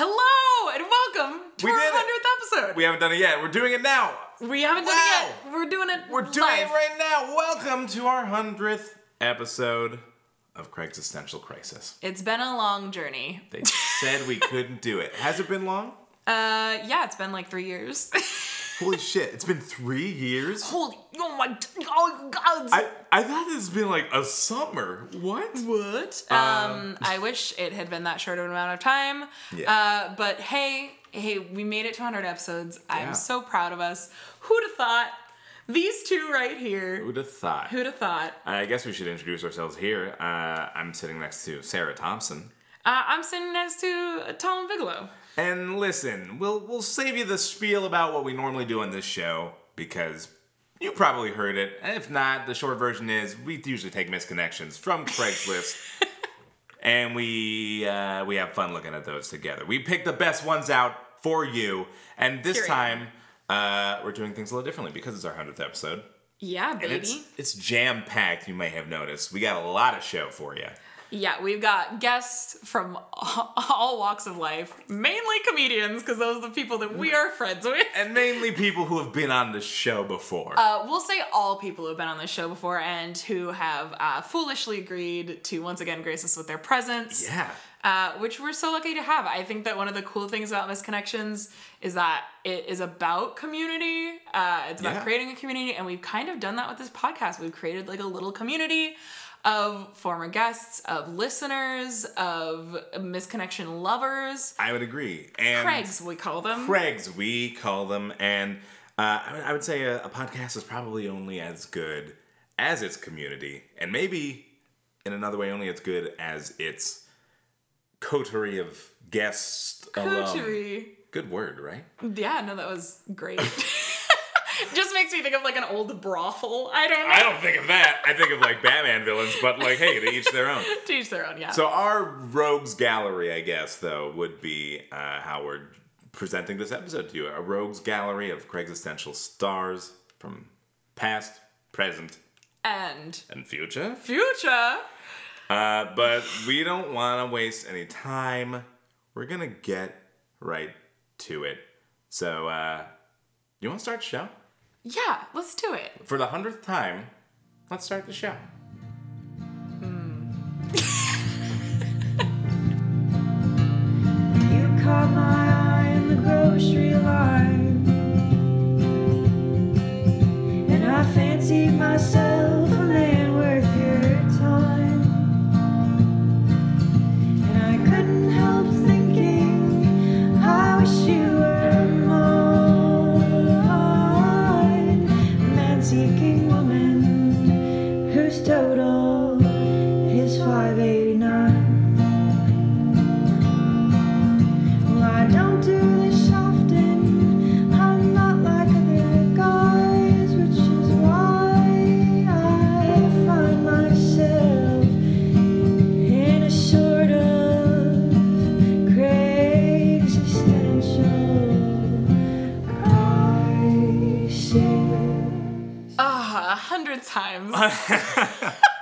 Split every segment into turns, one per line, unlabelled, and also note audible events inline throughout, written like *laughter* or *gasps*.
Hello and welcome to
We
our
did it.
hundredth episode.
We haven't done it yet. We're doing it now.
We haven't done
Wow.
it yet. We're doing it.
We're doing it right now. Welcome to our hundredth episode of Craig's Essential Crisis.
It's been a long journey.
They said we couldn't do it. Has it been long?
Uh, yeah, it's been like three years. *laughs*
Holy shit! It's been three years.
Holy, oh my, oh god.
I I thought this had been like a summer. What?
what? Um, I wish it had been that short of an amount of time.
Yeah.
Uh, but hey, hey, we made it to 100 episodes.
Yeah.
I'm so proud of us. Who'd have thought? These two right here.
Who'd have thought?
Who'd have thought?
I guess we should introduce ourselves here. Uh, I'm sitting next to Sarah Thompson.
Uh, I'm sitting next to uh, Tom Bigelow.
And listen, we'll we'll save you the spiel about what we normally do on this show because you probably heard it. And if not, the short version is we usually take misconnections from Craigslist.
*laughs*
And we uh, we have fun looking at those together. We pick the best ones out for you, and this
Period.
time uh, we're doing things a little differently because it's our hundredth episode.
Yeah, Ah, baby.
It's it's jam packed. You may have noticed we got a lot of show for you.
Yeah, we've got guests from *laughs* all walks of life, mainly comedians, because those are the people that we are friends with.
and mainly people who have been on the show before.
Uh, we'll say all people who have been on this show before and who have uh, foolishly agreed to once again grace us with their presence,
yeah.
uh, which we're so lucky to have. I think that one of the cool things about Misconnections is that it is about community. Uh, it's about
Yeah.
creating a community, and we've kind of done that with this podcast. We've created like a little community of former guests, of listeners, of Misconnection lovers.
I would agree. And
Craigs, um, we call them.
Craigs, we call them. And uh, I, would, I would say a, a podcast is probably only as good as its community, and maybe in another way, only as good as its coterie of guests. alum.
Cootery.
Good word, right?
Yeah, no, that was great. *laughs* Just makes me think of like an old brothel. I don't know.
I don't think of that. I think of like Batman villains, but like, hey, they each their own.
*laughs* To each their own, yeah.
So our rogues gallery, I guess, though, would be uh, how we're presenting this episode to you. A rogues gallery of Craig's essential stars from past, present,
and
and future.
future.
Uh, but we don't want to waste any time. We're going to get right to it. So, uh, you want to start the show?
Yeah, let's do it.
For the hundredth time, let's start the show.
You caught my eye in the grocery line. And I fancied myself a man worth your time. And I couldn't help thinking, I wish you were mine. A man seeking woman whose total is 589. Well, I don't do this often. I'm not like other guys, which is why I find myself in a sort of gray existential crisis.
Ah, a hundred
*laughs*
times.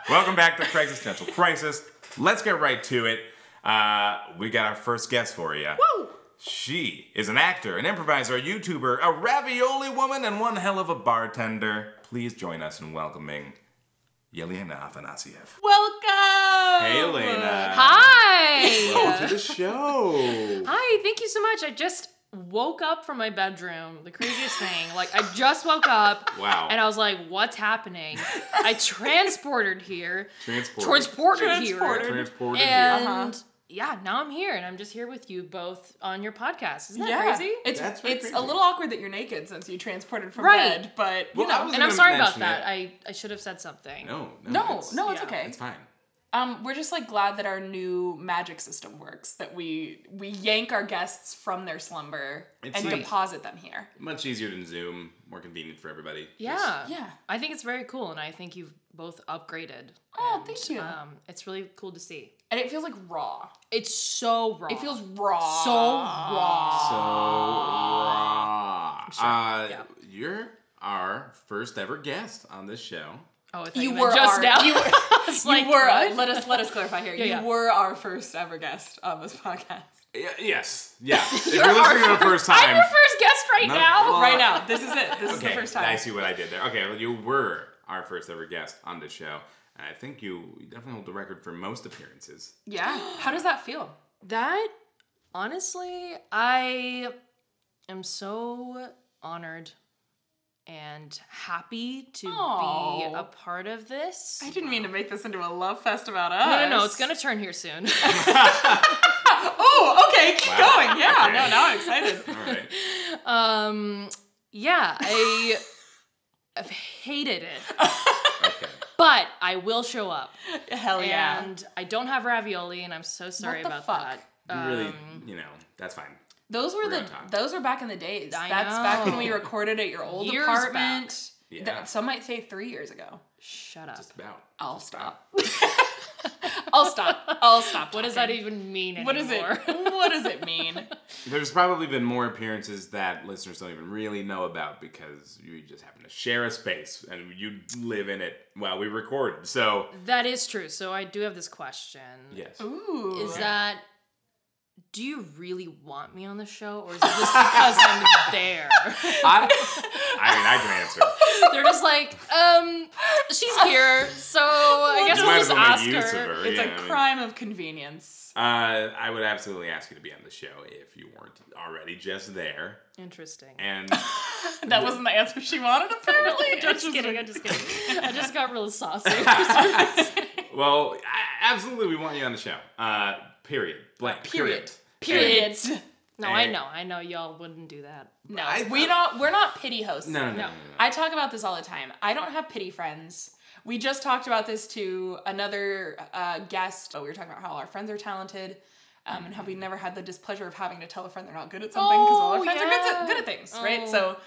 Welcome back to Craig's Existential Crisis. Let's get right to it. Uh, we got our first guest for you.
Woo!
She is an actor, an improviser, a YouTuber, a ravioli woman, and one hell of a bartender. Please join us in welcoming Yelena Afanasyev.
Welcome!
Hey, Elena.
Hi!
Welcome to the show.
Hi, thank you so much. I just woke up from my bedroom. The craziest thing. Like, I just woke up.
*laughs* Wow.
And I was like, what's happening? I transported here.
Transported.
Transported,
Transported.
here.
Transported
Uh-huh.
And yeah, now I'm here and I'm just here with you both on your podcast. Isn't that
yeah.
crazy?
It's
That's pretty
it's a
crazy.
little awkward that you're naked since you transported from
Right.
bed, but you
Well, I
know.
was
and I'm
gonna
sorry about
mention
that.
it.
I, I should have said something.
No, no,
no,
it's-
no, it's
yeah,
okay.
It's fine.
Um, we're just like glad that our new magic system works. That we we yank our guests from their slumber
It's
and
like-
deposit them here.
Much easier than Zoom, more convenient for everybody.
*laughs* Yeah.
Yeah.
I think it's very cool, and I think you've both upgraded.
Oh,
and,
thank you.
Um, it's really cool to see.
And it feels like raw.
It's so raw.
It feels raw.
so raw.
So raw. Uh,
yeah.
You're our first ever guest on this show.
Oh, I thought
You
you, meant
were
just
our,
now.
You were,
*laughs* I was
you
like,
were uh,
what?
let us let us clarify here. you
*laughs* yeah.
were our first ever guest on this *laughs* podcast.
Y- yes.
*laughs*
Yeah. If you're listening for the first
I'm
time.
your first guest right
No,
now.
well,
right now, this is it. *laughs* This is the
Okay,
first time.
I see what I did there. Okay, well, you were our first ever guest on the show. And I think you definitely hold the record for most appearances.
*laughs* Yeah. How does that feel?
That honestly, I am so honored and happy to
Aw.
be a part of this.
I didn't mean to make this into a love fest about us.
no, no, no, it's gonna turn
*laughs*
here soon.
*laughs* Oh, okay. Keep
Wow.
going. Yeah.
Okay.
No, now I'm excited.
All right.
um, yeah,
*laughs*
I have hated it,
Okay.
but I will show up,
Hell yeah.
and I don't have ravioli, and I'm so sorry
the
about
fuck?
that.
You really,
Um,
you know, that's fine.
Those were the
gonna talk.
those were back in the days.
I
That's back when we
know.
recorded at your old
Years
apartment.
Yeah.
That- some might say three years ago.
Shut up.
Just about.
I'll stop. I'll stop. I'll stop.
What does that even mean anymore?
What is it?
*laughs*
What does it *laughs* mean?
There's probably been more appearances that listeners don't even really know about because you just happen to share a space and you live in it while we record. So,
that is true. So I do have this question.
yes.
Ooh.
Is that do you really want me on the show or is it
*laughs*
just because I'm there?
I, I mean, I can answer.
*laughs* They're just like, um, *gasps* she's here, so I guess
You
we'll
might as
just
well
ask
make use of
her.
her.
it's
yeah,
a
I mean-
crime
*laughs*
of convenience.
Uh, I would absolutely ask you to be on the show if you weren't already just there.
Interesting.
And
*laughs* That wasn't the answer she wanted, apparently.
I'm *laughs* just kidding, I'm just kidding. I just got
*laughs*
real saucy. Period.
well, I, absolutely, we want you on the show. Uh, period. Blank. Period. And-
No, I know, I know y'all wouldn't do that.
No,
I-
we not. We're not pity hosts.
No, no, no, no. no, no.
I talk about this all the time. I don't have pity friends. We just talked about this to another uh, guest. Oh, we were talking about how all our friends are talented. Um, and how we never had the displeasure of having to tell a friend they're not good at something because all our
Oh,
friends are good at,
yeah.
good at things, right?
Oh.
So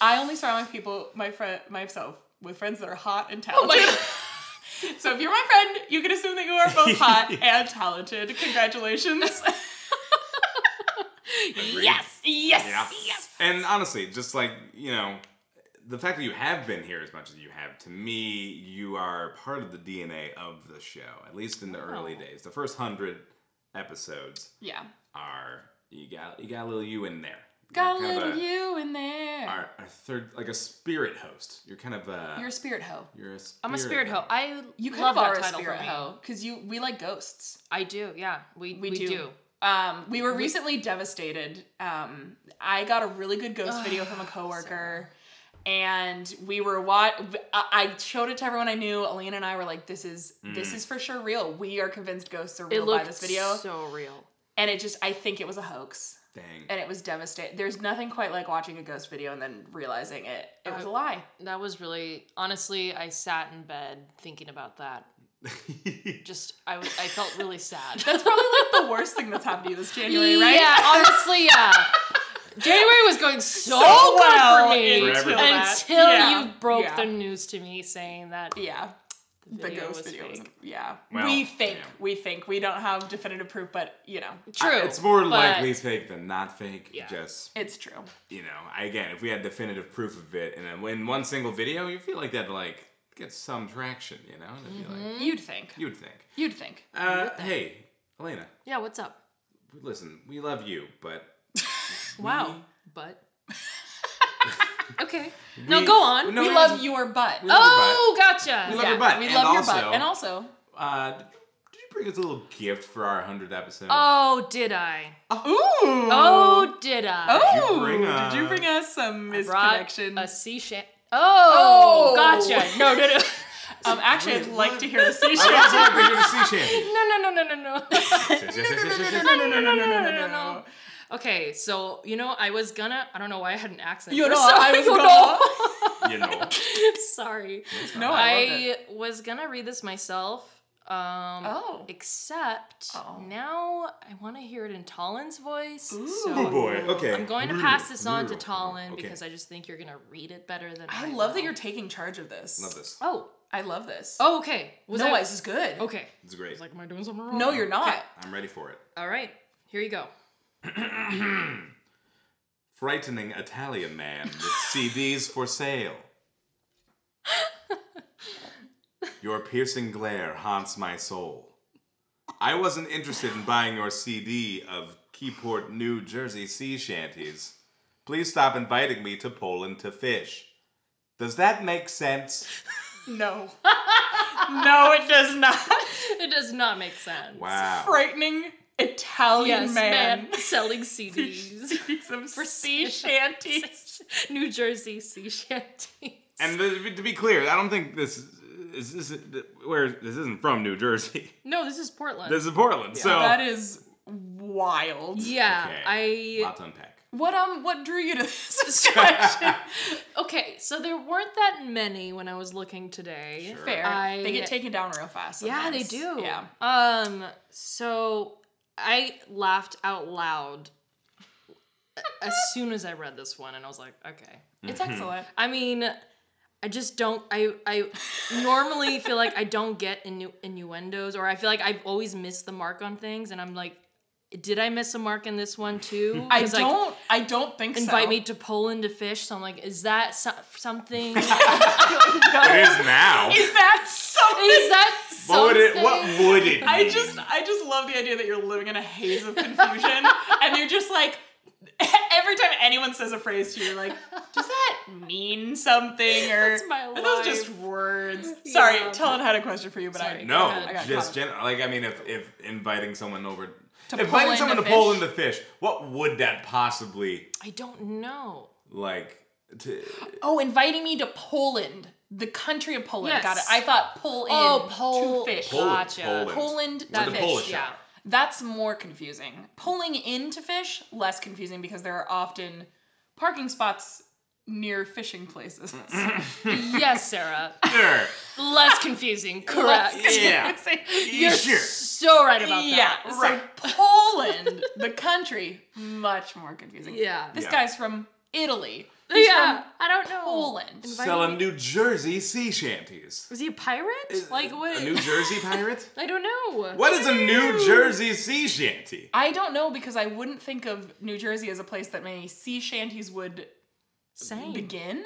I only surround my people, my friend, myself with friends that are hot and
Oh
talented. so if you're my friend, *laughs* you can assume that you are both
*laughs*
hot and talented. Congratulations. *laughs*
Agreed.
yes,
Yeah. And honestly, just like, you know, the fact that you have been here as much as you have, to me, you are part of the DNA of the show, at least in the early days. The first hundred episodes
Yeah.
are you got you got a little you in there.
Got a
You're kind of
little you in there.
Our, our third like a spirit host. You're kind of a
You're a spirit hoe.
you're a spirit
I'm a spirit hoe. I
You kind
love
of
that
are a
title
spirit
for me.
hoe because you we like ghosts.
I do, yeah. We
We
we,
do.
do.
Um, we were recently devastated. Um, I got a really good ghost video from a coworker, and we were what I I showed it to everyone I knew. Alina and I were like, "This is this is for sure real. We are convinced ghosts are
It
real by
looked
this video."
so real.
and it just I think it was a hoax,
Dang.
and it was devastating. There's nothing quite like watching a ghost video and then realizing it it was
I-
a lie.
uh, That was really honestly. I sat in bed thinking
*laughs*
about that. Just I, w- I felt really sad. *laughs*
That's probably like the worst thing that's happened to you this January, right?
Yeah, honestly, yeah. January was going so,
So
good
well
for me
until
until,
that. Yeah,
you broke
yeah.
the news to me saying that
Yeah.
the
*laughs* the
video
ghost
was
video was
fake.
yeah
Well,
we think
yeah.
we think we don't have definitive proof but you know
True.
it's more
but-
likely it's fake than not fake.
Yeah.
Just
it's true
you know, I- again, if we had definitive proof of it in, a, in one single video, you feel like that like get some traction, you know? And it'd be
Mm-hmm.
like,
you'd think
you would think.
you'd Mm-hmm. think
Uh, hey, Elena,
Yeah. What's up?
listen, we love you, but
Mm-hmm.
Wow.
*laughs*
But. okay. no, go on.
no,
we
it
love
was-
your butt
we love
oh, gotcha.
We love your butt.
we
and
love
also,
your butt and also
uh, did you bring us a little gift for our hundredth episode?
Oh, did I?
ooh
Oh, did I?
Did you bring uh,
did you
us-
bring us some
brought
misconnection
A sea shan- Oh,
Oh.
gotcha. No, no,
*laughs*
no.
um actually i'd like to hear the sea
I
shanty.
also bring you the sea shanty.
*laughs* No, no, no, no, no, no.
Yes, yes, yes, yes, yes, yes.
no, no, no, no, no, no. Okay, so you know, I was gonna. I don't know why I had an accent.
You
*laughs* for
know,
so-
I was
you
You know.
know. *laughs* Sorry,
no i, loved it.
I, was gonna read this myself. Um,
Oh.
except
Oh.
now I want to hear it in Talon's voice.
Oh
So
boy. Okay.
I'm going to pass this on to
Ooh,
Talon
okay.
because I just think you're gonna read it better than
I
I.
love that
will.
you're taking charge of this
Love this.
Oh,
i love this
oh, okay. Was
no
I-
this is good
Okay. I
It's great.
was like, am I doing something wrong?
no you're not
I'm ready for it.
All right, here you go.
*clears throat* Frightening
*laughs*
Italian man with CDs for sale. Your piercing glare haunts my soul. I wasn't interested in buying your CD of Keyport, New Jersey sea shanties. Please stop inviting me to Poland to fish. Does that make sense?
*laughs*
No. no, it does not.
It does not make sense.
Wow.
Frightening Italian
Yes,
man.
man.
*laughs*
selling CDs.
Some for sea shanties.
*laughs* New Jersey sea shanty.
And th- to be clear, I don't think this is this is- where this isn't from New Jersey.
No, this is Portland.
This is Portland. so
that is wild.
yeah,
Okay.
I
lot to unpack.
What um what drew you to this
*laughs*
question?
okay. So there weren't that many when I was looking today.
Sure.
Fair.
I-
they get taken down real fast.
Yeah, they
sometimes.
do. *laughs*
Yeah.
Um. So I laughed out loud as soon as I read this one, and I was like, okay.
It's excellent.
I mean, I just don't. I I normally feel like I don't get innu- innuendos, or I feel like I've always missed the mark on things, and I'm like, did I miss a mark in this one too?
*laughs* I
'Cause, like,
don't I don't think
invite
so.
me to Poland to fish. So I'm like, is that so-
*laughs*
something? is *laughs*
It is *laughs* now.
Is that something?
that something?
what would it? What would it?
I
mean?
just I just love the idea that you're living in a haze of
*laughs*
confusion and you're just like *laughs* every time anyone says a phrase to you, you're like, does that mean something? Or
*laughs* That's my
are those just words? Sorry,
Yeah.
Helen had a question for you, but I
Sorry.
No,
I got
just
caught.
gen- like I mean, if if inviting someone over,
To
inviting
Poland
someone
to
to Poland
fish.
to fish, what would that possibly
I don't know.
like? To,
Oh, inviting me to Poland. The country of Poland.
Yes.
Got it. I thought pull in
Oh, pole-
to fish.
Pol-
Poland,
Gotcha.
Poland,
Poland
Like
to
the
fish,
Polish
yeah.
hour.
That's more confusing. Pulling in to fish, less confusing because there are often parking spots near fishing
*laughs*
places.
Yes, Sarah.
Sure.
Less confusing. Correct.
Yeah.
You're
sure.
so right about
yeah.
that.
So
Right.
Poland, the country, much more confusing.
Yeah.
This
Yeah.
guy's from Italy. He's
Yeah.
from
I don't know.
Poland.
Inviting
Selling
me-
New Jersey sea shanties.
Was he a pirate? like what?
A
*laughs*
New Jersey pirate?
*laughs* I don't know.
What is a New Jersey sea
*laughs*
shanty?
I don't know because I wouldn't think of New Jersey as a place that many sea shanties would
Same.
begin.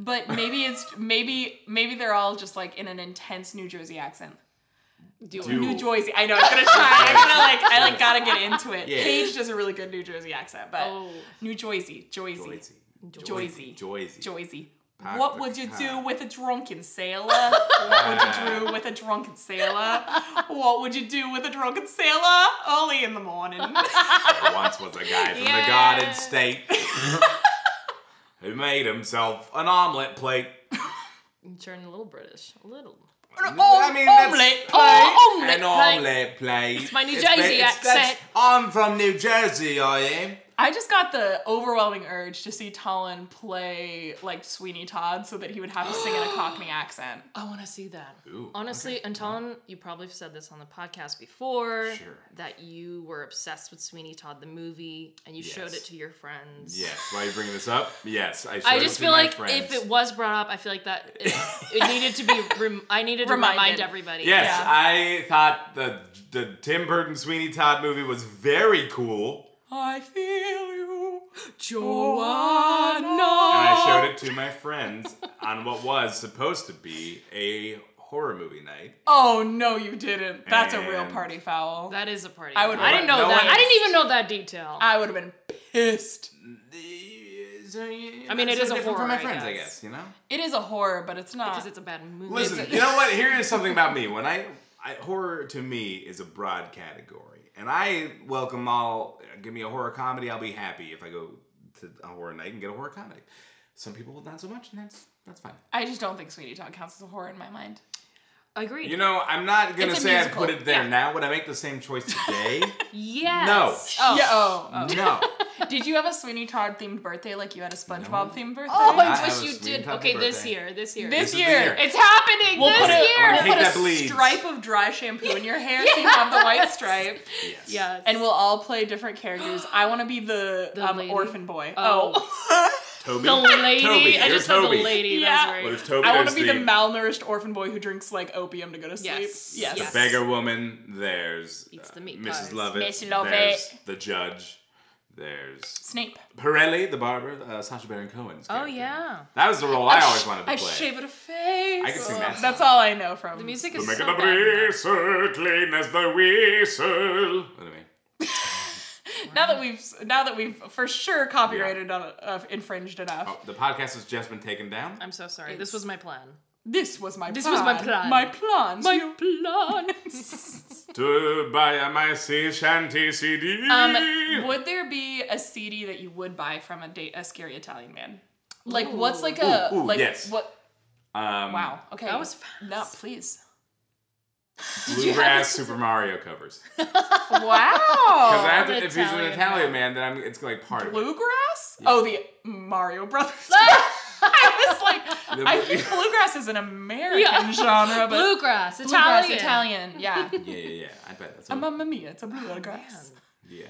But maybe it's maybe maybe they're all just like in an intense New Jersey accent.
Do
Do-
it.
New Jersey. I know. I'm gonna try. I'm gonna like. I like gotta get into it.
Yeah.
Paige does a really good New Jersey accent, but
Oh.
New Jersey, Jersey,
Jersey.
Jersey.
Jersey.
Jersey.
Pack
What
the
would you do
car.
with a drunken sailor?
*laughs*
what would you do with a drunken sailor? What would you do with a drunken sailor? Early in the
*laughs*
morning.
There once was a guy from
Yeah.
the Garden State who made himself an omelet plate.
You turn a little British. A little.
I mean, that's-
omelet
Oh, omelet
An
plate.
omelet plate. It's
my New Jersey
that's-
accent.
I'm from New Jersey, I am.
I just got the overwhelming urge to see Tallon play like Sweeney Todd, so that he would have to sing in
*gasps*
a Cockney accent.
I want to see that.
Ooh,
Honestly,
okay.
Anton, you probably have said this on the podcast before
Sure.
that you were obsessed with Sweeney Todd the movie and you showed
Yes.
it to your friends.
Yes, why are you bringing this up? Yes, I.
I
showed it
just
to
feel
my
like
friends.
if it was brought up, I feel like that it,
*laughs*
it needed to be. Rem- I needed to
Reminded.
remind everybody.
Yes,
Yeah.
I thought the the Tim Burton Sweeney Todd movie was very cool,
I feel you.
Joanna.
and I showed it to
Oh.
my friends on what was supposed to be a horror movie night.
Oh no, you didn't. That's a real
And-
party foul.
That is a party.
I would-
I didn't know
No
that.
one-
I didn't even know that detail.
I would have been pissed.
So, you-
I mean, it
so
is a
different
horror,
for my
I
friends, I
guess.
guess. You know.
It is a horror, but it's not.
because it's a bad movie.
Listen, you know what? Here is something about me. When I, I horror to me is a broad category, and I welcome all. Give me a horror comedy, I'll be happy. If I go to a horror night and get a horror comedy, some people will not so much, and that's that's fine.
I just don't think Sweeney Todd counts as a horror in my mind.
Agreed.
You know, I'm not gonna
It's a
say I
musical,
put it there
yeah.
now. Would I make the same choice today?
yes.
No.
Oh.
Yeah. Oh.
no.
*laughs* Did you have a Sweeney Todd themed birthday like you had a SpongeBob themed birthday?
Oh,
I
I
have a
wish you
sweet
did.
Tupperware
Okay, this
birthday.
year. This year.
this
is the
year.
year.
It's happening
We'll put
this
a-
year.
We'll
We'll
Take
put a
that bleeds.
stripe of dry shampoo in your hair so you have the white stripe,
Yes.
Yes.
and we'll all play different characters. I want to be the,
The
um,
lady.
orphan boy.
Oh.
*laughs*
Toby.
the lady.
Toby.
I
you're
just said
Toby.
the lady.
Yeah.
That's
What
right.
if Toby
I want
does
to be the
the,
malnourished orphan boy who drinks like opium to go to sleep.
Yes.
Yes.
the
Yes.
beggar woman? There's
Eats
uh,
the meat
Mrs.
pies.
Lovett.
Miss Lovett.
There's the judge. There's
Snape.
Pirelli, the barber, uh, Sasha Baron Cohen's.
Oh
character.
yeah.
that was the role Oh, I always wanted to
I
play.
shave it a face.
I could sing that
That's
song.
all I know from
The music
The
is
make
so
of the
bad in that.
whistle, clean as the whistle. What do you mean?
Now that we've now that we've for sure copyrighted on uh, infringed enough.
Oh, the podcast has just been taken
*laughs*
down.
I'm so sorry. This was my plan.
This was my
This
plan.
was my plan.
My plans.
My
you- *laughs*
*laughs* plan.
to buy my sea shanty CD.
um,
*laughs*
would there be a CD that you would buy from a date a scary Italian man? Like what's like a
Ooh, ooh,
like
yes.
what?
Um,
Wow. Okay.
That was fast.
*laughs*
No, please.
Bluegrass Super Mario covers. Because
Wow.
if he's an
Italian
Italian man, then I'm, it's like part of it.
Bluegrass? Oh, the
*laughs*
Mario Brothers. *laughs* I was like,
The
I
movie-
think bluegrass is an American
Yeah.
genre, but
Bluegrass,
bluegrass
Italian.
Italian, yeah.
Yeah, yeah, yeah. I bet
*laughs*
that's
A
what.
Mamma mia,
Oh,
it's a bluegrass.
yeah.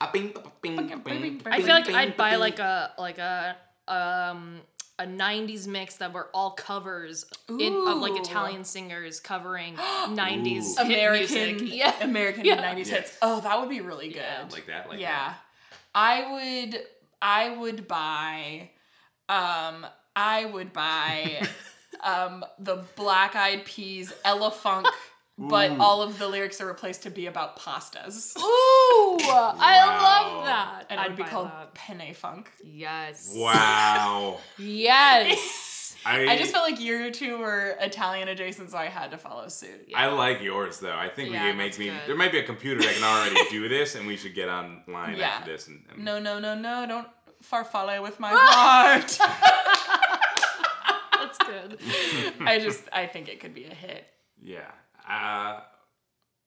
Ah, bing, ba, bing,
Bing,
bing,
bing,
bing,
I feel like
bing,
I'd buy
bing.
like a like a um a 90s mix that were all covers in, of like
Ooh.
Italian
*gasps*
singers covering *gasps* 90s
Ooh.
hit
American,
*laughs* music. Yeah.
American
Yeah.
90s
Yeah.
hits. Oh, that would be really good. Yeah,
like that, like
I would, I would buy, um, I
*laughs*
would buy, um, the Black Eyed Peas
*laughs*
Ella Funk, but
Ooh.
all of the lyrics are replaced to be about *laughs* pastas.
Ooh, I
Wow.
love that.
And it would be
buy
called
that.
Penne Funk.
Yes.
that. Wow.
*laughs* Yes.
I,
*laughs* I just felt like you two were Italian adjacent, so I had to follow suit.
I like yours though. I think
Yeah,
we can make
that's
me.
good.
There might be a computer that can already do this, and we should get online
Yeah.
after this. And, and
No, no, no, no, don't farfalle with
*laughs*
my heart.
That's good.
I just, I think it could be
*laughs*
a hit.
yeah. Uh,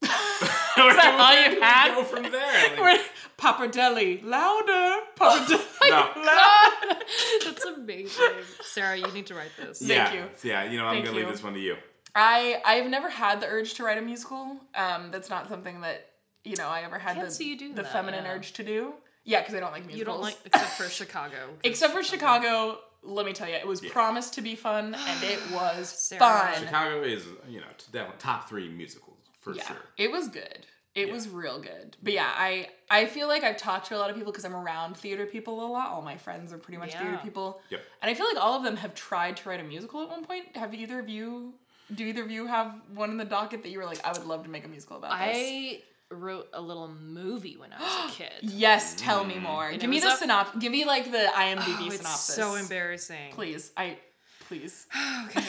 Is that all you
Go
had?
from there. Like,
*laughs* We're- Pappardelle, louder, Pappardelle.
*laughs*
*laughs*
no.
*laughs* That's amazing. Sarah, you need to write this.
yeah,
you.
Yeah, you know, I'm
Thank
gonna leave
you.
this one to you.
I, I've never had the urge to write a musical. Um, that's not something that, you know, I ever had
Can't
the,
see you doing
the
that,
feminine
yeah.
urge to do. Yeah, because I don't like musicals.
You don't like except
*laughs*
for Chicago.
Except for Chicago, let me tell you, it was promised to be fun, and
*sighs*
it was
Sarah.
fun.
Chicago is, you know, t- definitely top three musicals for
yeah,
sure.
it was good. It was real good. But yeah, I I feel like I've talked to a lot of people because I'm around theater people a lot. All my friends are pretty much theater
Yeah.
people.
Yep.
And I feel like all of them have tried to write a musical at one point. Have either of you? Do either of you have one in the docket that you were like, I would love to make a musical about this?
I wrote a little movie when I was a
*gasps*
kid.
Yes, tell me more.
And
give
it
me
was
the
up-
synopsis. Give me like the IMDb
Oh, it's
synopsis.
so embarrassing.
Please, I, please.
*sighs* Okay.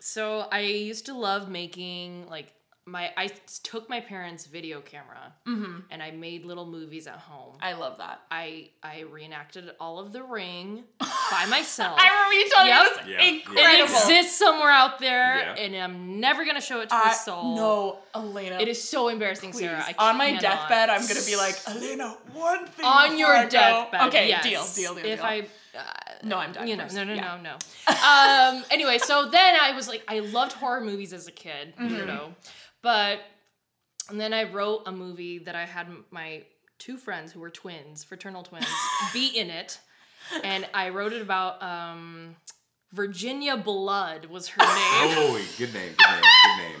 so I used to love making like my I took my parents' video camera and I made little movies at home.
Mm-hmm. I love that.
I I reenacted all of
*laughs*
The Ring by myself.
I remember you telling
Yep.
me
Yeah,
this.
yeah.
it
Incredible.
exists somewhere out there,
Yeah.
and I'm never gonna show it to
I-
a soul.
No, Elena.
it is so embarrassing,
Please.
Sarah. I
on my
cannot.
deathbed, I'm gonna be like, Elena, one thing.
on
before
your
I go."
deathbed.
Okay,
yes.
deal, deal, deal.
If
deal.
I
no, I'm dying.
you know,
first.
no, no,
Yeah.
no, no. um, anyway, so then I was like, I loved horror movies as a kid,
Mm-hmm. *laughs*
weirdo. But and then I wrote a movie that I had m- my two friends who were twins, fraternal twins, be in it, and I wrote it about um, Virginia Blood was her name,
Holy, good name, good name, good name.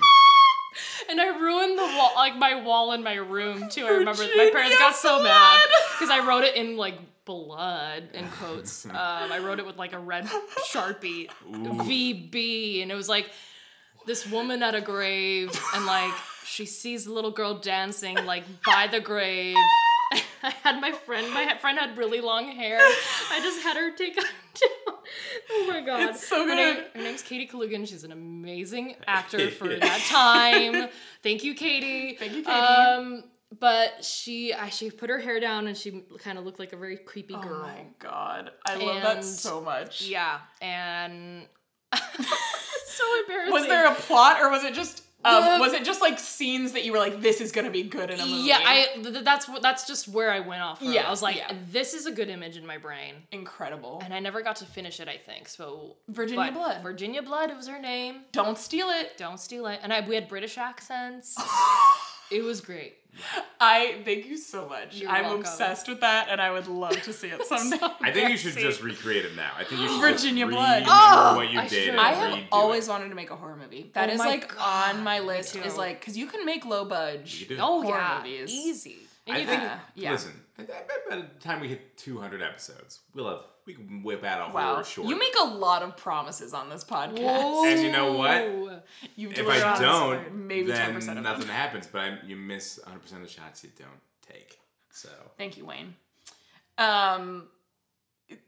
and I ruined the wall, like my wall in my room too. I remember my parents got so mad because I wrote it in like. Blood in quotes. Um, I wrote it with like a red sharpie. VB, and it was like this woman at a grave, and like she sees the little girl dancing like by the grave. *laughs* I had my friend. My friend had really long hair. I just had her take. oh my god,
It's so
Her, name-
good.
her name's Katie Kalugan. She's an amazing actor for that time. Thank you, Katie.
Thank you, Katie.
Um, but she, I, she put her hair down, and she kind of looked like a very creepy
Oh
girl.
my god, I love that
And-
so much.
Yeah, and *laughs* so embarrassing.
Was there a plot, or was it just? Um,
The-
was it just like scenes that you were like, this is gonna be good in a movie?
yeah? I th- that's what that's just where I went off. From.
Yeah,
I was like,
yeah.
this is a good image in my brain,
incredible.
and I never got to finish it. I think so.
Virginia
but
Blood.
Virginia Blood was her name.
Don't steal it.
Don't steal it. And I we had
*laughs*
British accents. it was great.
I thank you so much.
You're
I'm
welcome.
obsessed with that, and I would love to see
*laughs*
it someday.
I think you should just recreate it now. I think you should
Virginia
just
Blood.
remember what you
I
did.
should.
and
I
redo
have
it.
always wanted to make a horror movie. That
Oh
is
my
like
God,
on my
me
list. Is
too.
like because you can make low
You
budge
do.
Oh
horror
yeah,
movies.
easy. And
I
you
think.
can-
yeah.
Listen, I- I bet by the time we hit 200 episodes, we'll have we can whip out a
Wow.
horror short.
You make a lot of promises on this podcast.
And you know what?
Whoa.
You've
if
delivered
I
on this
don't,
for maybe
then
10% of them. *laughs*
nothing happens. But I, you miss 100 percent of the shots you don't take. So
Thank you, Wayne. Um,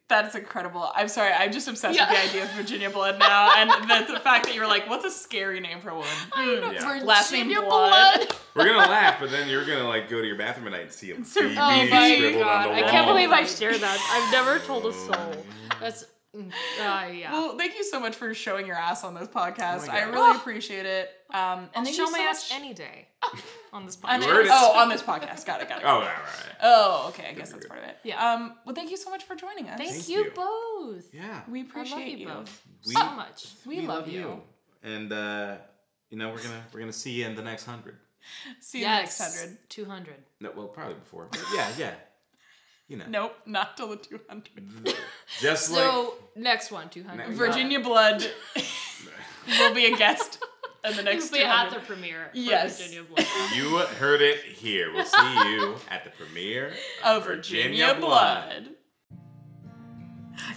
that's incredible. I'm sorry. I'm just obsessed
Yeah.
with the idea of Virginia Blood now,
*laughs*
and the, the fact that you were like, "What's a scary name for a woman?" Hmm.
Yeah.
Virginia
Last name Blood.
we're
*laughs*
gonna laugh, but then you're gonna like go to your bathroom at night and see a BB
Oh my
scribbled on
god!
the
I
wall.
can't believe I shared that. I've never told
*laughs*
a soul. That's uh, yeah.
Well, thank you so much for showing your ass on this podcast.
*laughs* Oh my
I
God.
really appreciate it. Um, and
I'll
thank
show
you so
my ass
much-
any
*laughs*
day on this
on
podcast.
You heard it.
Oh, on this podcast. Got it. Got it.
Oh, all right.
Oh, okay. I guess that's
good.
part of it.
Yeah.
Um. Well, thank you so much for joining us.
Thank,
Thank
you,
you.
both.
Yeah.
We
I
appreciate
love you both
We-
so much.
We, love, you.
And uh, you know we're gonna we're gonna see you in the next hundred.
See you in the next
Yes,
hundred.
two hundred.
No, well, probably before. But yeah, yeah. You know,
Nope, not till the two hundred.
*laughs*
*laughs*
just like
So next one, two hundred.
Ne-
Virginia
*laughs*
Blood will be a guest in the next
You'll be at the
200.
premiere. for
Yes.
Virginia Blood.
you heard it here. We'll see you at the premiere
of Virginia Blood.
*laughs*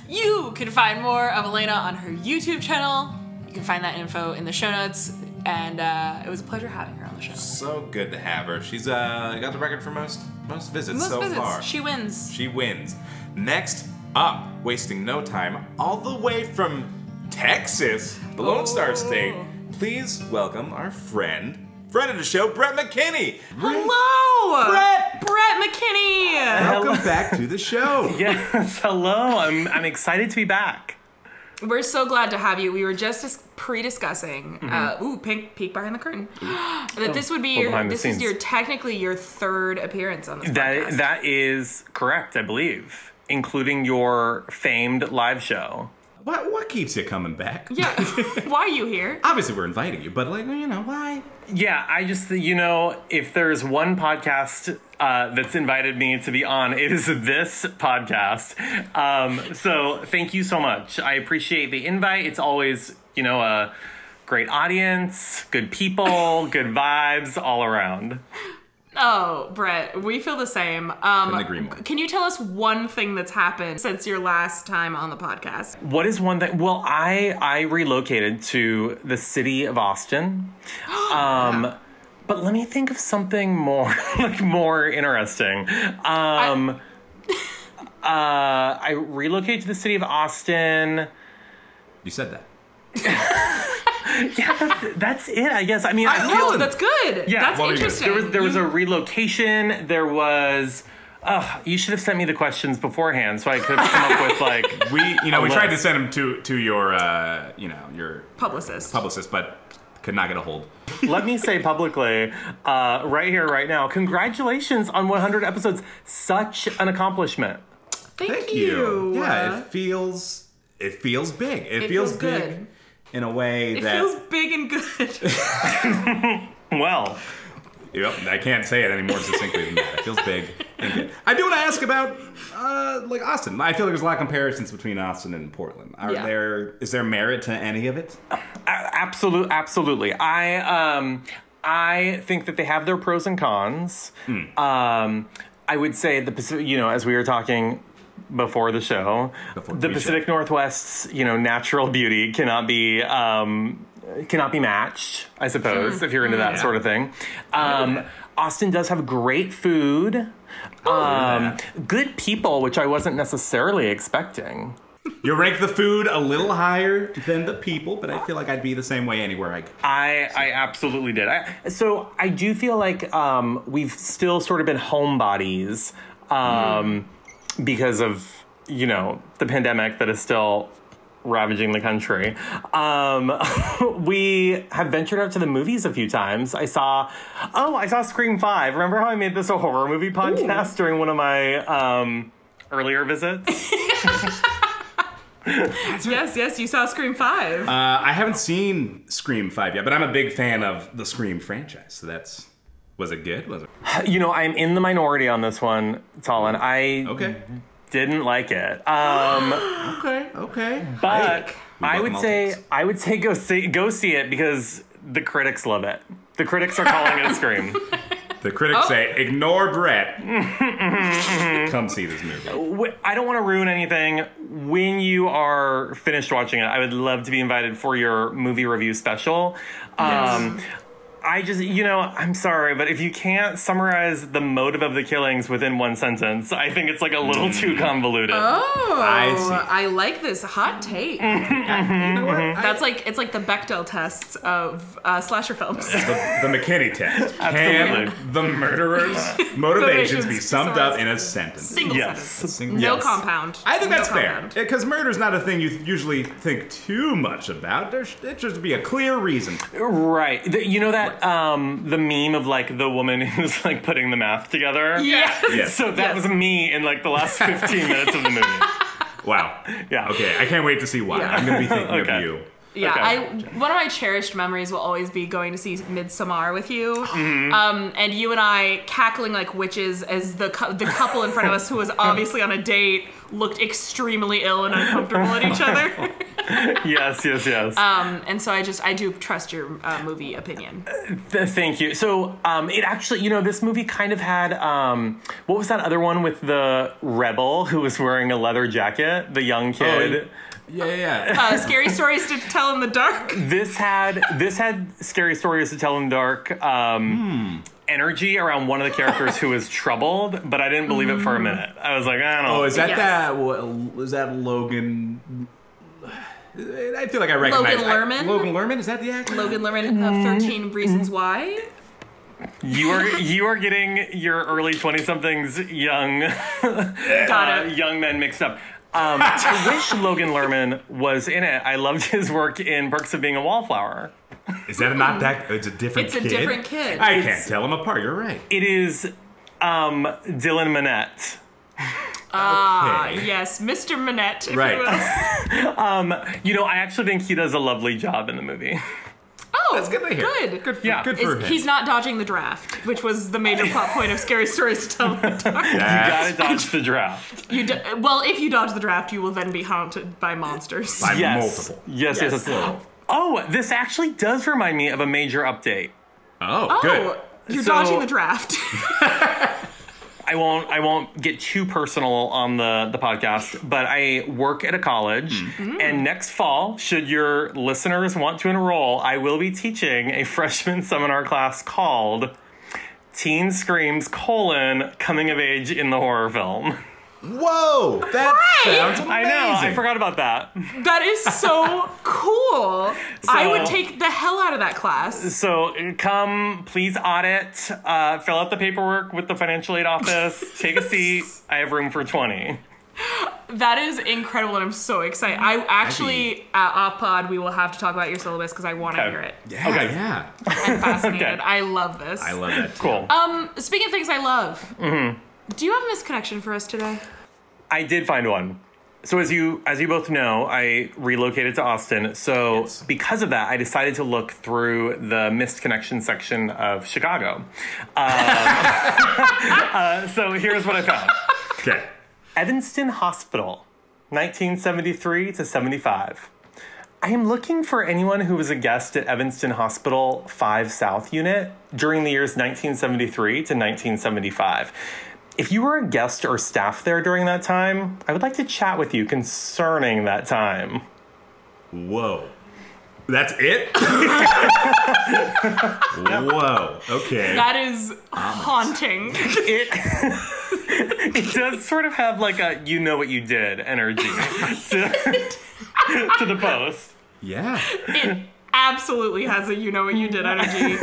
You can find more of Elena on her YouTube channel. You can find that info in the show notes. And uh, it was a pleasure having her on the show.
So good to have her. She's uh got the record for most most visits
Most
so
visits,
far.
she wins.
She wins. Next up, wasting no time, all the way from Texas, the Lone Star State. Please welcome our friend, friend of the show, Brett McKinney. Oh!
Hello,
Brett!
Brett McKinney.
Welcome back to the show.
*laughs* Yes, hello. I'm I'm excited to be back.
We're so glad to have you. We were just dis- pre-discussing. Uh, ooh, pink peek behind the
*gasps*
curtain. *gasps* that this would be
Mm-hmm. Oh, Well,
your.
behind the
This is
scenes.
your technically your third appearance on this
That
podcast.
that is correct, I believe, including your famed live show.
What what keeps you coming back?
yeah. *laughs* Why are you here?
Obviously, we're inviting you, but like you know why?
Yeah, I just you know, if there's one podcast uh, that's invited me to be on, it is this podcast. Um, so thank you so much. I appreciate the invite. It's always you know a great audience, good people, good vibes all around.
Oh, Brett, we feel the same. Um,
Couldn't agree more.
Can you tell us one thing that's happened since your last time on the podcast?
What is one thing? Well, I I relocated to the city
*gasps*
of Austin, um, but let me think of something more *laughs* like more interesting. Um, *laughs* uh, I relocated to the city of Austin.
You said that.
Yeah, that's, that's it. I guess. I mean, I, feel
Oh, that's good.
Yeah,
that's
well, you-
interesting.
There was there was
You-
a relocation. There was. Ugh, you should have sent me the questions beforehand so I could have come up with
*laughs*
like.
We you know we tried to
Unless-
send him to to your uh, you know your
publicist.
publicist, but could not get a hold.
Let me say publicly, uh, right here, right now, congratulations on 100 episodes. Such an accomplishment.
Thank,
Yeah, it feels it feels big. It,
feels
feels, big
good.
in a way
it
that
feels big and good.
Well,
Yep, I can't say it any more succinctly than that. It feels big. and good. I do want to ask about uh, like Austin. I feel like there's a lot of comparisons between Austin and Portland. Are
Yeah.
there is there merit to any of it?
absolutely, absolutely. I um, I think that they have their pros and cons.
Hmm.
Um, I would say the Pacific, you know, as we were talking before the show,
Before
the
we
Pacific Northwest's you know natural beauty cannot be um, cannot be matched. I suppose if you're into
Hmm.
that sort of thing. Um, Austin does have great food.
Oh,
Um, good people, which I wasn't necessarily expecting.
You rank the food a little higher than the people, but I feel like I'd be the same way anywhere I go.
I, I absolutely did. I, so I do feel like um, we've still sort of been homebodies um, because of you know the pandemic that is still ravaging the country. Um, *laughs* we have ventured out to the movies a few times. I saw oh I saw Scream Five. Remember how I made this a horror movie podcast during one of my um, earlier visits?
*laughs* yes, yes, you saw Scream Five.
Uh, I haven't seen Scream Five yet, but I'm a big fan of the Scream franchise. So that's was it
*laughs*
good? Was it
*sighs* you know I'm in the minority on this one, Talon. I
Mm. okay?
didn't like it. Um,
Okay, *gasps* okay.
But
We
I
love
would say
multiples.
I would
*laughs*
say go see go see it because the critics love it. The critics are calling it a scream.
The critics say, ignore
*laughs*
Brett. Come see this movie.
Wh- I don't want to ruin anything. When you are finished watching it, I would love to be invited for your movie review special. Um, I just, you know, I'm sorry, but if you can't summarize the motive of the killings within one sentence, I think it's like a little too convoluted.
Oh,
Mm. I see.
I like this hot take.
You know what?
That's like it's like the Bechdel tests of uh,
*laughs*
slasher films.
the, the McKinney test. Can
Absolutely.
the murderer's
*laughs*
motivations be summed up in a sentence?
Single sentence.
yes.
Single-
No
Yes.
compound.
I think
No
that's fair eh,
compound.
because murder's not a thing you usually think too much about. There should, it should be a clear reason.
Right. The- you know that um, the meme of like the woman *laughs* who's like putting the math together?
Yeah.
Yes.
*laughs* So that was me in like
*laughs*
the last 15 minutes of the movie.
wow.
Yeah.
Okay. I can't wait to see why.
Yeah.
I'm gonna be thinking
Okay.
of you.
Yeah,
Okay.
I one of my cherished memories will always be going to see Midsommar with you, um, and you and I cackling like witches as the cou- the couple in front of us who was obviously on a date looked extremely ill and uncomfortable at each other.
Yes, yes, yes.
Um, and so I just I do trust your uh, movie opinion.
Uh,
Th- Thank you. So um, it actually, you know, this movie kind of had um, what was that other one with the rebel who was wearing a leather jacket, the young kid.
Yeah, yeah, yeah.
Uh, scary stories to Oh, tell in the dark.
This had this had scary stories to tell in the dark. Um,
Hmm.
Energy around one of the characters who was troubled, but I didn't believe it for a minute. I was like, I don't.
Oh, is that
Yes.
that? What, was that Logan? *sighs* I feel like I recognize I-
Lerman?
Logan Lerman is that the actor?
Logan Lerman of Thirteen Reasons Why.
you are you are getting your early twenty somethings young *laughs* uh,
Got it.
young men mixed up. Um,
*laughs*
I wish Logan Lerman was in it. I loved his work in Perks of Being a Wallflower.
Is that not
*laughs*
that? It's a different.
It's a
kid?
different kid.
I can't tell them apart. You're right.
It is um, Dylan Minnette.
Ah,
Okay.
yes, Mr. Minette. If
Right.
You will.
*laughs* Um, You know, I actually think he does a lovely job in the movie. *laughs*
Oh,
That's good to hear.
Good. Good
Yeah.
Good for
Is,
him.
he's not dodging the draft, which was the major
*laughs*
plot point of Scary Stories to Tell. in the Dark.
You
That's-
gotta
*laughs*
dodge the draft.
You do, well, if you dodge the draft, you will then be haunted by monsters.
By
Yes.
multiple.
Yes, yes, yes. Oh, this actually does remind me of a major update.
Oh,
Oh,
good.
you're
So-
dodging the draft. *laughs*
I won't I won't get too personal on the the podcast, but I work at a college
Mm-hmm.
and next fall, should your listeners want to enroll, I will be teaching a *laughs* freshman seminar class called Teen Screams colon coming of age in the horror film.
Whoa, that sounds amazing.
I know, I forgot about that.
that is so cool. I would
*laughs* So-
take the hell out of that class.
So come, please audit, uh, fill out the paperwork with the financial aid office, take a seat. I have room for 20.
That is incredible, and I'm so excited. I actually, at off pod, we will have to talk about your syllabus because I want to
Okay.
hear it.
Yeah, yeah. *laughs*
I'm fascinated.
Okay.
I love this.
I love that. Too.
Cool. Mm-hmm.
um, speaking of things I love, do you have a misconnection for us today?
I did find one. So as you as you both know, I relocated to Austin. So because of that, I decided to look through the missed connection section of Chicago. Um, *laughs* uh, so here's what I found:
Okay.
Evanston Hospital, 1973 to 75. I am looking for anyone who was a guest at Evanston Hospital 5 South Unit during the years 1973 to 1975. If you were a guest or staff there during that time, I would like to chat with you concerning that time.
Whoa. That's it?
*laughs*
Whoa. Okay.
That is
*laughs*
haunting.
It *laughs* it does sort of have like a you know what you did energy *laughs* to, *laughs* to the post.
yeah.
it absolutely has a you know
*laughs*
what you did energy.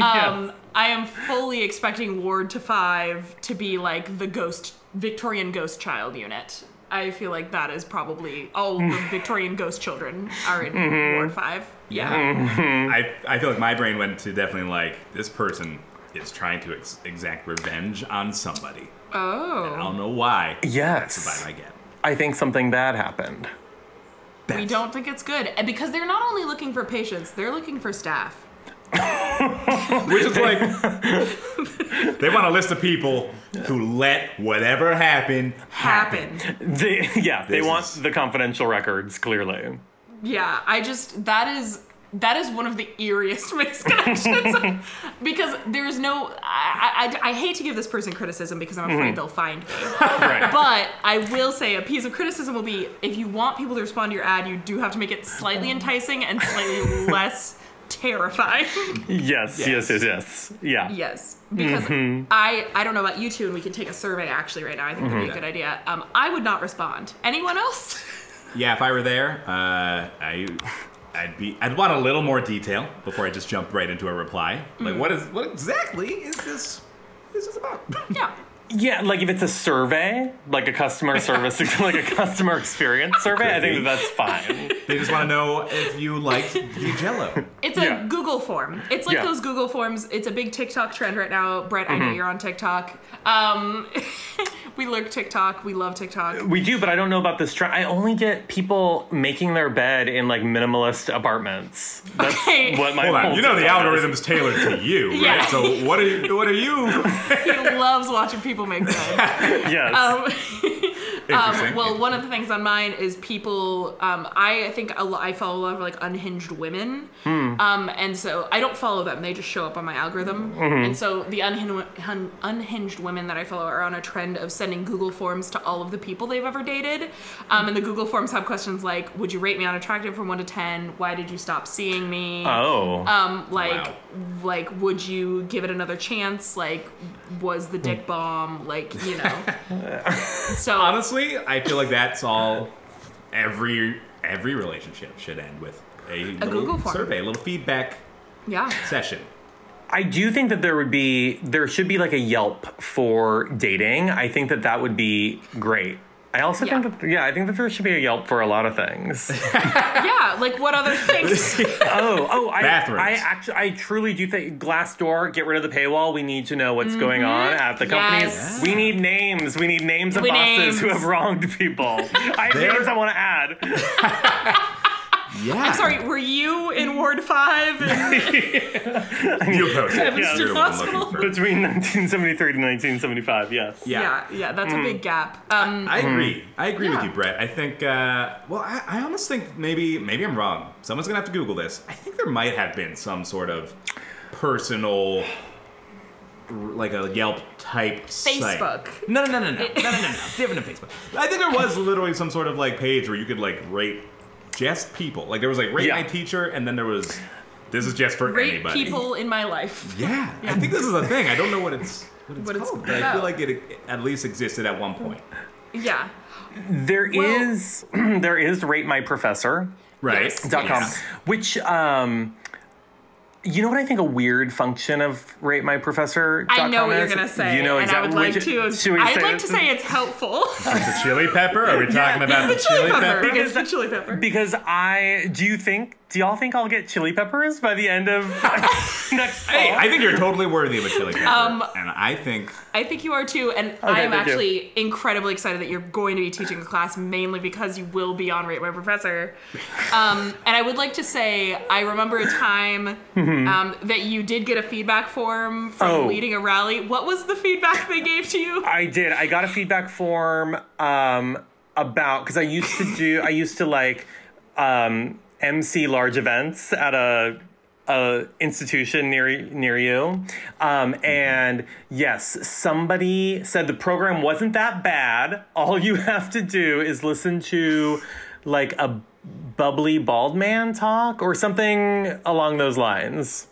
Um, I am fully expecting Ward to Five to be like the ghost Victorian ghost child unit. I feel like that is probably all the
Mm.
Victorian ghost children are in Ward Five.
Mm-hmm. Yeah. I, I feel like my brain went to definitely like this person is trying to ex- exact revenge on somebody. I
Oh,
don't know why.
Yes.
That's the vibe I get.
I think something bad happened.
we don't think it's good And because they're not only looking for patients; they're looking for staff.
*laughs* Which is like *laughs* they want a list of people who let whatever happen
Happen.
They, *laughs* yeah, they
This
want
is-
the confidential records, clearly.
Yeah, I just that is that is one of the eeriest *laughs* misconnections *laughs* because there's no. I, I, I hate to give this person criticism because I'm afraid they'll find me.
Mm-hmm. *laughs* Right.
But I will say a piece of criticism will be if you want people to respond to your ad, you do have to make it slightly enticing and slightly *laughs* less terrifying.
yes, yes, yes, yes. Yeah. Mm-hmm.
yes, because I I don't know about you two, and we can take a survey actually right now. I think that'd be
Mm-hmm.
a good idea. Um, I would not respond. Anyone else? *laughs*
Yeah, if I were there, uh, I, I'd be. I'd want a little more detail before I just jump right into a reply. Like, what is what exactly is this? This is about.
yeah.
Yeah, like if it's a survey, like a
*laughs*
customer service, like a customer experience survey, I think that that's fine.
they just want to know if you liked the Jello.
It's a
Yeah.
Google form. It's like
Yeah. Mm-hmm.
those Google forms. It's a big TikTok trend right now. Brett, I know you're on TikTok. Um, *laughs* we lurk TikTok. We love TikTok.
We do, but I don't know about this trend. I only get people making their bed in like minimalist apartments. That's
Okay.
*laughs* what my
Hold on,
whole
you know the
TikTok is.
algorithm's tailored to you, right?
Yeah.
So what are you? What are you?
He loves watching people make beds.
*laughs* Yes.
Um, *laughs*
Interesting.
well, one of the things on mine is people. Um, I think a lo- I follow a lot of like unhinged women,
Hmm.
Mm.
um, and so I don't follow them. They just show up on my algorithm,
Mm-hmm.
and so the unhin- hun- unhinged women that I follow are on a trend of sending Google forms to all of the people they've ever dated, um, and the Google forms have questions like, "Would you rate me unattractive from one to ten? Why did you stop seeing me?"
oh.
Um, like,
Wow.
like, would you give it another chance? Like, was the
Mm.
dick bomb? Like, you know.
*laughs*
so
Honestly, I feel like that's all. Every every relationship should end with a, little
Google form.
survey, a little feedback
yeah,
session.
I do think that there would be there should be like a Yelp for dating. I think that that would be great. I also
Yeah.
think that yeah, I think that there should be a Yelp for a lot of
*laughs*
things.
yeah. Like, what
*laughs*
other things?
*laughs* oh, oh, I,
Bathrooms.
I actually, I truly do think Glassdoor. Get rid of the paywall. We need to know what's going on at the companies.
Mm-hmm. Yes.
We need names. We need names of
We
bosses who
names.
have wronged people. I have
There-
names I want to
*laughs*
add.
Yeah.
I'm sorry. Were you in
*laughs*
Ward Five? And
You post it.
Evanston
You're the one looking
Hospital.
for-
Between 1973 to 1975, yes.
Yeah. Mm.
yeah, yeah. That's a big gap. Um,
I agree. I agree with
Yeah.
you, Brett. I think. Uh, well, I, I almost think maybe maybe I'm wrong. Someone's gonna have to Google this. I think there might have been some sort of personal, r- like a Yelp type
Facebook.
Site. No, no, no, no,
*laughs*
no, no, no, no, no. Different than Facebook. I think there was literally some sort of like page where you could like rate just people. Like there was like rate
Yeah.
my teacher, and then there was this is just for
great
anybody.
people in my life.
Yeah, I think this is a thing. I don't know what it's what it's
What it's
called, but I
about.
feel like it at least existed at one point.
Yeah.
There is *clears throat* there is rate my professor.
Right.
dot com,
Yeah.
which um, you know what I think a weird function of rate my professor.
I know what you're gonna say,
You know
and I
exactly.
would like to.
Should we
I'd
say
like
it?
*laughs*
to say it's helpful. *laughs*
The chili pepper? Are we talking about the chili pepper?
It's the chili pepper.
Because I do you think do y'all think I'll get chili peppers by the
*laughs*
end of *laughs* next fall?
Hey, I think you're totally worthy of a chili pepper.
Um,
and I think
I think you are too, and I am
thank you.
actually incredibly excited that you're going to be teaching the class mainly because you will be on Rate My Professor. Um, and I would like to say, I remember a time
Mm-hmm.
um, that you did get a feedback form from
Oh.
leading a rally. What was the feedback they gave *laughs* to you?
I did. I got a feedback form um, about because I used to do. I used to like um, MC large events at a, a institution near near you, um, and yes, somebody said the program wasn't that bad. All you have to do is listen to like a bubbly bald man talk or something along those lines.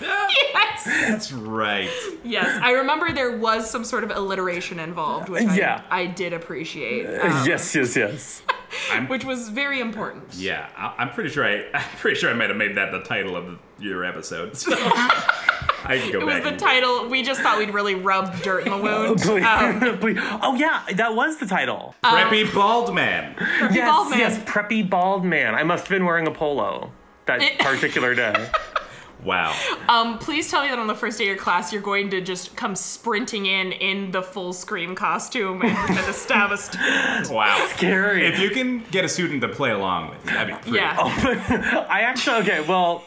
yes,
that's right.
yes. I remember there was some sort of alliteration involved, which I,
Yeah. Uh,
I did appreciate, um,
yes,
*laughs*
yes, yes.
which was very important. *laughs*
Yeah, I, I'm pretty sure I, *laughs* I'm pretty sure I might have made that the title of your episode. *laughs* So I can go
It was
back.
the
and-
title. We just thought we'd really rub dirt
*laughs*
in the wound.
Oh, Please,
Um,
*laughs* please. Oh yeah, that was the title.
Preppy bald man.
yes,
Oh. bald man.
yes, preppy bald man. I must have been wearing a polo that
*laughs*
particular day.
Wow.
Um, please tell me that on the first day of your class, you're going to just come sprinting in in the full scream costume and pretend to stab us.
*laughs* Wow.
Scary.
If you can get a student to play along with, that'd be pretty.
Yeah.
*laughs* I actually okay. Well,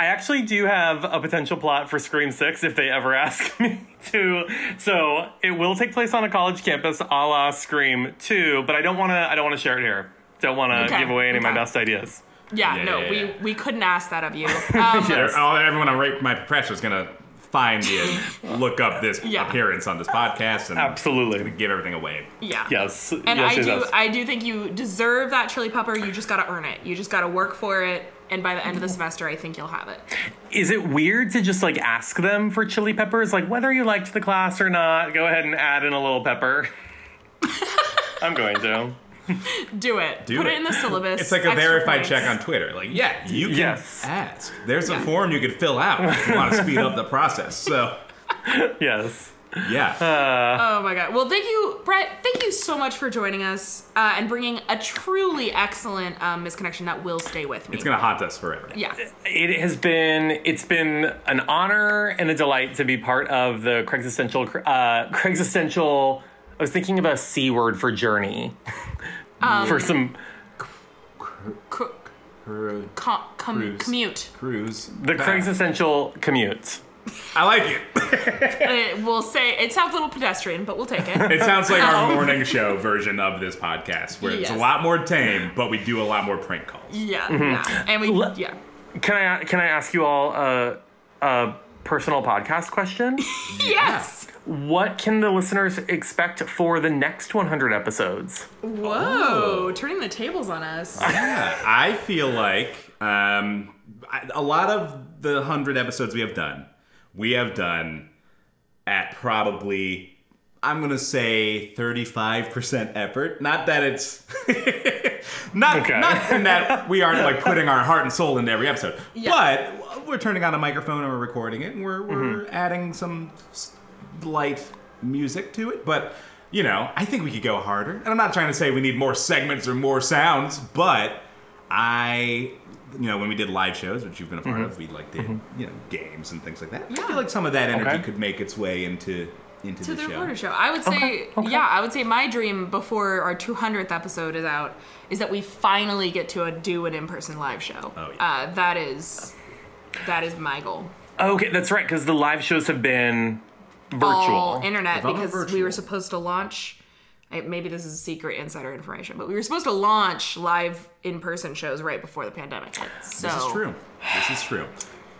I actually do have a potential plot for Scream Six if they ever *laughs* ask me to. So it will take place on a college campus, a la Scream Two. But I don't want to. I don't want to share it here. Don't want to
Okay,
give away any of my
okay.
best ideas.
Yeah,
Yeah,
no,
yeah,
we
yeah.
we couldn't ask that of you. *laughs* Um,
*laughs* They're- all- everyone on Rape My Professor is gonna find you
*laughs*
and look up this
Yeah.
appearance on this podcast and
Absolutely.
give everything away.
yeah.
Yes.
And
yes,
I
yes,
do
yes.
I do think you deserve that chili pepper. You just gotta earn it. You just gotta work for it. And by the end of the semester, I think you'll have it.
Is it weird to just like ask them for chili peppers? Like whether you liked the class or not, go ahead and add in a little pepper. I'm going to.
Do it.
Do
Put it. in the syllabus.
It's like a
Extra
verified
points.
check on Twitter. Like, yeah, you can
Yes.
ask. There's a form you could fill out if you want to speed up the process. So,
*laughs* Yes.
yeah.
Uh.
Oh my god. Well, thank you, Brett. Thank you so much for joining us uh, and bringing a truly excellent um, misconnection that will stay with me.
It's gonna haunt us forever.
yeah.
It has been it's been an honor and a delight to be part of the Craigslistential uh Craigslistential I was thinking of a C word for journey.
Um,
for some
Co-
Cru-
com- com-
Cruise. *laughs*
commute.
Cruise.
the Craigslistential commute.
I like it.
Uh, we'll say it sounds a little pedestrian, but we'll take it. Um,
It sounds like our morning show version of this podcast, where it's a
Yes.
lot more tame, but we do a lot more prank calls. *laughs*
yeah, yeah. And we
Le-
yeah.
Hmm. Can I can I ask you all a a personal podcast question?
Yes.
what can the listeners expect for the next 100 episodes?
Whoa, turning the tables on us.
Yeah, Oh. I feel like um, I- a lot of the hundred episodes we have done, we have done at probably I'm gonna say 35 percent effort. Not that it's *laughs* not
Okay.
not in that we aren't like putting our heart and soul into every episode, but we're turning on a microphone and we're recording it, and we're
Mm-hmm.
we're adding some s- light music to it, but. You know, I think we could go harder. And I'm not trying to say we need more segments or more sounds, but I, you know, when we did live shows, which you've been a part
Mm-hmm.
of, we like did, you know, games and things like that. I feel like some of that energy
Okay.
could make its way into into
to
the,
the
show.
reporter show. I would say, yeah, I would say my dream before our 200th episode is out is that we finally get to a, do an in-person live show.
Oh, yeah.
uh, that is that is my goal.
Okay, that's right, because the live shows have been
All
virtual.
internet
If I'm a
because we were
virtual.
supposed to launch. I, maybe this is secret insider information, but we were supposed to launch live in-person shows right before the pandemic hit. So
This is true. This is true.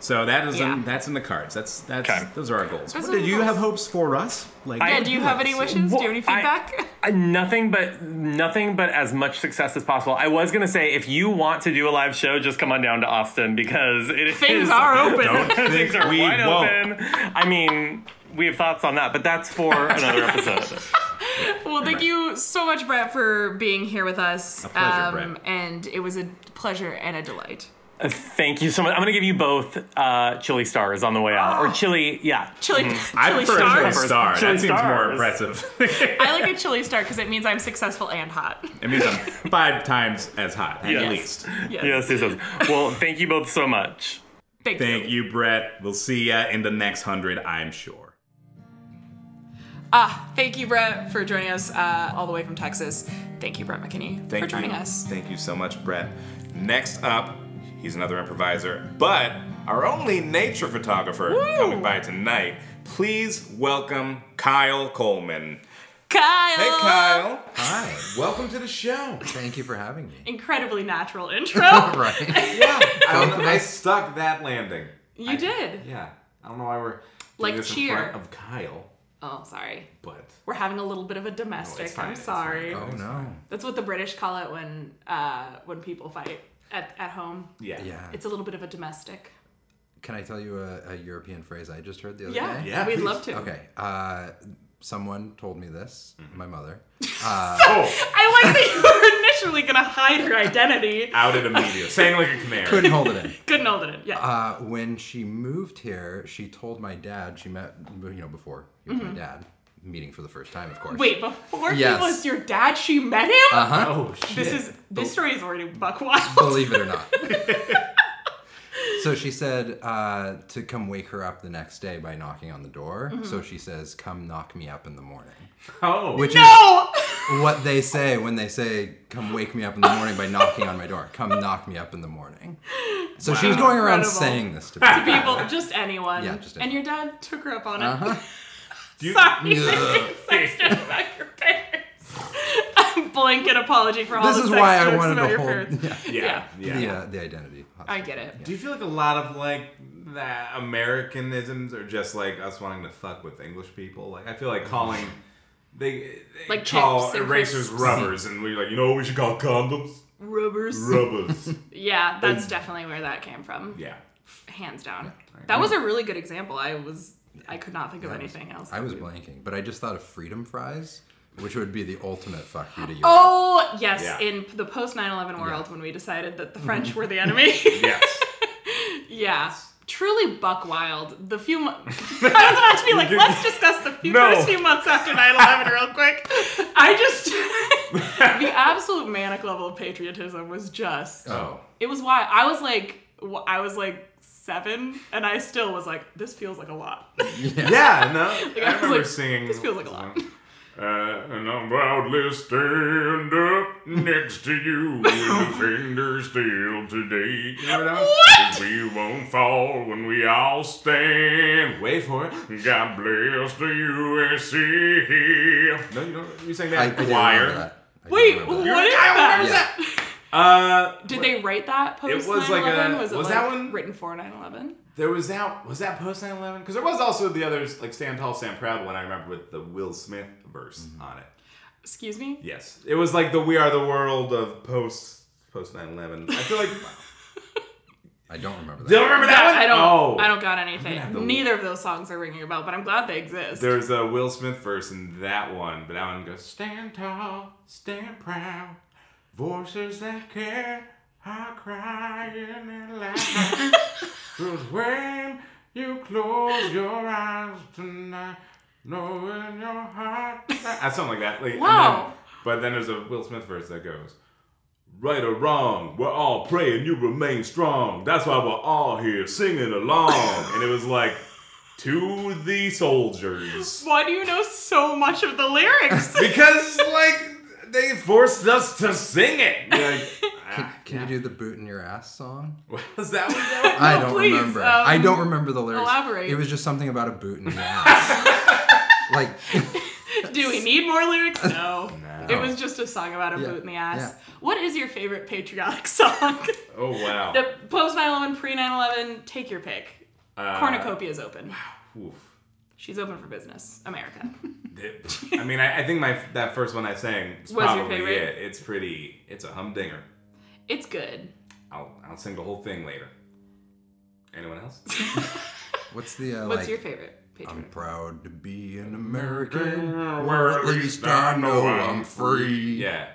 So that is
Yeah.
in, that's in the cards. That's that's
Okay.
those are our goals.
Those
What-
are
do
the
you
goals.
have hopes for us? Like,
I-
Yeah, do you have any wishes? do you have any
Well, I-
feedback?
Uh, nothing but nothing but as much success as possible. I was gonna say if you want to do a live show, just come on down to Austin because it is *laughs*
Things are open.
Things
are
we
wide
won't.
open. I mean, we have thoughts on that, but that's for
*laughs*
another episode.
*laughs* Well, thank you so much, Brett, for being here with us.
A
Um,
pleasure, Brett.
And it was a pleasure and a delight.
Uh, Thank you so much. I'm gonna give you both uh, chili stars on the way
*gasps*
out, or chili, yeah, Mm-hmm.
Chili,
I
chili
prefer a chili
star.
star.
Chili
that seems more
stars.
impressive.
I like a chili star because it means I'm successful and hot.
it means
*laughs*
I'm five times as hot at
Yes.
least.
Yes.
yes, yes, yes. Well, thank you both so much.
Thank, you.
Thank you, Brett. We'll see ya in the next hundred, I'm sure.
Ah, thank you, Brett, for joining us uh, all the way from Texas. Thank you, Brett McKinney,
Thank
for joining
you.
us.
Thank you so much, Brett. Next up, he's another improviser, but our only nature photographer coming by tonight. Please welcome Kyle Coleman.
Kyle.
Hey, Kyle.
Hi, welcome to the show. Thank you for having me.
Incredibly
*laughs*
natural intro.
Right?
*laughs*
Yeah, I,
Both
don't
of
know, I
us.
stuck that landing.
you did.
Yeah. I don't know why we're doing
Like
this
cheer.
in front
*laughs*
of Kyle,
Oh, sorry.
but
We're having a little bit of a domestic.
fine,
I'm
it's
sorry.
oh no.
That's what the British call it when uh, when people fight at, at home.
Yeah.
Yeah.
It's a little bit of a domestic.
Can I tell you a, a European phrase I just heard the other
Yeah.
day?
Yeah,
We'd
please.
love to.
Okay. Uh, someone told me this.
Mm-hmm.
My
*laughs*
mother. Uh,
Uh, oh.
I like that you were initially gonna hide her identity.
Outed immediately. Sang like a canary.
Couldn't hold it in.
Couldn't hold it in. Yeah.
Uh, when she moved here, she told my dad. She met you know before he was my dad, meeting for the first time, of course.
Mm-hmm. Wait, before
Yes.
he was your dad, she met him.
Uh huh. Oh shit.
this is this story is already buck wild. *laughs*
believe it or not. so she said uh, to come wake her up the next day by knocking on the door.
Mm-hmm.
So she says, "Come knock me up in the morning,"
Oh,
which
No,
is what they say when they say, "Come wake me up in the morning" by knocking on my door. Come knock me up in the morning. So she was going around
Incredible.
saying this to people.
people, just anyone.
Yeah, just
*laughs* And your dad took her up on it.
Uh-huh.
*laughs* Sorry, *laughs*
Yeah.
sexted about your parents. *laughs* I'm blanket apology for all
This
the
is
sex
why I
jokes
wanted
about
to
your
hold *laughs*
parents.
yeah,
Yeah.
yeah.
the uh, the identity.
I get it.
Do you feel like a lot of like that Americanisms are just like us wanting to fuck with English people? Like I feel like
*laughs*
calling they, they
Like
call
chips and
erasers
crisps.
rubbers, and we're like, you know, what we should call condoms
Rubbers.
rubbers.
*laughs* Yeah, that's definitely where that came from.
yeah,
Hands down. That was a really good example. I was I could not think of anything else.
I was blanking, but I just thought of freedom fries, which would be the ultimate fuck you to Europe.
Oh, yes,
Yeah.
in the post 9/11 world when we decided that the French were the enemy. *laughs*
yes.
yeah. Truly buck wild. The few months. *laughs* I was about to be like, let's discuss the few,
No.
first few months after 9 11 real quick. I just. *laughs* the absolute manic level of patriotism was just.
Oh.
It was why I was like, wh- I was like seven, and I still was like, this feels like a lot. *laughs*
Yeah, no.
I
I
was
remember
*laughs* like,
singing.
this feels like a lot.
Uh, and I'm proudly stand up next to
*laughs*
you with a finger still today. You know that one? 'Cause We won't fall when we all stand. Wait for it. God bless the USA. No, you don't. You sang
I, I
that
do remember
choir.
that. I do
Wait,
remember
what is
that.
that?
Yeah.
Uh,
Did they write that post
It was like a-
9/11? was it
was
like
that one-
written for 9/11?
there was that. Was that post 9/11? Because there was also the others like Stand Tall, Stand Proud one. I remember with the Will Smith verse
Mm-hmm.
on it.
Excuse me.
Yes, it was like the "We Are the World" of post post 9/11. I feel like
*laughs* I don't remember that.
do you remember that one?
I don't.
Oh,
I don't got anything. Neither of those songs are ringing a bell, but I'm glad they exist.
There's a Will Smith verse in that one, but that one goes "Stand tall, stand proud, voices that care are crying and loud." Cause when you close your eyes tonight, know in your heart. That's something like that. Like, and
Wow.
then- but then there's a Will Smith verse that goes, Right or wrong, we're all praying you remain strong. That's why we're all here singing
*laughs*
along. and it was like, To the soldiers.
Why do you know so much of the lyrics?
*laughs* Because, like, they forced us to sing it. You're
*laughs*
Like, ah,
Can you do the boot in your ass song?
was that *laughs* what
*laughs*
that was?
I don't
please,
remember.
um,
I don't remember the lyrics.
elaborate.
It was just something about a boot in your ass.
*laughs*
like,
*laughs* do we need more lyrics? No. It was just a song about a
Yeah,
boot in the ass.
yeah.
What is your favorite patriotic *laughs* song?
Oh, wow.
the post 9/11, pre 9/11, take your pick.
Uh,
Cornucopia is open.
oof.
She's open for business. America.
It- I mean, I, I think my that first one I sang is
Was your
probably
favorite?
it. It's pretty. It's a humdinger.
*laughs* It's good.
I'll I'll sing the whole thing later. Anyone else?
*laughs*
what's the uh,
What's
like?
your favorite patriotic?
I'm proud to be
Mm-hmm.
an American.
Where
At least I know I'm free.
*laughs*
Yeah.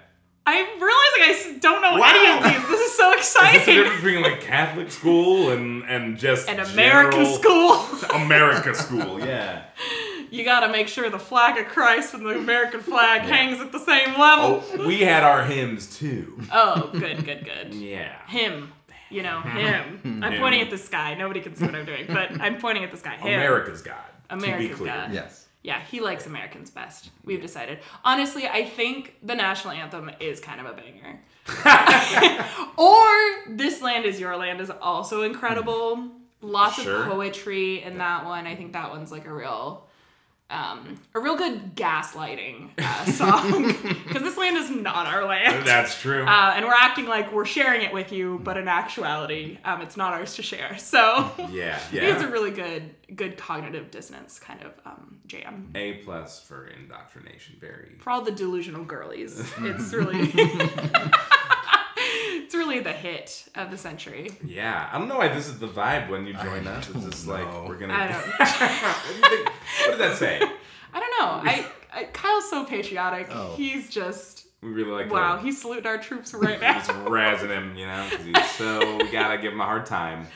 I'm realizing I s- don't know any of
Wow.
these. This is so
It's the
exciting.
difference between like Catholic school and and just
An American
general-
school.
*laughs*
*laughs*
America school. Yeah.
you gotta make sure the flag of Christ and the American flag hangs at the same level.
Oh, we had our hymns too.
Oh, good, good,
*laughs*
good.
Yeah.
Him. You
*laughs*
know, him. I'm
Him.
pointing at this guy. Nobody can see what I'm doing, but I'm pointing at this guy. Him.
America's God. to be
America's
clear.
God.
Yes.
Yeah, he likes Americans best. We've decided. Honestly, I think the national anthem is kind of a banger.
*laughs*
or This Land Is Your Land is also incredible. Lots
Mm. Sure.
of poetry in that one. I think that one's like a real um, a real good gaslighting uh, *laughs* song
*laughs*
because this land is not our land.
That's true.
Uh, and we're acting like we're sharing it with you, but in actuality, um, it's not ours to share. So
*laughs*
*laughs*
yeah.
it's a
Yeah.
really good, good cognitive dissonance kind of um, jam
A plus for indoctrination. Very.
for all the delusional girlies.
*laughs*
It's really *laughs* it's really the hit of the century.
Yeah. I don't know why this is the vibe when you join us. It's just
know.
like we're gonna. *laughs*
I don't
what, do you think- what does that say?
*laughs* I don't
*laughs*
know. I, I Kyle's so patriotic. He's just
We really Oh. like.
wow,
him.
he's saluting
*laughs*
our troops right
Just
now.
razzing him, you know, 'cause he's so we gotta give him a hard time.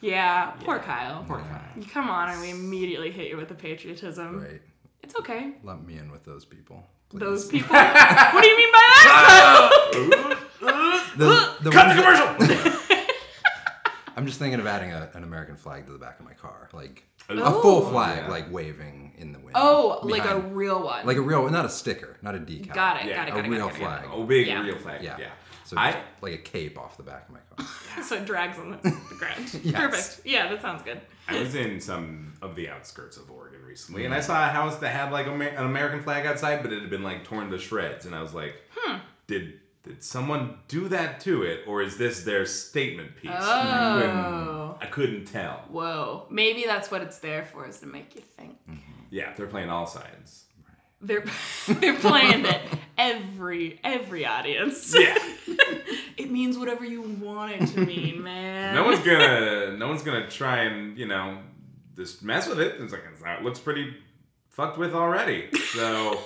yeah, poor Kyle. Poor
Kyle.
You come on and we immediately hit you with the patriotism.
Right.
It's okay.
Lump me in with those people. please.
Those people What do you mean by that?
*laughs*
Kyle?
The,
*laughs*
the
Cut
ones
the
that-
commercial.
*laughs* I'm just thinking of adding a, an American flag to the back of my car, like
Oh,
a full flag,
yeah.
like waving in the wind.
Oh, like a
behind-
real one.
like a real, not a sticker, not a decal.
got it,
Yeah,
got it,
A
got it.
real
got it, got
flag.
Oh, big
Yeah.
real flag.
Yeah.
Yeah.
So
I-
just like a cape off the back of my car.
it. *laughs* So it drags on the, the
*laughs*
ground. Perfect. Yeah, that sounds good.
I was in some of the outskirts of Oregon recently, and I saw a house that had like Amer- an American flag outside, but it had been like torn to shreds, and I was like, did did someone do that to it, or is this their statement piece?
Oh.
I couldn't tell.
Whoa. Maybe that's what it's there for, is to make you think.
Mm. Yeah, they're playing all sides.
They're *laughs* they're playing it every every audience.
Yeah,
*laughs* It means whatever you want it to
*laughs*
mean, man.
no one's gonna no one's gonna try and you know just mess with it. It's like it's not- it looks pretty fucked with already. So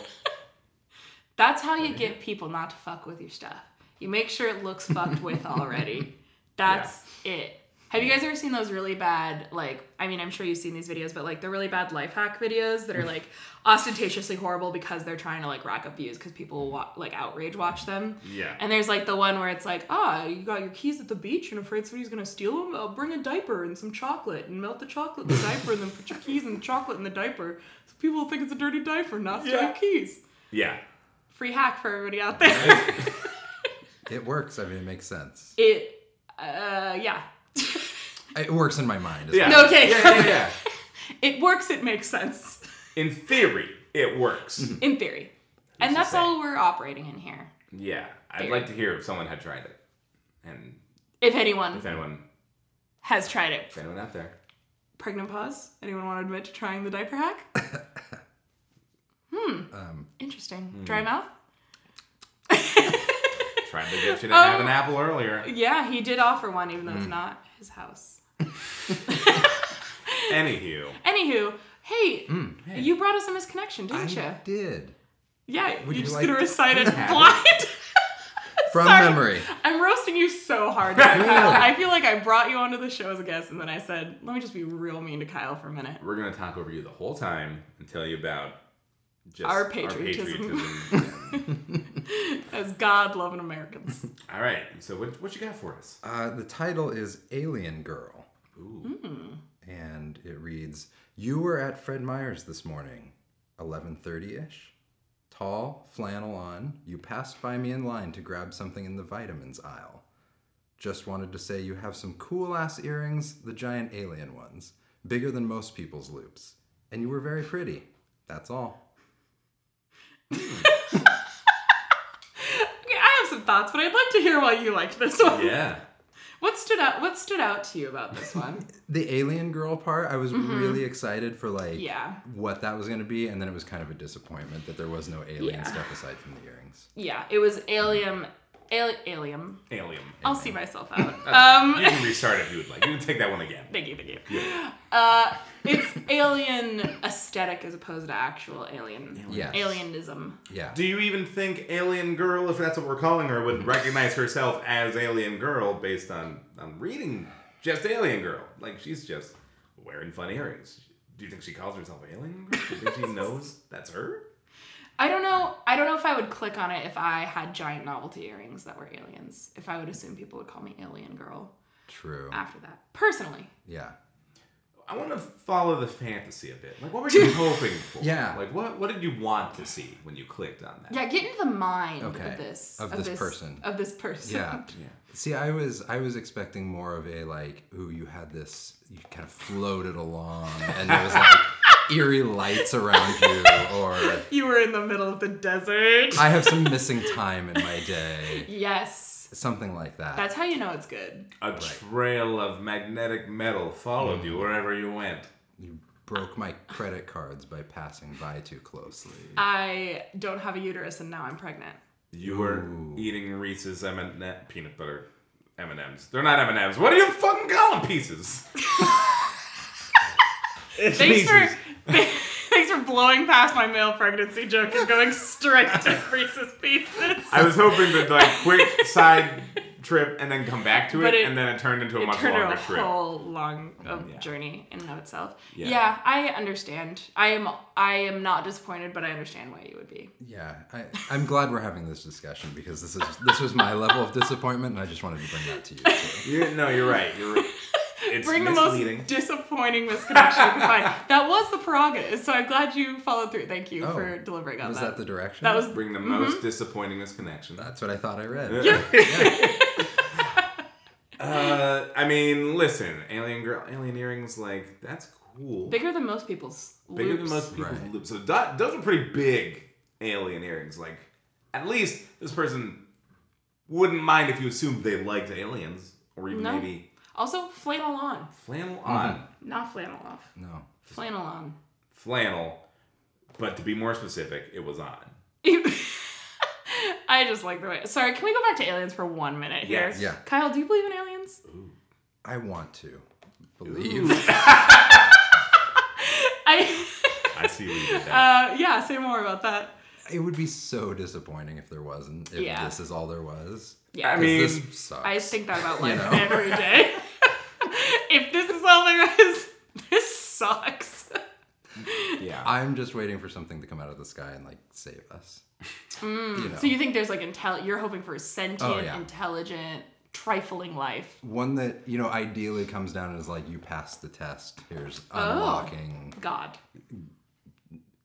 That's how you get people not to fuck with your stuff. You make sure it looks
*laughs*
fucked with already. That's it. Have you guys ever seen those really bad, like, I mean, I'm sure you've seen these videos, but like the really bad life hack videos that
*laughs*
are like ostentatiously horrible because they're trying to like rack up views because people wa- like outrage watch them?
Yeah.
And there's like the one where it's like, ah, you got your keys at the beach and afraid somebody's gonna steal them? I'll bring a diaper and some chocolate and melt the chocolate in the diaper and then put your keys and the chocolate in the diaper. So people will think it's a dirty diaper, not steal
Yeah.
your keys
yeah,
free hack for everybody out there.
It works. I mean, it makes sense.
*laughs* it, uh, yeah.
It works in my mind.
yeah.
Okay.
Yeah, yeah, yeah.
*laughs* It works. It makes sense
In theory, it
*laughs*
works.
in theory, and that's all we're operating in here.
yeah, I'd like to hear if someone had tried it, and
If anyone
if anyone,
has tried it,
if anyone out there.
pregnant pause. Anyone want to admit to trying the diaper hack? hmm.
um,
Interesting.
hmm, *laughs*
Dry mouth.
Trying to get
*laughs*
you to have an apple earlier.
Oh. Yeah, he did offer one, even though it's not his house.
Anywho,
Anywho, hey, you brought us a misconnection,
I
didn't you?
did.
Yeah,
Would
you're
you
just
like
gonna
to
recite it
have it?
blind. *laughs*
From
Sorry.
memory.
I'm roasting you
*laughs*
so hard now, Kyle. I feel like I brought you onto the show as a guest, and then I said, let me just be real mean to Kyle for a minute.
we're gonna talk over you the whole time and tell you about just
Our patriotism.
patriotism.
*laughs* As God loving Americans.
*laughs* All right. So what what you got for us?
Uh, the title is Alien Girl. Ooh. And it reads You were at Fred Meyer's this morning, 11:30 ish. Tall, flannel on, you passed by me in line to grab something in the vitamins aisle. Just wanted to say you have some cool ass earrings, the giant alien ones, bigger than most people's loops. And you were very pretty. That's all.
Okay, I have some thoughts, but I'd like to hear why you liked this one.
Yeah.
What stood out what stood out to you about this one?
The alien girl part, I was really excited for like
Mm-hmm. Yeah.
what that was going to be, and then it was kind of a disappointment that there was no alien stuff aside from the earrings.
Yeah, it was alien ali- alien.
Alien.
I'll see myself
*laughs*
out. Um
You can restart if you would like. You can take that one again.
*laughs* thank you, thank you. *laughs* Uh it's alien aesthetic as opposed to actual alien
Yes.
alienism.
Yeah.
Do you even think Alien Girl, if that's what we're calling her, would recognize herself as Alien Girl based on on reading just Alien Girl? Like she's just wearing funny earrings. Do you think she calls herself Alien Girl? Do you think
*laughs*
she knows that's her?
I don't know. I don't know if I would click on it if I had giant novelty earrings that were aliens. If I would assume people would call me alien girl
True.
after that. Personally,
Yeah.
I want to follow the fantasy a bit. Like, what were
*laughs*
you hoping for?
Yeah.
Like, what what did you want to see when you clicked on that?
yeah. Get into the mind
Okay.
of this
Of this person.
of this person. *laughs*
Yeah. See, I was I was expecting more of a like, ooh, you had this, you kind of floated along, and there was like
*laughs*
eerie lights around you, or
You were in the middle of the desert.
I have some missing time in my day,
yes.
something like that.
That's how you know it's good.
A trail of magnetic metal followed you wherever you went.
Mm-hmm. you broke my credit cards by passing by too closely.
I don't have a uterus and now I'm
*laughs*
pregnant.
You were eating Reese's M- peanut butter M and M's. They're not M and M's. What are you fucking calling pieces?
Thanks for *laughs* thanks for blowing past my male pregnancy joke and going straight to *laughs* Reese's Pieces.
I was hoping to like
*laughs*
quick side trip and then come back to it,
But it-
and then it turned into a much
turned
longer
a
trip.
whole long uh,
Mm, yeah.
journey in and
*laughs*
of itself.
Yeah.
Yeah. I understand. I am I am not disappointed, but I understand why you would be.
Yeah, I, I'm glad we're having this discussion because this is this was my level of disappointment, and I just wanted to bring that to you. Too.
You're, no, you're right. You're.
*laughs*
It's
Bring the most
misleading.
disappointing misconnection you could find.
*laughs*
That was the prerogative, so I'm glad you followed through. Thank you
Oh,
for delivering on
Was that
that.
the direction?
that was Mm-hmm.
Bring the most disappointing misconnection.
That's what I thought I read.
*laughs*
Uh, I mean, listen, alien girl, alien earrings, like that's cool.
bigger than most people's
Bigger
loops.
than most people.
Right.
So that, those are pretty big alien earrings. Like, at least this person wouldn't mind if you assumed they liked aliens or even
No.
maybe
Also, flannel on,
flannel on.
not flannel off.
Mm-hmm. No.
Flannel on. *laughs*
Flannel. But to be more specific, it was on.
I just like the way. Sorry, can we go back to aliens for one minute here?
Yes.
Yeah,
Kyle, do you believe in aliens? *laughs*
I want to believe.
I
I see what you did there.
uh, yeah. Say more about that.
It would be so disappointing if there wasn't. If
Yeah.
this is all there was.
Yeah. I
'Cause
mean,
this sucks.
I think
*laughs*
that about life
know.
every day. *laughs* if this is all there is, *laughs* this sucks. *laughs*
yeah.
I'm just waiting for something to come out of the sky and like save
*laughs*
us. You know,
Hmm. Mm. So you think there's like intel? You're hoping for sentient,
Oh, yeah.
intelligent, trifling life.
one that you know ideally comes down and is like you passed the test. Here's
Oh.
unlocking,
God.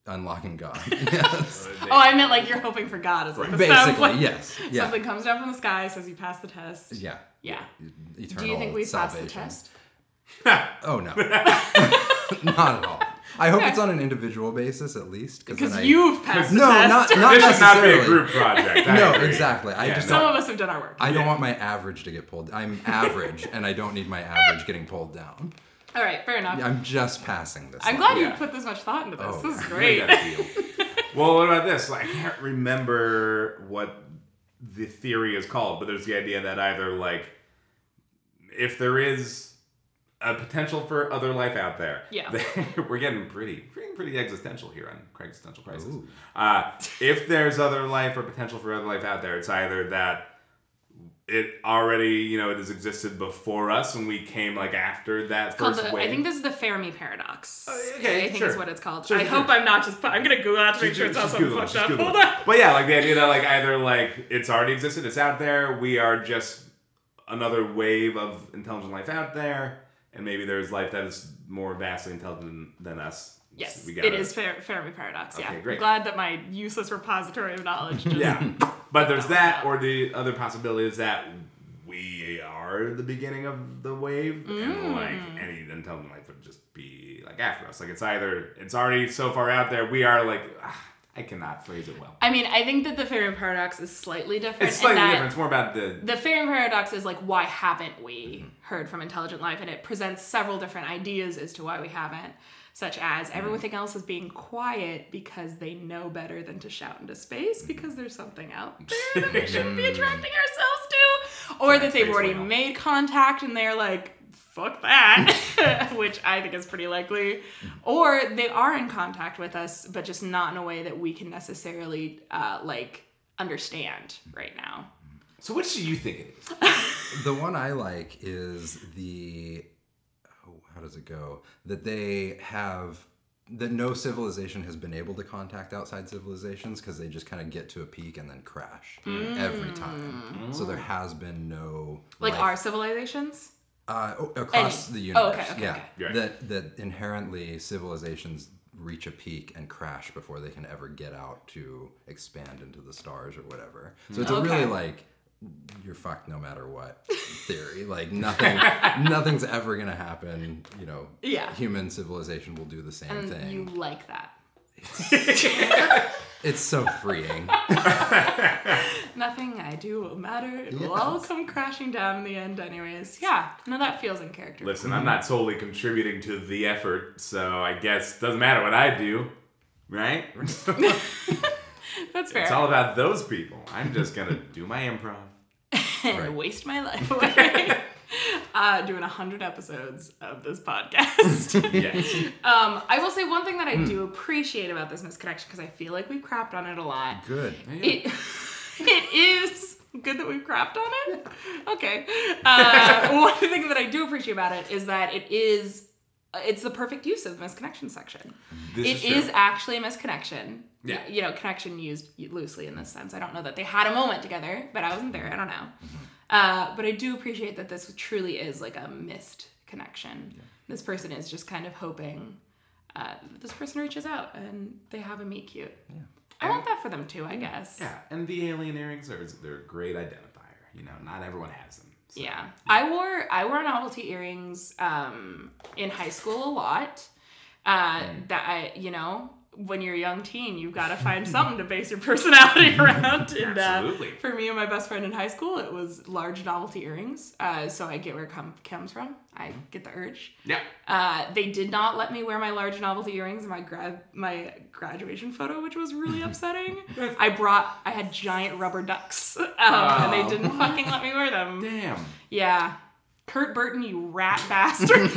unlocking
*laughs*
God. *laughs* Yes,
Oh, I meant like you're hoping for God. Is what it sounds
basically
like.
yes, yeah,
Something comes down from the sky, says you passed the test.
yeah. E-,
Yeah.
Eternal
Do you think we passed the
salvation. *laughs*
test?
Oh
*laughs*
no, *laughs* not at all. I hope it's on an individual basis at least,
Because
then
you've passed the
I, no,
test.
This
not not
should not be
necessarily.
a group project. I
*laughs* No,
agree.
exactly. I
Yeah,
just
no.
Some of us have done our work.
I don't want my average to get pulled. I'm average, and I don't need my average getting pulled down.
All right, fair enough.
I'm just passing this.
I'm
line.
glad
Yeah.
you put this much thought into this.
Oh, *laughs*
this
Made
is great.
that deal. well, what about this? Like, I can't remember what the theory is called, but there's the idea that either like if there is a potential for other life out there,
Yeah.
*laughs* we're getting pretty, pretty, pretty existential here on Craig's existential crisis. Uh, if there's other life or potential for other life out there, it's either that it already, you know, it has existed before us, and we came like after that
Called
first
the,
wave. Uh,
I think this is the Fermi paradox.
okay,
I think
sure.
is what it's called.
Sure,
I
sure.
hope I'm not just. I'm gonna Google that to make sure it's not
Just
something
Google it,
fucked
just
up.
Google
Hold
it.
on.
But yeah, like the idea that like either like it's already existed, it's out there. We are just another wave of intelligent life out there, and maybe there's life that is more vastly intelligent than us.
Yes,
we
it is Fer- Fermi paradox. Yeah,
Okay, great.
I'm glad that my useless repository of knowledge. Just,
Yeah, but there's that, or the other possibility is that we are the beginning of the wave,
Mm.
and like any intelligent life would just be like after us. Like it's either it's already so far out there, we are like ah, I cannot phrase it well.
I mean, I think that the Fermi paradox is slightly different.
It's slightly
in that
different. It's more about the
The Fermi paradox is like, why haven't
Mm-hmm.
we heard from intelligent life? And it presents several different ideas as to why we haven't, such as
Mm-hmm.
everything else is being quiet because they know better than to shout into space because there's something out there that we shouldn't be attracting ourselves to, or that they've
space
already
whale.
made contact and they're like,
*laughs*
fuck that, *laughs* which I think is pretty likely, or they are in contact with us, but just not in a way that we can necessarily uh, like understand right now.
So which do you think it is?
*laughs*
The one I like is the oh, how does it go? That they have that no civilization has been able to contact outside civilizations because they just kind of get to a peak and then crash
Mm.
Mm. every time. So there has been no
Mm. Like
life-
our civilizations?
uh, o- across
Any-
the
oh,
universe.
okay, okay,
yeah,
okay.
Yeah.
that that inherently civilizations reach a peak and crash before they can ever get out to expand into the stars or whatever. So it's a really
Mm-hmm. Okay.
like you're fucked no matter what theory. Like
*laughs*
nothing, nothing's ever gonna happen. You know,
Yeah.
human civilization will do the same thing.
You like that.
*laughs*
*laughs*
It's so
*laughs*
freeing.
Nothing I do will matter. It will all come crashing down in the end, anyways. Yeah, no, that feels in character.
Listen, I'm not solely contributing to the effort, so I guess doesn't matter what I do,
*laughs*
right? *laughs* it's
That's fair.
all about those people. I'm just gonna do my improv.
and
Right.
waste my life away. uh, doing 100 episodes of this podcast.
Yes.
um, I will say one thing that I do appreciate about this misconnection because I feel like we've crapped on it a lot.
Good.
It, *laughs* it is good that we've crapped on it. Okay. Uh, *laughs* one thing that I do appreciate about it is that it is uh, it's the perfect use of the misconnection section.
This is
It is
true.
actually a misconnection.
Yeah.
You know, connection used loosely in this sense. I don't know that they had a moment together, but I wasn't there. I don't know.
Mm-hmm.
Uh, but I do appreciate that this truly is like a missed connection. This person is just kind of hoping uh, that this person reaches out and they have a meet cute. Yeah. I want that for them too, I guess.
Yeah, and the alien earrings are they're a great identifier. You know, not everyone has them. So.
Yeah. I wore I wore novelty
Mm.
earrings um in high school a lot. Uh that I, you know, when you're a young teen, you've got
*laughs*
to find something to base your personality *laughs* around. And, uh,
Absolutely.
for me and my best friend in high school, it was large novelty earrings. Uh, so I get where it com- comes from. I get the urge.
Yeah.
Uh, they did not let me wear my large novelty earrings in my grad my graduation photo, which was really upsetting. I brought I had giant rubber ducks, *laughs* um, and they didn't fucking let me wear them.
Damn.
Yeah, Kurt Burton, you rat bastard. *laughs*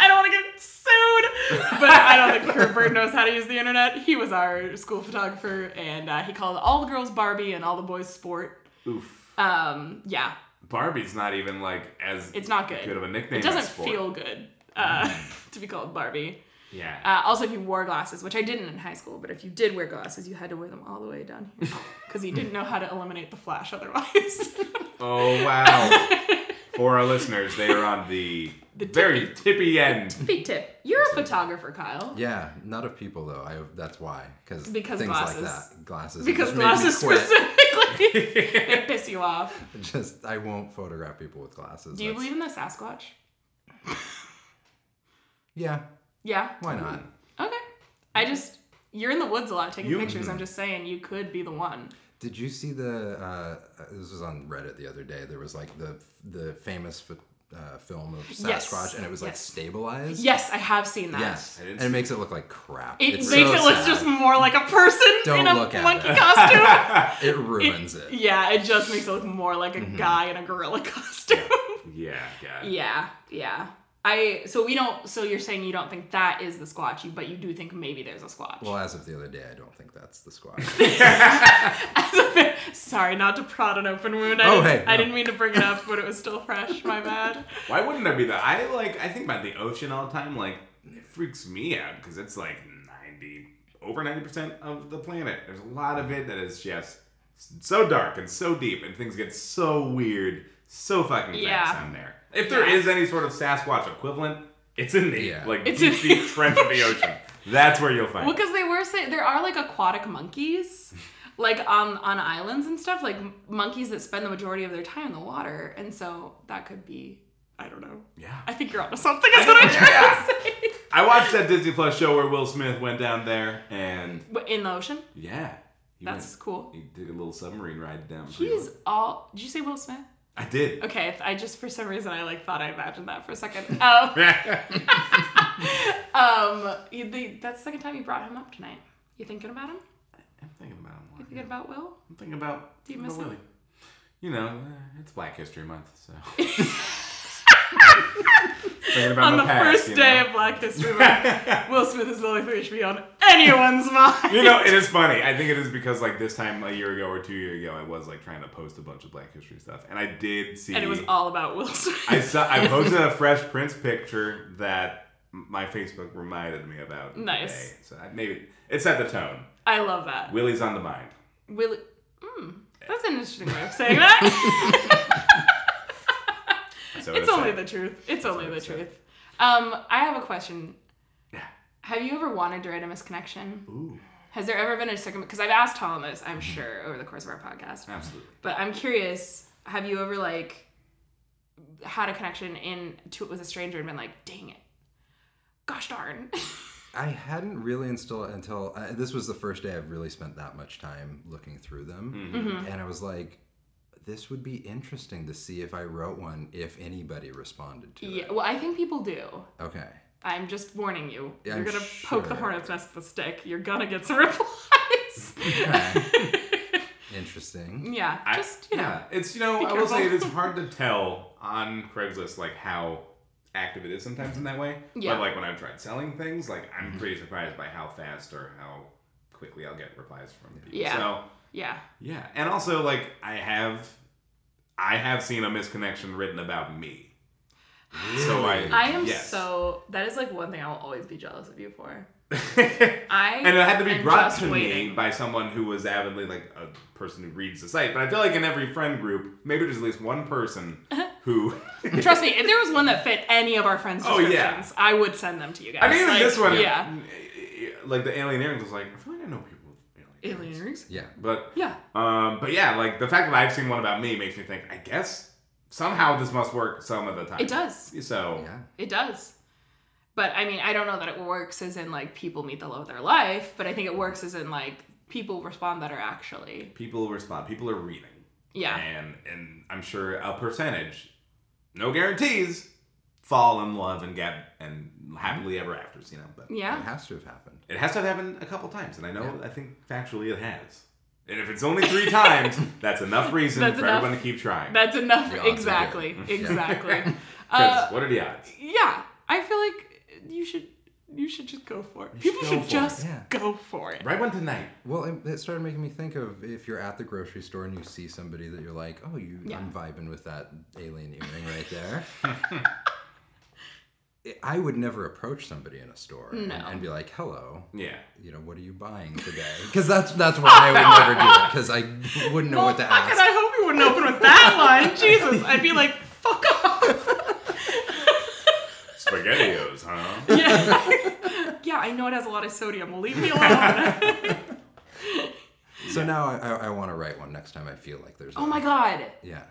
I don't want to get sued, but I don't think Kurt Burton knows how to use the internet. He was our school photographer, and uh, he called all the girls Barbie and all the boys Sport.
Oof.
Um, yeah,
Barbie's not even like as
it's not good.
good of a nickname.
It doesn't
as sport.
feel good uh,
Mm.
*laughs* to be called Barbie.
Yeah.
Uh, also, if you wore glasses, which I didn't in high school, but if you did wear glasses, you had to wear them all the way down
*laughs*
here because he didn't know how to eliminate the flash otherwise. *laughs*
oh *laughs* wow. For our listeners, they are on the, very tippy end.
Big tip: you're a photographer, Kyle.
Yeah, not of people though. I that's why because
Because
things
glasses.
like that, glasses. it
Because
just made me
glasses
quit.
specifically, *laughs* they piss you off.
*laughs* Just I won't photograph people with glasses.
Do you
That's-
believe in the Sasquatch?
Yeah,
Yeah.
why not?
Okay. I just you're in the woods a lot taking
You-
pictures. I'm just saying you could be the one.
Did you see the? Uh, this was on Reddit the other day. There was like the the famous ph uh, film of Sasquatch,
Yes.
and it was like
Yes.
stabilized.
Yes, I have seen that.
Yes,
I didn't
and it
see
makes it look like crap.
It
It's
makes
so
it look
sad.
just more like a person
Don't
in a
look at
monkey
it. *laughs*
costume.
It ruins it.
yeah, it just makes it look more like a guy in a gorilla *laughs* costume.
Yeah.
*laughs*
Yeah.
yeah, yeah. I so we don't so you're saying you don't think that is the squatchy, but you do think maybe there's a *laughs* squatch.
Well, as of the other day, I don't think that's the squad.
*laughs* Sorry, not to prod an open wound. I,
Oh,
didn't,
hey, no.
I didn't mean to bring it up, but it was still fresh. My *laughs* bad.
Why wouldn't I be that? I like. I think about the ocean all the time. Like it freaks me out because it's like ninety over ninety percent of the planet. There's a lot of it that is just so dark and so deep, and things get so weird, so fucking fast
Yeah.
down there. If there is any sort of Sasquatch equivalent, it's in the
Yeah.
like
It's
deep,
in- *laughs*
deep trench of the ocean. That's where you'll find.
Well,
it.
because they were saying there are like aquatic monkeys, like on on islands and stuff, like m- monkeys that spend the majority of their time in the water, and so that could be. I don't know.
Yeah.
I think you're onto something. Is what I'm trying to say.
I watched that Disney Plus show where Will Smith went down there, and
But in the ocean,
yeah, he
that's cool.
went, he did a little submarine ride down.
He's all. Did you say Will Smith?
I did.
Okay, I just for some reason I like thought I imagined that for a second.
*laughs*
Um, um, you- the, that's the second time you brought him up tonight. You thinking about him?
I'm thinking about him.
Thinking about Will?
I'm thinking about
Do you miss
about
him?
Willie. You know, uh, it's Black History Month, so
*laughs*
thinking about
on
my
the
past,
first
you
day
know?
of
*laughs*
Black History Month, Will Smith is the only thing that should be on *laughs* anyone's mind.
You know, it is funny. I think it is because like this time a year ago or two years ago, I was like trying to post a bunch of Black History stuff, and I did see.
and it was all about Will Smith.
I saw.
*laughs*
I posted a Fresh Prince picture that my Facebook reminded me about.
Nice.
Today. So I, maybe it set the tone.
I love that.
Willie's on the mind.
Will. Mm, that's an interesting way of saying that.
So
it's only the truth. It's only the
it's
truth. Um, I have a question.
Yeah.
Have you ever wanted to write a misconnection?
Ooh.
Has there ever been a second? Because I've asked Tom this, I'm sure, over the course of our podcast.
Mm-hmm. Absolutely.
But I'm curious, have you ever like had a connection in to it with a stranger and been like, dang it. Gosh darn. *laughs*
I hadn't really installed until uh, this was the first day I've really spent that much time looking through them, and I was like, this would be interesting to see if I wrote one if anybody responded to
yeah,
it.
well, I think people do.
Okay.
I'm just warning you.
Yeah,
You're
I'm
gonna poke the
sure.
hornet's nest with a stick. You're gonna get some *laughs* replies.
Interesting.
yeah,
I-
just you know.
yeah, it's you know
be
I will say it
careful.
is hard to *laughs* tell on Craigslist like how active it is sometimes in that way.
Yeah.
But like when I've tried selling things, like I'm pretty surprised by how fast or how quickly I'll get replies from people.
Yeah.
So
Yeah.
yeah, and also like I have, I have seen a misconnection written about me. So I
I am
yes.
so that is like one thing I'll always be jealous of
*laughs*
you for.
and
I
it had to be
am
brought
just
to me
waiting.
by someone who was avidly like a person who reads the site. But I feel like in every friend group, maybe there's at least one
*laughs*
person who.
Trust me, if there was one that fit any of our friends'
Oh, yeah.
descriptions, I would send them to you guys.
I mean, even
Like,
this one, mm,
Yeah.
like the alien earrings was like, I feel like I know people with alien
Alien
earrings.
earrings?
Yeah.
But
Yeah.
um, but yeah, like the fact that I've seen one about me makes me think. I guess somehow this must work some of the time.
It does.
So
Yeah.
It does. But I mean, I don't know that it works as in like people meet the love of their life, but I think it works as in like people respond better actually.
People respond. People are reading.
Yeah.
And and I'm sure a percentage, no guarantees, fall in love and get and happily ever afters, you know. But
It
Yeah.
has to have happened.
it has to have happened a couple times, and I know I think factually it has. And if it's only
*laughs*
three times, that's enough reason
That's
for
enough.
everyone to keep trying.
That's enough.
The odds are
*laughs*
Exactly.
good. *laughs* Yeah.
Exactly. Uh,
'Cause what are the odds?
yeah. I feel like you should you should just go for it. people
go
should
for it,
just
yeah.
go for it.
Right one tonight.
Well, it, it started making me think of if you're at the grocery store and you see somebody that you're like, oh, you, I'm vibing with that alien earring right there. *laughs* It- I would never approach somebody in a store and, and be like, hello.
Yeah.
You know, what are you buying today? Because that's that's why I would never do it. Because I wouldn't know what to
Fuck it,
ask.
I hope you wouldn't open with that
*laughs*
line. Jesus, I'd be like, fuck off.
Spaghettios, huh? *laughs*
Yeah, I know it has a lot of sodium. Leave me alone.
So now I, I, I want to write one next time I feel like there's.
oh my god.
Yeah.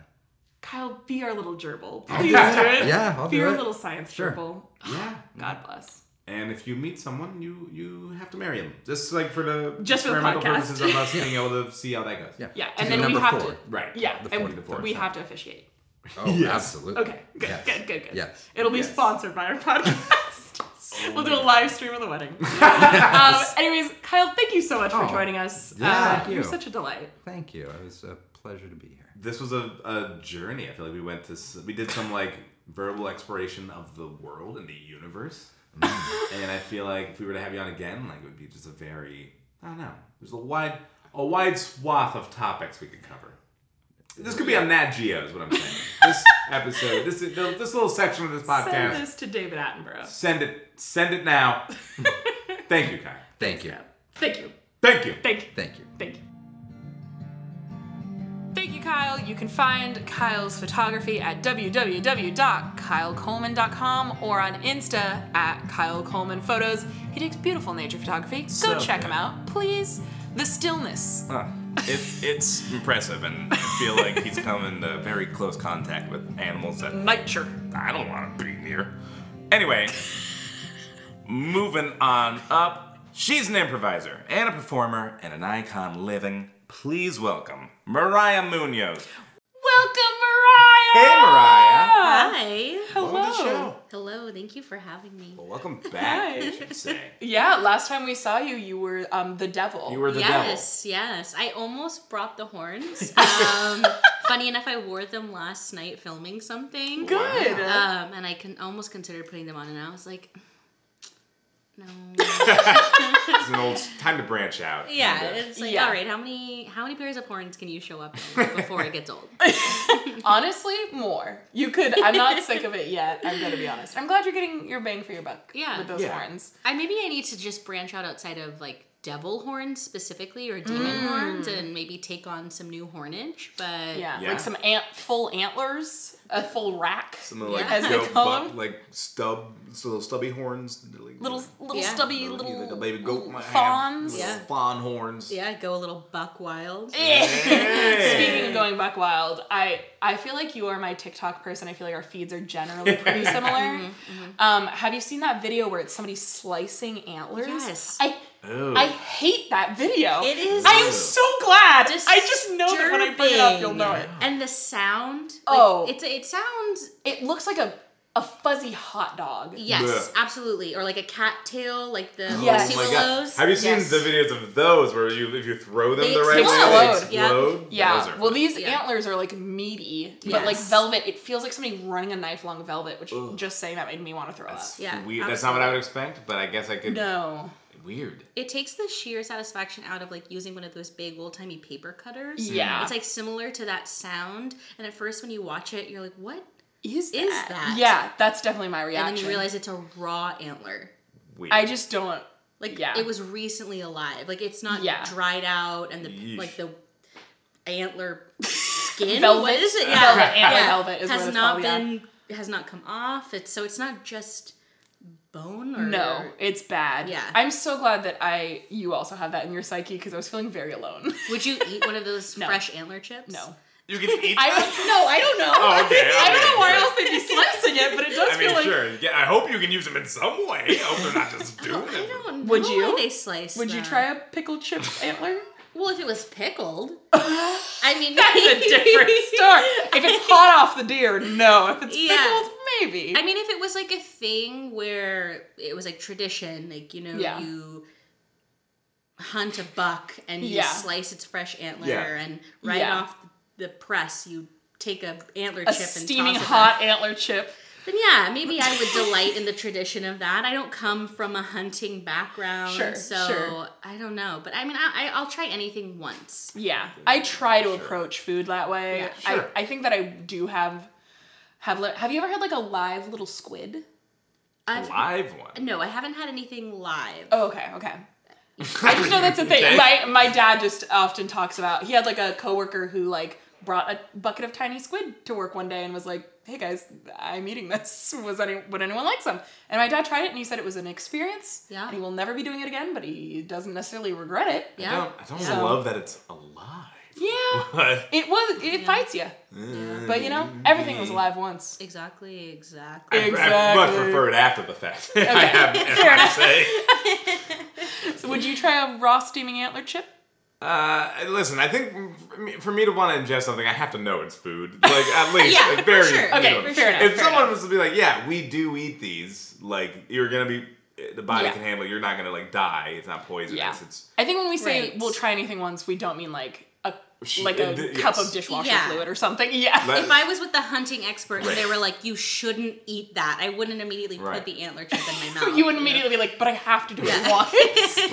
Kyle, be our little gerbil. Please do *laughs* it.
Yeah, I'll
Be
do
our
it.
little science
Sure.
gerbil. *sighs*
yeah.
God bless.
And if you meet someone, you you have to marry him, just like for the
Just for the
experimental
podcast.
purposes of
*laughs*
us being able to see how that goes.
Yeah.
Yeah,
To
and
do
then we
number
have
four.
to.
Right.
Yeah,
The
and
fourth, the fourth
we
song.
have to officiate.
Oh, absolutely.
Okay, good,
Yes.
good, good, good.
Yes.
It'll be
Yes.
sponsored by our
*laughs*
podcast. *laughs* we'll do a live stream of the wedding. um, anyways, Kyle, thank you so much for
Oh,
joining us.
yeah, thank
You're
you.
such a delight.
Thank you. It was a pleasure to be here.
This was a, a journey. I feel like we went to s- we did some like verbal exploration of the world and the universe,
Mm.
and I feel like if we were to have you on again, like it would be just a very I don't know. There's a wide a wide swath of topics we could cover. This could be on Nat Geo, is what I'm
*laughs*
saying. this episode, this this little section of this podcast,
Send this to David Attenborough.
send it, send it now.
*laughs*
Thank you, Kai.
Thank you.
Thank you.
Thank you.
Thank you.
Thank you.
Thank you.
Thank you, Kyle. You can find Kyle's photography at www.kylecoleman.com or on Insta at Kyle Coleman Photos. He takes beautiful nature photography. Go
So
check him
good.
out, please. The stillness.
Huh. It's it's impressive, and I feel like he's come into very close contact with animals that
Nature.
I don't want to be near. Anyway, moving on up. She's an improviser and a performer and an icon living. Please welcome Mariah Munoz.
Welcome,
Hey, Mariah.
Mariah. Hi.
Hello. Welcome to the show.
Hello. Thank you for having me.
Well, welcome back, I should say.
Yeah, last time we saw you, you were um the devil.
You were the
yes, yes. I almost brought the
*laughs*
horns. Um, funny enough, I wore them last night filming something.
good.
Um, and I can
*laughs*
almost considered putting them on, and I was like, no.
devil. It's an old time to branch out.
Yeah, it's like,
Yeah.
all right. How many how many pairs of horns can you show up in before it gets old?
*laughs* Honestly, more. You could. I'm not sick of it yet. I'm gonna be honest. I'm glad you're getting your bang for your buck.
Yeah.
With those
Yeah.
horns.
I maybe I need to just branch out outside of like devil horns specifically or demon
Mm.
horns and maybe take on some new hornage. But
Yeah.
Yeah.
Like some ant full antlers, a full rack.
Some of the, like,
As they
goat
call
buck-
them.
like stub, so little stubby horns.
Little little
Yeah.
stubby
Little-
little,
like a baby goat might have.
fawns.
Little
Yeah.
fawn horns.
yeah, go a little
*laughs*
buck wild.
Speaking of going buck wild, I I feel like you are my TikTok person. I feel like our feeds are
*laughs*
generally pretty similar.
Mm-hmm,
Um, have you seen that video where it's somebody slicing antlers?
Yes.
I I hate that video.
It is
I am so glad. I just know that when I bring it up, you'll know it.
Disturbing. And the sound. like,
Oh.
it's it sounds.
It looks like a a fuzzy hot dog.
Yes,
Blech.
absolutely. Or like a cattail, like the
Yes.
horsey
Oh my
willows.
Have you seen
Yes.
the videos of those where you if you throw them
They
the right way
explode.
they
Yeah.
explode?
Yeah.
Those are
well,
fun.
these
Yeah.
antlers are like meaty, but
Yes.
like velvet. It feels like somebody running a knife along velvet, which just saying that made me want to throw
That's
up.
Yeah,
weird. That's not what I would expect, but I guess I could.
No.
Weird.
It takes the sheer satisfaction out of like using one of those big old timey paper cutters.
Yeah.
It's like similar to that sound. And at first, when you watch it, you're like, what
Is
is that?
Uh, Yeah, that's definitely my
And
reaction.
then you realize it's a raw antler.
Weird.
I just don't.
Like
Yeah.
it was recently alive. Like it's not
Yeah.
dried out and the
Yeesh.
like the antler skin.
Velvet.
What is it?
Velvet, antler
Yeah.
velvet is
has
what it's
not
called, yeah.
been has not come off. It's so it's not just bone or *laughs*
No, it's bad.
Yeah.
I'm so glad that I
*laughs*
you also have that in your psyche because I was feeling very alone.
Would you eat one of those fresh antler chips?
No.
You can eat
*laughs* I
them?
don't- no, *laughs* I don't know.
Oh, okay.
I don't
okay,
know why
sure.
else they'd be slicing it, but it does
I mean,
feel like
sure. Yeah, I hope you can use them in some way. I hope they're
*laughs*
not just doing
Oh, I
it.
don't know
Would
why
you?
they slice
Would you
them.
try a pickled chip antler?
Well, if it was
*laughs*
pickled, I mean
That's
*laughs*
a different story. If it's hot off the deer, no. If it's
Yeah.
pickled, maybe.
I mean, if it was like a thing where it was like tradition, like you know,
Yeah.
you hunt a buck and you
Yeah.
slice its fresh antler,
Yeah.
and right
Yeah.
off the press, you take a antler
a
chip
steaming
and toss it
hot
back.
antler chip.
Then yeah, maybe I would delight in the tradition of that. I don't come from a hunting background,
Sure,
so
sure.
I don't know. But I mean, I, I, I'll try anything once.
Yeah, I try to approach food that way.
Yeah.
Sure.
I, I think that I do have have li- have you ever had like a live little squid?
I've,
Live one.
no, I haven't had anything live.
Oh, okay,
*laughs*
okay. I just know that's a thing.
Okay.
My my dad just often talks about. He had like a coworker who like brought a bucket of tiny squid to work one day and was like, "Hey guys, I'm eating this. *laughs* Was any would anyone like some?" And my dad tried it and he said it was an experience.
Yeah.
And he will never be doing it again, but he doesn't necessarily regret it.
yeah.
I don't, I don't
So-
love that it's alive.
Yeah.
But
It was. It fights you. But
Mm.
you know, everything was alive once.
Exactly, exactly.
I, I much
Exactly.
prefer it after the fact. *laughs* I have if I say.
*laughs*
So would you try a raw steaming antler chip?
Uh, listen, I think for me- for me to want to ingest something, I have to know it's food. Like
*laughs*
at least,
Yeah,
like, very.
for sure.
minimum.
Okay,
for
fair
sure.
enough.
if
fair
someone
enough.
was to be like, "Yeah, we do eat these," like you're gonna be, the body
Yeah.
can handle. it. You're not gonna like die. It's not poisonous.
Yeah.
It's
I think when we say
Right.
we'll try anything once, we don't mean like a
Sh-
like a
it-
cup
uh, yes.
of dishwasher
Yeah.
fluid or something. *laughs*
*laughs*
Yeah.
Let-
If I was with the hunting expert and they
Right.
were like, "You shouldn't eat that," I wouldn't immediately
Right.
put the antler chip
*laughs*
in my mouth.
you would immediately be like, but I have to do it
Yeah.
*laughs* once.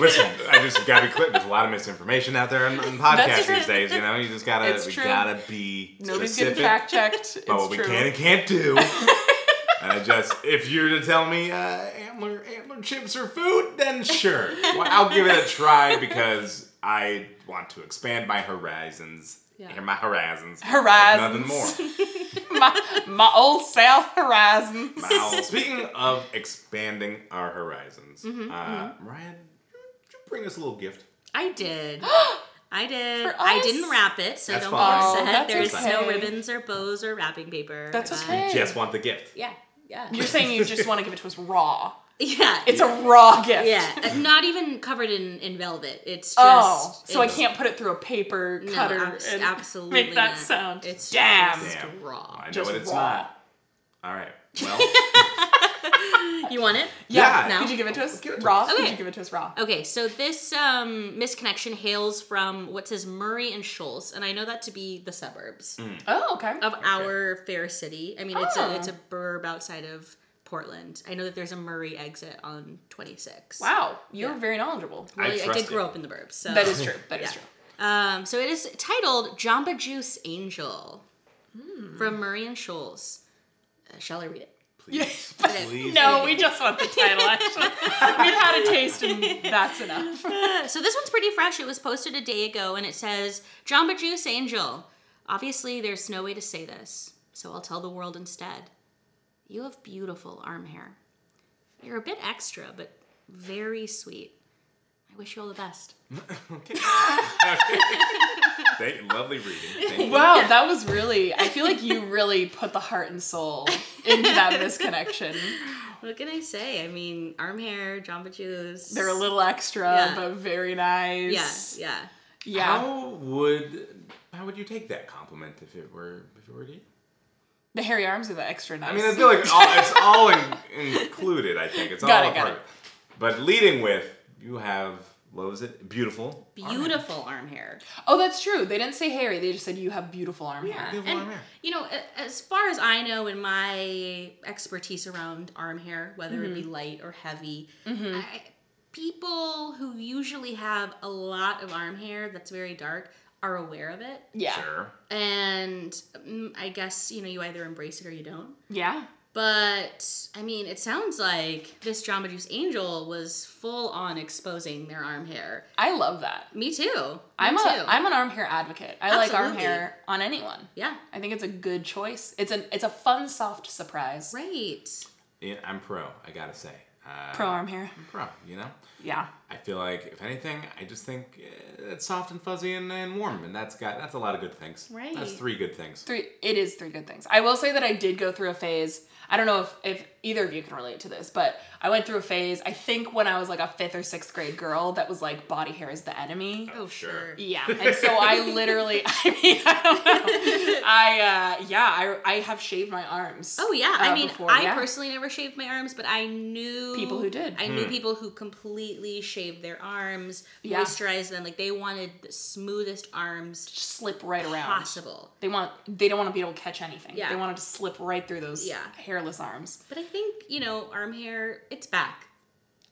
*laughs* listen, I just gotta be clear. There's a lot of misinformation out there on,
*laughs*
on podcasts
true.
these days. You know, you just gotta
It's
we
true.
gotta be
Nobody's getting
specific
fact checked. It's
about what we
true.
can and can't
*laughs*
do. and I just, if you're to tell me uh, antler antler chips are food, then sure, well, I'll give it a try because I want to expand my horizons.
Yeah.
My horizons.
Horizons.
Nothing more.
*laughs* my, my old South horizon.
Wow. Speaking of expanding our horizons,
Mm-hmm,
uh, Ryan, did you bring us a little gift?
*laughs* I
*gasps*
did. I did.
For
I
us?
didn't wrap it, so
That's
don't
fine.
Oh,
get upset.
that's
There's
okay.
no ribbons or bows or wrapping paper.
That's
Uh,
okay.
Just want the gift.
Yeah, yeah,
*laughs* You're saying you just want to give it to us raw.
*laughs* yeah.
It's a raw gift.
yeah, uh, not even covered in, in velvet. It's just
Oh, so I
it's-
can't put it through a paper
no,
cutter.
abs-
and
absolutely
Make that
not.
sound.
It's
Damn.
just
Damn.
raw.
I know
Just
what it's
raw.
not. All right.
*laughs*
Well,
*gasps* You want it?
Yeah.
No.
Could you give it to us raw? Could
Okay.
you give it to us raw?
Okay, so this um, misconnection hails from what says Murray and Shoals, and I know that to be the suburbs
Oh, okay.
of our fair city. I mean, it's
Oh.
a it's a burb outside of Portland. I know that there's a Murray exit on 26.
Wow, you're very knowledgeable.
Well,
I
I,
trust
did grow
it.
up in the burbs, so
That is true. That is
Yeah.
true.
Um, so it is titled Jamba Juice Angel
Hmm.
from Murray and Shoals. Uh, shall I read it?
please, please.
No, we just want the
*laughs*
title. Actually, we've had a taste, and that's enough.
*laughs* So this one's pretty fresh. It was posted a day ago, and it says Jamba Juice Angel. Obviously, there's no way to say this, so I'll tell the world instead. You have beautiful arm hair. You're a bit extra, but very sweet. I wish you all the best.
Thank you. Lovely reading. Thank you.
Wow, that was really. I feel like you really put the heart and soul into that misconnection.
What can I say? I mean, arm hair, Jamba Juice.
They're a little extra,
Yeah.
but very
Yeah,
nice.
yeah.
yeah.
How would how would you take that compliment if it were if it were you?
The hairy arms are the extra nice.
I mean, I feel like all, it's all in, included. I think it's
Got
all
it,
a
got
part. of
it.
it. But leading with you have what was it? Beautiful.
Beautiful arm hair.
*laughs* oh, that's true. They didn't say hairy. They just said you have beautiful arm hair.
Yeah.
Beautiful
And,
arm hair.
you know, a- as far as I know, in my expertise around arm hair, whether it be
Mm-hmm.
light or heavy, I, people who usually have a lot of arm hair that's very dark are aware of it.
Yeah.
Sure.
And mm, I guess, you know, you either embrace it or you don't.
Yeah.
But I mean, it sounds like this Jamba Juice Angel was full on exposing their arm hair.
I love that.
Me too. Me
I'm
too.
a am an arm hair advocate. I like arm
Absolutely.
hair on anyone.
yeah.
I think it's a good choice. It's an it's a fun soft surprise.
Right.
Yeah, I'm pro. I gotta say. Uh,
Pro arm hair.
Pro. You know.
Yeah.
I feel like if anything, I just think eh, it's soft and fuzzy and, and warm, and that's got that's a lot of good things.
Right.
That's three good things.
Three, it is three good things. I will say that I did go through a phase. I don't know if, if either of you can relate to this, but I went through a phase, I think when I was like a fifth or sixth grade girl, that was like body hair is the enemy.
Oh, sure.
Yeah, and so I
*laughs*
literally, *laughs* I mean, I don't know. I, uh, yeah, I, I have shaved my arms.
Oh yeah,
uh,
I mean,
before,
I
yeah.
personally never shaved my arms, but I knew
People who did.
I knew people who completely shaved their arms,
Yeah.
moisturized them, like they wanted the smoothest arms
slip right around.
possible.
They want, they don't want to be able to catch anything.
Yeah.
They want it to slip right through those
Yeah.
hairless arms.
But I think you know, arm hair, it's back.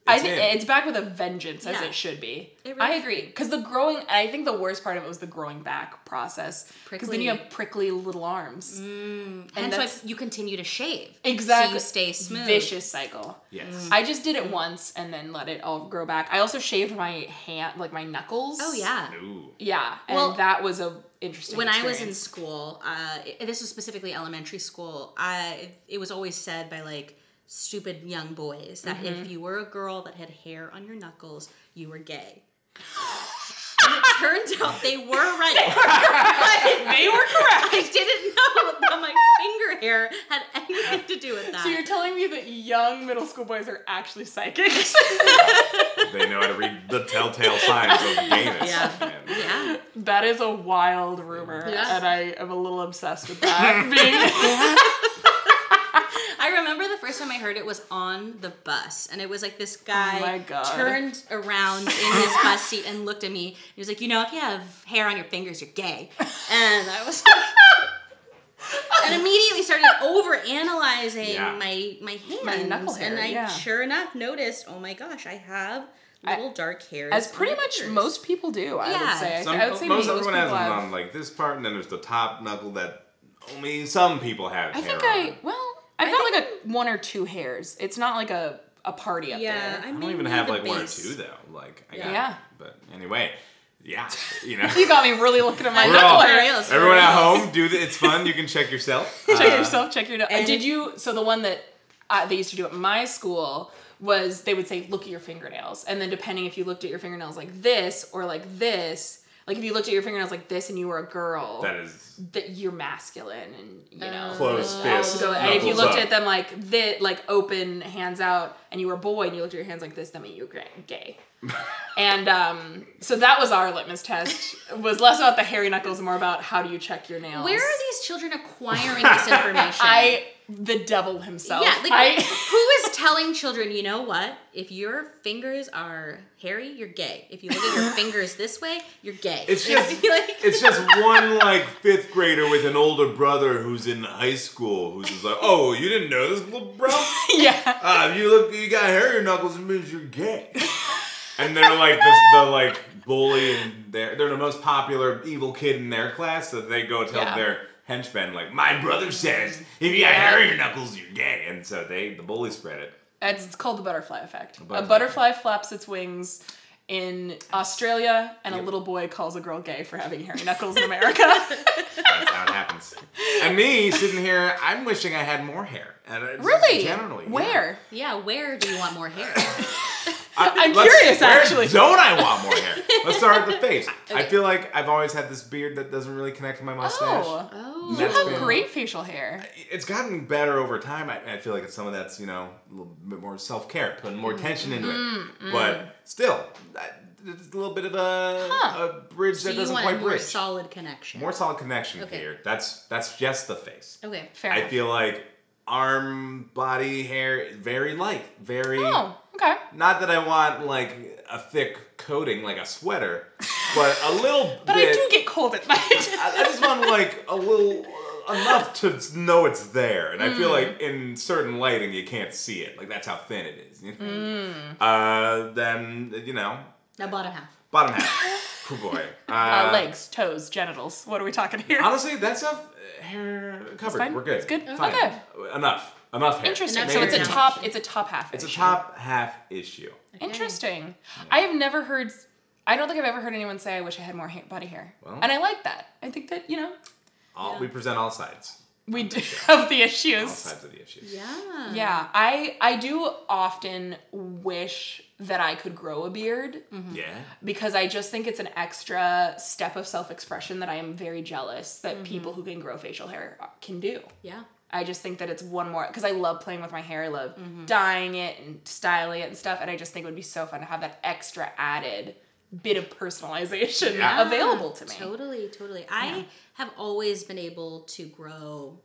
I
It's
think
in.
it's back with a vengeance as
Yeah.
it should be.
It really
I agree because the growing. I think the worst part of it was the growing back process because then you
Prickly.
have prickly little arms.
And,
that's-
so you continue to shave.
Exactly.
So you stay smooth. Mm.
Vicious cycle.
Yes.
I just did it once and then let it all grow back. I also shaved my hand, like my knuckles.
Oh yeah.
Ooh. *laughs*
Yeah, and
Well,
that was a interesting.
when I was in
experience.
school, uh, it- this was specifically elementary school. I it was always said by like stupid young boys that
Mm-hmm.
if you were a girl that had hair on your knuckles, you were
*gasps*
gay. and it turned out they were right. they were correct. I didn't know that my finger hair had anything to do with that.
*laughs* So you're telling me that young middle school boys are actually psychics? *laughs*
they know how to read the telltale signs
*laughs*
of gayness.
Yeah.
And-
yeah.
that is a wild rumor,
Yeah.
and I am a little obsessed
*laughs*
with that. being,
I remember the first time I heard it was on the bus, and it was like this guy
Oh my God.
turned around in
*laughs*
his bus seat and looked at me. He was like, "You know, if you have hair on your fingers, you're gay." And I was
*laughs*
like, and immediately started over analyzing
Yeah.
my my hands,
knuckle hair,
and I
yeah.
sure enough noticed, oh my gosh, I have little dark hairs.
as
on
pretty
my
much
fingers.
most people do, I
Yeah.
would say. I
Some,
th- I would say
most
most
everyone
people
has
have.
them on like this part, and then there's the top knuckle that only some people have.
I
hair
think
on.
I well, I've got like a one or two hairs. It's not like a a party up
Yeah,
there.
I,
I
may
don't even
need
have
the
like one or
base.
two though. Like I
Yeah.
got,
Yeah.
But anyway, yeah, *laughs* you know.
You got me really looking at my
*laughs* We're all-
knuckle hair.
Real, so
Everyone
real.
at
*laughs*
home, do the, it's fun. You can check yourself.
Check
Uh,
yourself. Check your. And did you? So the one that uh, they used to do at my school was they would say, "Look at your fingernails," and then depending if you looked at your fingernails like this or like this. Like if you looked at your fingernails like this and you were a girl,
That is
that you're masculine and you know
closed fist.
So and if you
knuckles
looked
up.
at them like this, like open hands out, and you were a boy and you looked at your hands like this, that meant you were gra- gay. and um, so that was our litmus test. was less about the hairy knuckles, and more about how do you check your nails.
Where are these
*laughs*
children acquiring this information?
*laughs* I the devil himself.
Yeah, like
I,
who is telling children, you know what? If your fingers are hairy, you're gay. If you look
*laughs*
at your fingers this way, you're gay.
It's
You know,
*laughs*
just-
*laughs* like
It's just one like fifth grader with an older brother who's in high school who's just like, oh, you didn't know this little
*laughs*
*laughs*
bro?
yeah.
Uh, if you look, you got hair in your knuckles, it means you're
*laughs*
gay. and they're like this, the like bully, and they're they're the most popular evil kid in their class, so they go tell
Yeah.
their henchmen like, my brother says, if you got hair in your knuckles, you're gay, and so they the bully spread it.
It's, it's called the butterfly effect.
butterfly
a butterfly flaps its wings in Australia, and a little boy calls a girl gay for having hairy knuckles in
*laughs*
America.
That's how it
*laughs*
happens. And me sitting here, I'm wishing I had more hair. And it's just
really?
Generally, yeah.
Where?
yeah, where do you want more hair?
*laughs* I,
*laughs*
I'm
let's-
curious,
where
actually.
Don't I want more
*laughs*
hair? Let's start with the face. I feel like I've always had this beard that doesn't really connect to my mustache.
Oh,
Oh,
you
That's
have
been-
great facial hair.
It's gotten better over time. I, I feel like it's some of that's you know a little bit more self care, putting more
Mm-hmm.
attention into it.
Mm,
But still, that- it's a little bit of a,
Huh.
a bridge
so
that
you
doesn't
want a
quite
more
bridge.
solid connection.
more solid connection
Okay.
here. That's that's just the face.
okay,
Fair.
I
enough.
feel like arm, body hair, very light, very.
Oh, okay.
Not that I want like a thick coating like a
*laughs*
sweater, but a little
But
bit.
I do get cold at night.
I, I just want like a little enough to know it's there, and
Mm.
I feel like in certain lighting you can't see it. Like that's how thin it is. You know?
Mm.
Uh, then you know,
now bottom half.
bottom half. *laughs* oh boy. Uh,
uh, legs, toes, genitals. What are we talking here?
Honestly, that stuff uh, hair covered.
fine.
We're good.
It's good?
Fine.
Okay.
Enough. Enough hair.
Interesting.
And
So
that's
it's a
your
top. It's a top half.
It's a
issue.
top half issue.
Interesting. I have never heard. I don't think I've ever heard anyone say, "I wish I had more ha- body hair."
Well.
and I like that. I think that you know
All, We present all sides.
we do *laughs* have the issues.
All sides of the issues.
Yeah.
Yeah, I I do often wish that I could grow a beard
Mm-hmm.
Yeah.
because I just think it's an extra step of self expression that I am very jealous that people who can grow facial hair uh, can do.
Yeah.
I just think that it's one more because I love playing with my hair. I love dyeing it and styling it and stuff. And I just think it would be so fun to have that extra added bit of personalization available to me.
Totally, totally. I have always been able to grow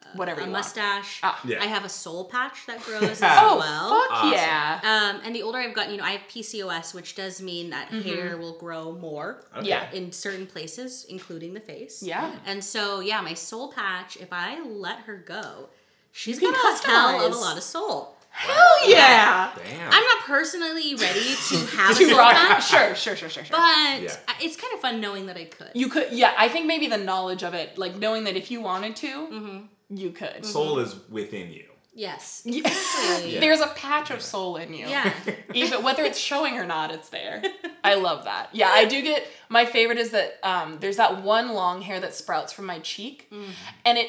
uh,
Whatever
a
you
mustache.
Ah.
Yeah.
I have a soul patch that
*laughs*
grows as
want. Oh,
well.
fuck yeah.
Um, and the older I've gotten, you know, I have PCOS, which does mean that hair will grow more
Mm-hmm. Yeah.
in certain places, including the face.
Yeah.
And so, yeah, my soul patch, if I let her go, she's
can
going to hell of a
customize.
lot of soul.
Hell yeah.
Damn.
I'm not personally ready to
*laughs*
have a
Too
soul
rough.
patch,
*laughs* Sure, sure, sure, sure, sure.
but
Yeah.
I- it's kind of fun knowing that I could.
you could, yeah, I think maybe the knowledge of it, like knowing that if you wanted to,
Mm-hmm.
you could.
Soul is within you.
yes.
Yeah.
Exactly.
There's a patch of soul in you.
Yeah.
*laughs* Even whether it's showing or not, it's
*laughs*
there. I love that. Yeah, I do get my favorite is that um, there's that one long hair that sprouts from my cheek,
Mm.
and it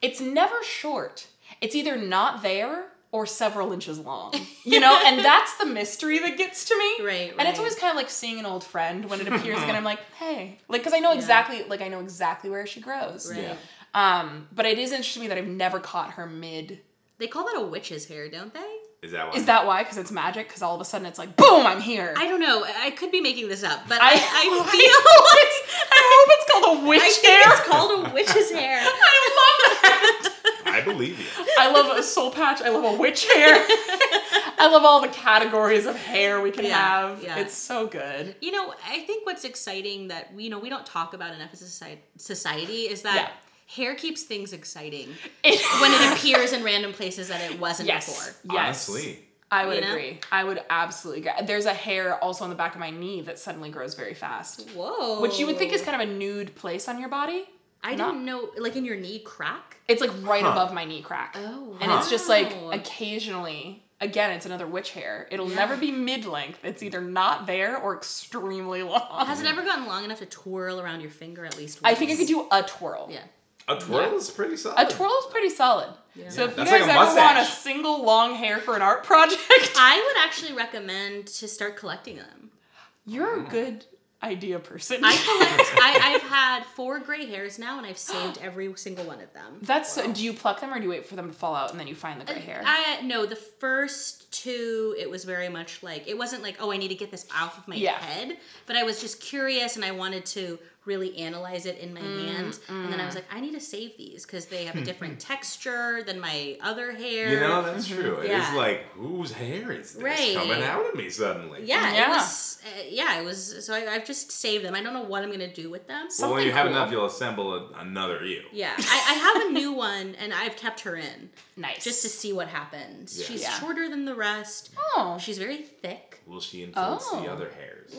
it's never short. It's either not there or several inches long. You know,
*laughs*
and that's the mystery that gets to me.
Right,
And it's
right.
always kind of like seeing an old friend when it appears again. I'm
*laughs*
like, hey, like because I know exactly, like I know exactly where she grows.
Right.
Um, but it is interesting to me that I've never caught her mid.
They call that a witch's hair, don't they?
Is that why?
Is that why? Because it's magic. Because all of a sudden it's like, boom, I'm here.
I don't know. I I could be making this up, but
*laughs* I-
I, I feel like
I hope it's called a witch
I think
hair.
it's called a witch's
*laughs*
hair.
I believe you.
I love a soul patch. I love a witch
*laughs*
hair. I love all the categories of hair we can
Yeah,
have.
yeah.
It's so good.
You know, I think what's exciting that we you know we don't talk about enough as a society, society is that
Yeah.
hair keeps things exciting
*laughs* It-
when it appears in random places that it wasn't
yes,
before.
yes.
Honestly.
I would
You know?
agree. I would absolutely agree. There's a hair also on the back of my knee that suddenly grows very fast,
Whoa!
which you would think is kind of a nude place on your body.
I
not-
didn't know, like in your knee crack.
It's like right above my knee crack.
Oh,
And it's just like
wow.
occasionally, again, it's another witch hair. It'll never be mid length. It's either not there or extremely long.
Has it ever gotten long enough to twirl around your finger at least?
I
Once?
think I could do a twirl.
Yeah.
A twirl is pretty solid.
A twirl is pretty solid. So if you
That's like
guys
a
ever want a
mustache.
single long hair for an art project,
*laughs* I would actually recommend to start collecting them.
you're a good idea person.
I collect.
*laughs*
I, I've had four gray hairs now, and
*gasps*
I've saved every single one of them.
That's so, do you pluck them or do you wait for them to fall out and then you find the gray hair?
Uh, I no, the first two, it was very much like it wasn't like oh, I need to get this off of my
Yeah.
head, but I was just curious and I wanted to really analyze it in my
Mm,
hand, and then I was like, I need to save these because they have a
*laughs*
different texture than my other hair.
You know, that's
Mm-hmm.
true. It is
Yeah.
like, whose hair is this
Right.
coming out of me suddenly?
yeah,
Yeah.
it was. Uh, yeah, it was. So I, I've just saved them. I don't know what I'm gonna do with them.
Well, when you have
cool.
enough, you'll assemble a, another you.
yeah, I, I have a new one, and I've kept her in
*laughs* nice.
just to see what happens.
Yeah.
She's
Yeah.
shorter than the rest.
oh,
She's very thick.
Will she influence the
Oh.
other hairs? They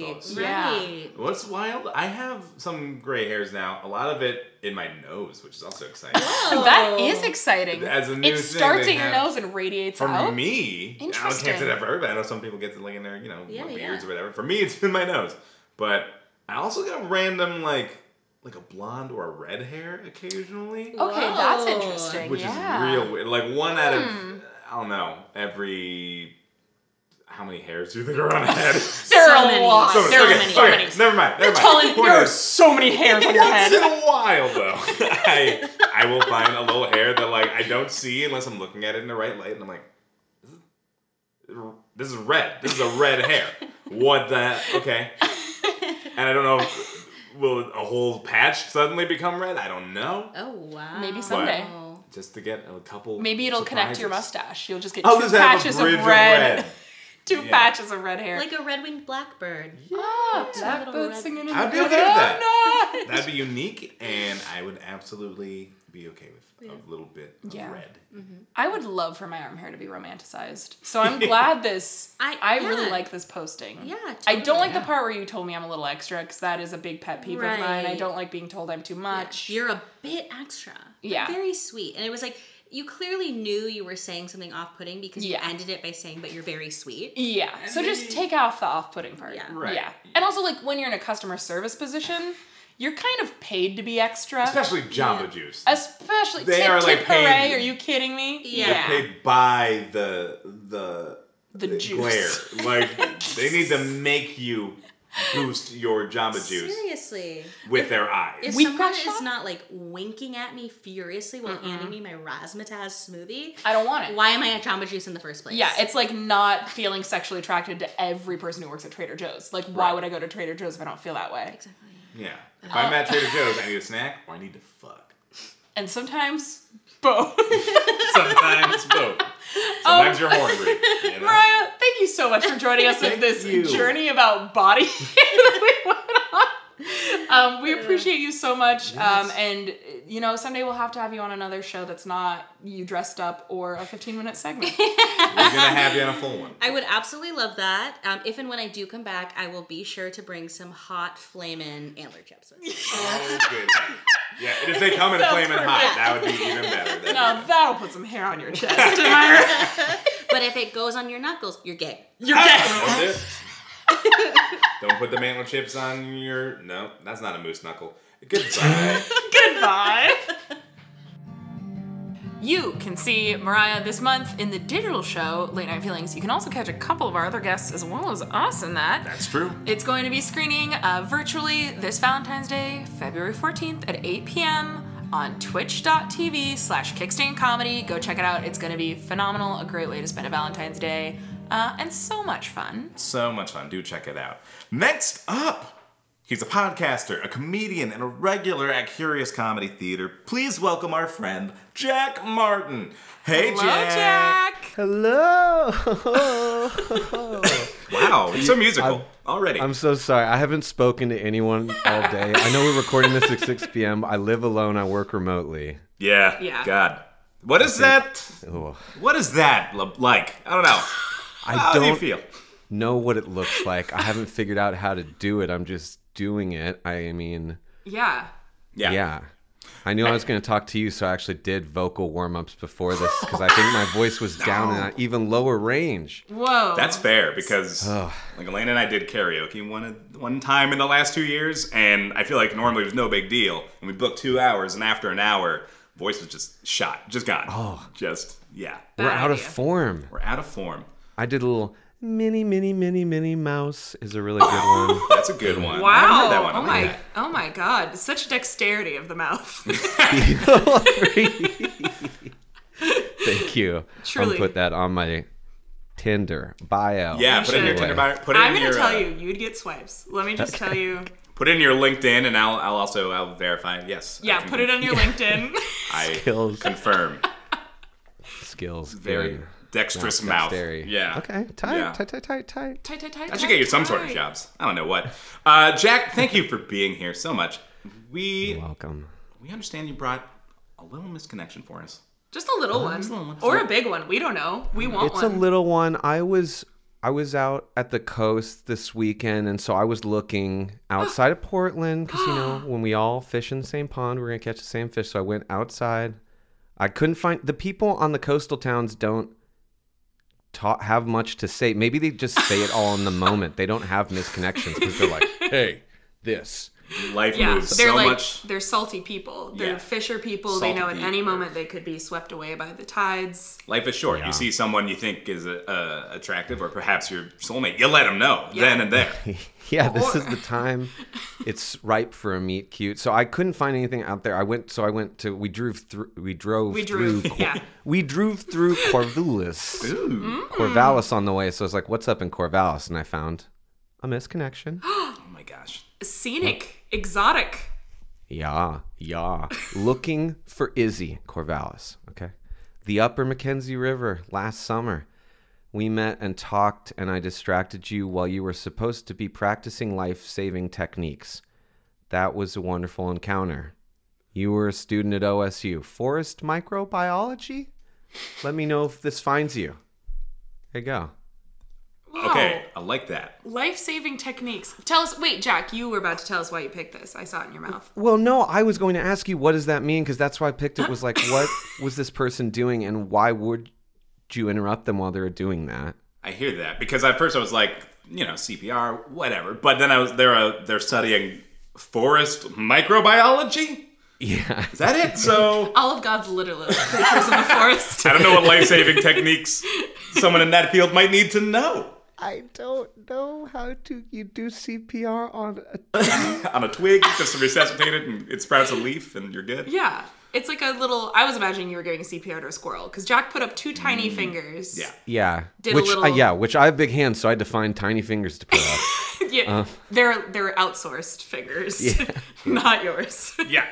fall
Right.
asleep.
Yeah.
Right.
What's wild? I have some gray hairs now. A lot of it in my nose, which is also exciting.
that is exciting.
As a new
it
thing
starts
they
at your
have.
nose and radiates
For
out.
me, I don't
Interesting.
can't say that for everybody. I know some people get to like in their, you know,
Yeah,
beards
yeah.
or whatever. For me, *laughs* it's in my nose. But I also get a random like like a blonde or a red hair occasionally,
okay, that's
Whoa.
interesting.
which
yeah. Hmm.
is real weird. Like one out of I don't know every how many hairs do you think are on a
*laughs*
head?
There
So
are a
many.
lot.
So
there
okay,
are many.
okay, never mind. Never mind.
Colin,
Point
there are
is,
so many hairs
*laughs*
on your
Once
head.
in a while, though, *laughs* I I will find a little hair that like I don't see unless I'm looking at it in the right light, and I'm like, this is red. This is a red hair. What the? Okay. And I don't know. If, will a whole patch suddenly become red? I don't know.
Oh wow.
Maybe someday.
Just to get a couple.
Maybe it'll connect to your
surprises.
mustache. You'll just get
I'll
two
just have
patches
a bridge
of red.
Of red.
*laughs* two
Yeah.
patches of red hair.
Like a red-winged blackbird. Oh,
Ah,
little
blackbird
red-
singing in the Oh,
I'd be
blue
okay with that.
night.
That'd be unique, and I would absolutely be okay with a little bit of
Yeah.
red.
Mm-hmm.
I would love for my arm hair to be romanticized. So
*laughs*
I'm glad this. I,
I-
really
yeah.
like this posting.
Yeah.
I don't like the
Yeah.
part where you told me I'm a little extra because that is a big pet peeve of mine. I
Right.
don't like being told I'm too much.
You're *laughs* a bit extra. but
Yeah.
Very sweet, and it was like you clearly knew you were saying something off-putting because
Yeah.
you ended it by saying, "But you're very sweet."
yeah. So just take off the off putting part.
Yeah.
Right.
Yeah. And also, like, when you're in a customer service position, you're kind of paid to be extra.
Especially Jamba Juice.
Especially
They
tip,
are,
tip
like, paid-
hooray, are you kidding me?
Yeah.
They're paid by the the
the
glare.
juice. *laughs*
Like they need to make you boost your Jamba Juice
Seriously.
with their eyes.
If
We've
someone
got
is
shot?
not like winking at me furiously while handing me my razzmatazz smoothie,
I don't want it.
why am I at Jamba Juice in the first place?
Yeah, it's like not feeling sexually attracted to every person who works at Trader Joe's. Like, why would I go to Trader Joe's if I don't feel that way?
Yeah. If
Oh.
I'm at Trader Joe's, I need a snack or I need to fuck.
And sometimes both.
Sometimes
*laughs*
both.
Oh.
Sometimes you're hungry. You know?
Mariah, thank you so much for joining us in
Thank
this
you.
journey about body *laughs* that we went on. Um, we appreciate you so much. Um, and, you know, someday we'll have to have you on another show that's not you dressed up or a 15 minute segment.
We're gonna have you on a full one.
I would absolutely love that. Um, if and when I do come back, I will be sure to bring some hot flamin' antler chips. with me.
*laughs* Oh, good. Yeah, and if they come in flaming hot, that would be even better. than-
*laughs* now, that'll put some hair on your chest. am I right?
*laughs* but if it goes on your knuckles, you're
*laughs*
gay.
Ah, that's it. Don't put the mantle chips on your. No, that's not a moose knuckle. Goodbye.
Goodbye. You can see Mariah this month in the digital show Late Night Feelings. You can also catch a couple of our other guests as well as us in that.
That's true.
It's going to be screening uh, virtually this Valentine's Day, February 14th at 8 p.m. on twitch.tv slash kickstand comedy. Go check it out. It's going to be phenomenal, a great way to spend a Valentine's Day, uh, and so much fun.
So much fun. Do check it out. Next up, he's a podcaster, a comedian, and a regular at Curious Comedy Theater. Please welcome our friend, Jack Martin. Hey,
Hello, Jack.
*laughs* Hello.
Wow, you're so musical already.
I'm so sorry. I haven't spoken to anyone all day. I know we're recording this at 6 p.m. I live alone. I work remotely.
yeah.
Yeah.
God. What is that?
Ugh.
What is that lo- like? I don't know.
I
How do you
don't
feel?
know what it looks like. I haven't figured out how to do it. I'm just doing it. I mean,
Yeah.
Yeah.
yeah. I knew I was going to talk to you, so I actually did vocal warm ups before this because I think
*gasps*
my voice was down in an even lower range.
Whoa.
That's fair because like Elena and I did karaoke one one time in the last two years, and I feel like normally it was no big deal. And we booked two hours, and after an hour, voice was just shot, just gone. Oh, just yeah,
We're out of form.
we're out of form.
I did a little mini, mini, mini, mini mouse is a really good one.
*laughs* That's a good one. I haven't
Wow!
heard that one.
Oh my! Oh my God! Such dexterity of
*laughs*
the mouth. *laughs*
Thank you.
Truly.
I'll put that on my Tinder bio.
Yeah, put in your
should.
Tinder bio. Put in
I'm gonna
your,
tell
uh,
you, you'd get swipes. Let me just tell
*laughs*
you.
Put in your LinkedIn, and I'll I'll also I'll verify. Yes. I
Yeah,
can-
put it on your
*laughs*
LinkedIn. *laughs*
I
Skills.
confirm.
Skills.
Very
good.
dexterous mouth.
dexterity.
Yeah.
Okay. Tight,
Yeah.
tight, tight, tight, tight.
Tight, tight, tight,
I should
tight,
get you some sort of
tight.
jobs. I don't know what. Uh, Jack, thank you for being here so much. We
Welcome.
we understand you brought a little misconnection for us.
Just a little one,
Uh-huh. little one.
or a big one. We don't know. We want
It's a
one.
little one. I was I was out at the coast this weekend, and so I was
*gasps*
looking outside of Portland because you know when we all fish in the same pond, we're gonna catch the same fish. So I went outside. I couldn't find the people on the coastal towns don't ta have much to say. Maybe they just say it all in the moment. They don't have misconnections because *laughs* they're like, hey, this.
Life
yeah,
moves
they're
so
like
much.
they're salty people. They're
Yeah.
fisher people.
Salty
they know at any
people.
moment they could be swept away by the tides. *gasps*
Life is short. You see someone you think is uh, uh, attractive, or perhaps your soulmate. You let them know then and there.
*laughs* Yeah, this is the time. It's ripe for a meet cute. So I couldn't find anything out there. I went, so I went to. We drove through. We drove.
We drove,
Through, Cor-
yeah.
We drove through Corvallis. Corvallis on the way. So I was like, "What's up in Corvallis?" And I found a misconnection.
Oh my gosh.
Scenic, exotic.
yeah, yeah. Looking for Izzy Corvallis. Okay, the Upper Mackenzie River last summer. We met and talked, and I distracted you while you were supposed to be practicing life saving techniques. That was a wonderful encounter. You were a student at OSU, forest microbiology? Let me know if this finds you. There you go.
Wow.
Okay, I like that.
Life-saving techniques. Tell us. Wait, Jack, you were about to tell us why you picked this. I saw it in your mouth.
Well, no, I was going to ask you, what does that mean? Because that's why I picked it was like,
*gasps*
what was this person doing, and why would you interrupt them while they were doing that?
I hear that because at first I was like, you know, CPR, whatever. But then I was they're uh, they're studying forest microbiology.
Yeah.
Is that it? So
*laughs* All of God's literally
*laughs*
creatures in the forest.
I don't know what life saving techniques someone in that field might need to know.
I don't know how to. You do CPR on a
On a twig, just resuscitate it, and it sprouts a leaf, and you're good.
Yeah. It's like a little. I was imagining you were giving CPR to a squirrel because Jack put up two tiny fingers.
Mm. Yeah.
Yeah.
Did a
which
little-
uh, yeah, which I have big hands, so I had to find tiny fingers to put up.
*laughs*
Uh,
yeah. they're they're outsourced fingers, *laughs* not yours.
*laughs* Yeah.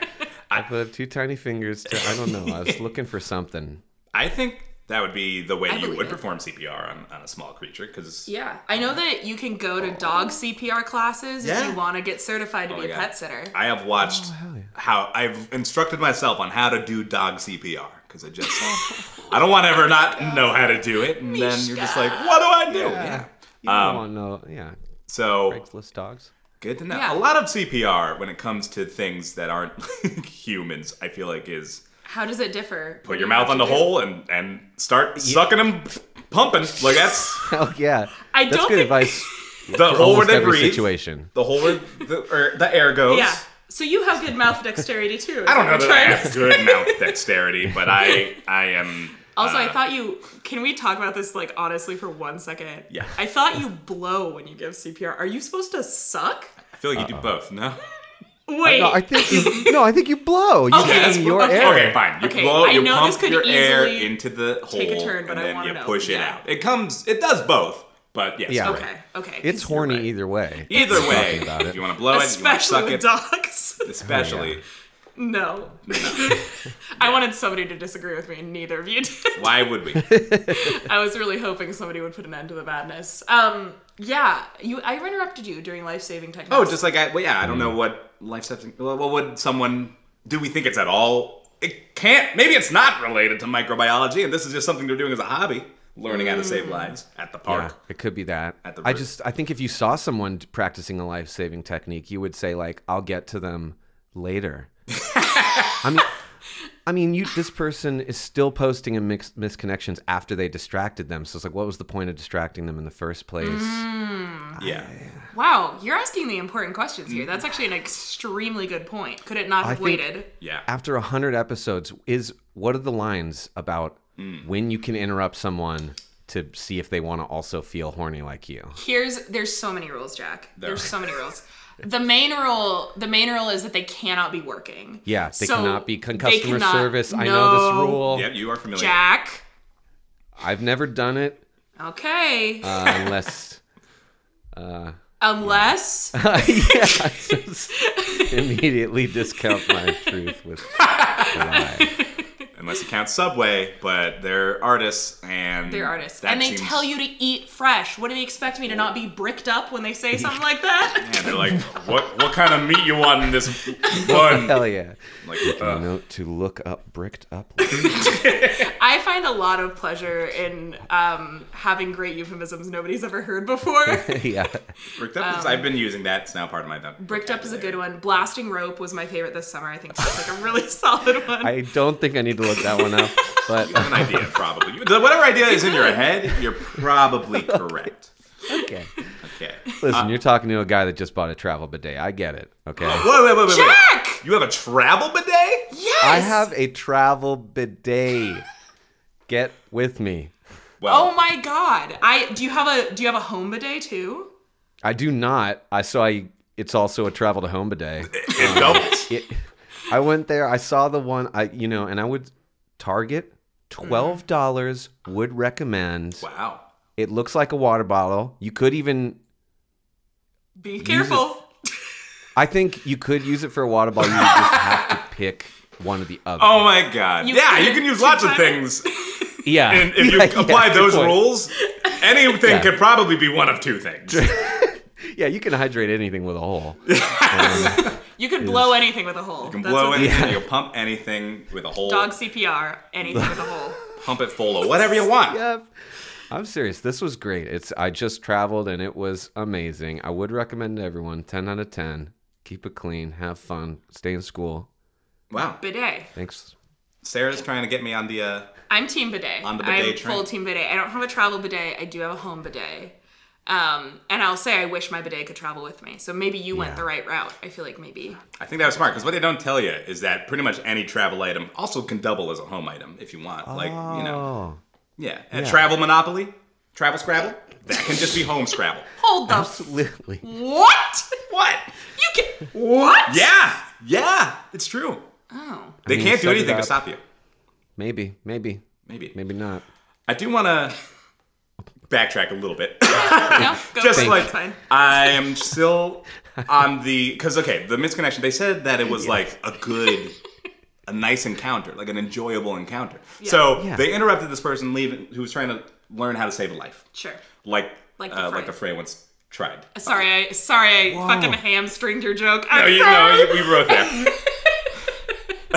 I put up two tiny fingers to I don't know. I
*laughs*
was looking for something.
I think that would be the way you
believe
would
it.
perform CPR on, on a small creature, because
Yeah, I know that you can go to dog CPR classes if
Yeah.
you want to get certified to be
Oh, yeah.
a pet sitter.
I have watched
Oh,
how I've instructed myself on how to do dog CPR because I
*laughs*
just I don't want to ever
Oh,
not know how to do it, and then you're just like, *laughs* what do I do? Yeah. Um,
You don't want no yeah.
So
Craigslist dogs.
good to know.
Yeah.
A lot of CPR when it comes to things that aren't *laughs* humans, I feel like is
How does it differ?
put your mouth on the hole and and start sucking them, pumping like that's
Hell Oh, yeah.
*laughs* I
That's
don't
good
think-
advice
*laughs*
the
for
whole word
almost
they
every
breathe,
situation.
the whole word the, or the air goes.
Yeah. So you have good mouth dexterity too.
I don't know
We're
that I
trying to-
have good mouth dexterity, but
*laughs*
I I am.
Also,
Uh.
I thought you. Can we talk about this like honestly for one second?
Yeah.
I thought you blow when you give CPR. Are you supposed to suck?
I feel like you do both. No.
Wait.
No, I think you no, I think you blow. You
Okay.
give them your
Okay.
air.
Okay, fine. You
Okay,
blow,
I
you
know
pump
this could
your air
easily
into the hole,
take a turn, but
and
I
then
wanna
you
know.
push it
Yeah.
out. It comes, it does both, but yes.
Yeah.
you're
okay.
right.
Okay.
It's horny either way.
Either way,
talking about it.
if you want to blow it, you want to
Especially
suck
with
it,
dogs.
*laughs* especially.
No. *laughs* I wanted somebody to disagree with me, and neither of you did.
Why would we?
*laughs* I was really hoping somebody would put an end to the madness. Um, yeah, you. I interrupted you during life saving techniques.
Oh, just like I. Well, yeah, I don't
Mm.
know what life steps. Well, what would someone? Do we think it's at all? It can't. Maybe it's not related to microbiology, and this is just something they're doing as a hobby, learning how to save
Mm.
lives at the
Yeah,
park.
it could be that.
At the
I
root.
just I think if you saw someone d- practicing a life saving technique, you would say like, "I'll get to them
*laughs*
later." I mean, I mean, you this person is still posting in mix, misconnections after they distracted them. So it's like, what was the point of distracting them in the first place?
Yeah.
Mm. wow, you're asking the important questions here. That's actually an extremely good point. Could it not have
think-
waited?
Yeah.
After a hundred episodes, is what are the lines about
Mm.
when you can interrupt someone to see if they want to also feel horny like you?
Here's there's so many rules, Jack. There's so many rules. The main rule, the main rule is that they cannot be working.
Yeah, they
So
cannot be con-
they
customer
cannot-
service. I know
No.
this rule.
Yeah, you are familiar.
Jack.
I've never done it.
*laughs* Okay.
uh,
*laughs*
unless uh,
Unless
*laughs* yeah, I just immediately discount
*laughs*
my truth with a lie.
Unless you count Subway, but they're artists and
they're artists,
that
and they
seems-
tell you to eat fresh. What do they expect me to not be bricked up when they
*laughs*
say something like that?
And *laughs* they're like, what what kind of meat you want in this
*laughs*
bun?
Hell yeah!
Like,
A
uh,
note to look up bricked up.
*laughs* I find a lot of pleasure in um, having great euphemisms nobody's ever
*laughs*
heard before.
*laughs* yeah,
bricked up. is-
Um,
I've been using that. It's now part of my vocabulary.
Bricked up is a good one. Blasting rope was my favorite this summer. I think that's like a really *laughs* solid one.
I don't think I need to look that one up,
*laughs*
but
An idea, probably. You- Whatever idea is in your head,
*laughs*
you're probably correct.
okay.
Okay.
Listen, you're talking to a guy that just bought a travel bidet. I get it. Okay.
Whoa, Uh, *gasps* wait, wait, wait, wait.
Jack!
You have a travel bidet?
Yes!
I have a travel bidet. Get with me.
Oh my god. I do you have a do you have a home bidet too?
I do not. I so I. It's also a travel to home bidet.
It
*laughs*
doubles.
it, I went there. I saw the one. I you know, and I would Target twelve dollars would recommend.
Wow.
It looks like a water bottle. You could even.
Be careful.
*laughs* I think you could use it for a water bottle. You would just have to pick one or the other.
Oh my god.
You
yeah,
can
you can use lots of
two-timer.
things.
*laughs* yeah.
And if
*laughs*
you
Yeah, yeah,
apply
good
those
point.
rules, anything
Yeah.
could probably be one of two things.
yeah, you can hydrate anything with a
*laughs*
hole.
*laughs* You could blow anything with a hole.
You can
That's
blow
what-
anything, you can pump anything with a whole
Dog CPR, anything with a
*laughs*
hole.
pump it full of whatever you want.
Yep. I'm serious. This was great. It's I just traveled and it was amazing. I would recommend to everyone. Ten out of ten. Keep it clean. Have fun. Stay in school.
Wow.
Bidet.
Thanks.
Sarah's trying to get me on the uh
I'm team bidet.
On the bidet
I'm full
train.
team bidet. I don't have a travel bidet. I do have a home bidet. Um, and I'll say I wish my bidet could travel with me. So maybe you went
Yeah.
the right route. I feel like maybe.
I think that was smart because what they don't tell you is that pretty much any travel item also can double as a home item if you want. Like, you know,
Oh.
yeah. A travel monopoly, travel scrabble, that can just be home scrabble.
Hold the
Absolutely.
what?
What?
You can what?
Oh.
Yeah, yeah, it's true.
Oh.
They
mean,
can't do
set it
anything to
up.
stop you.
Maybe, maybe,
Maybe.
maybe not.
I do want to backtrack a little bit.
No,
*laughs*
go
just
for it.
like
It's fine.
I am still on the because okay, the misconnection. They said that it was like a good, a nice encounter, like an enjoyable encounter. So
Yeah.
they interrupted this person leaving who was trying to learn how to save a life,
Sure.
like
Like the
uh, like
Fray.
the Frey once tried.
Sorry, I sorry I fucking hamstringed your joke. I'm
No, you
sorry.
know we wrote that.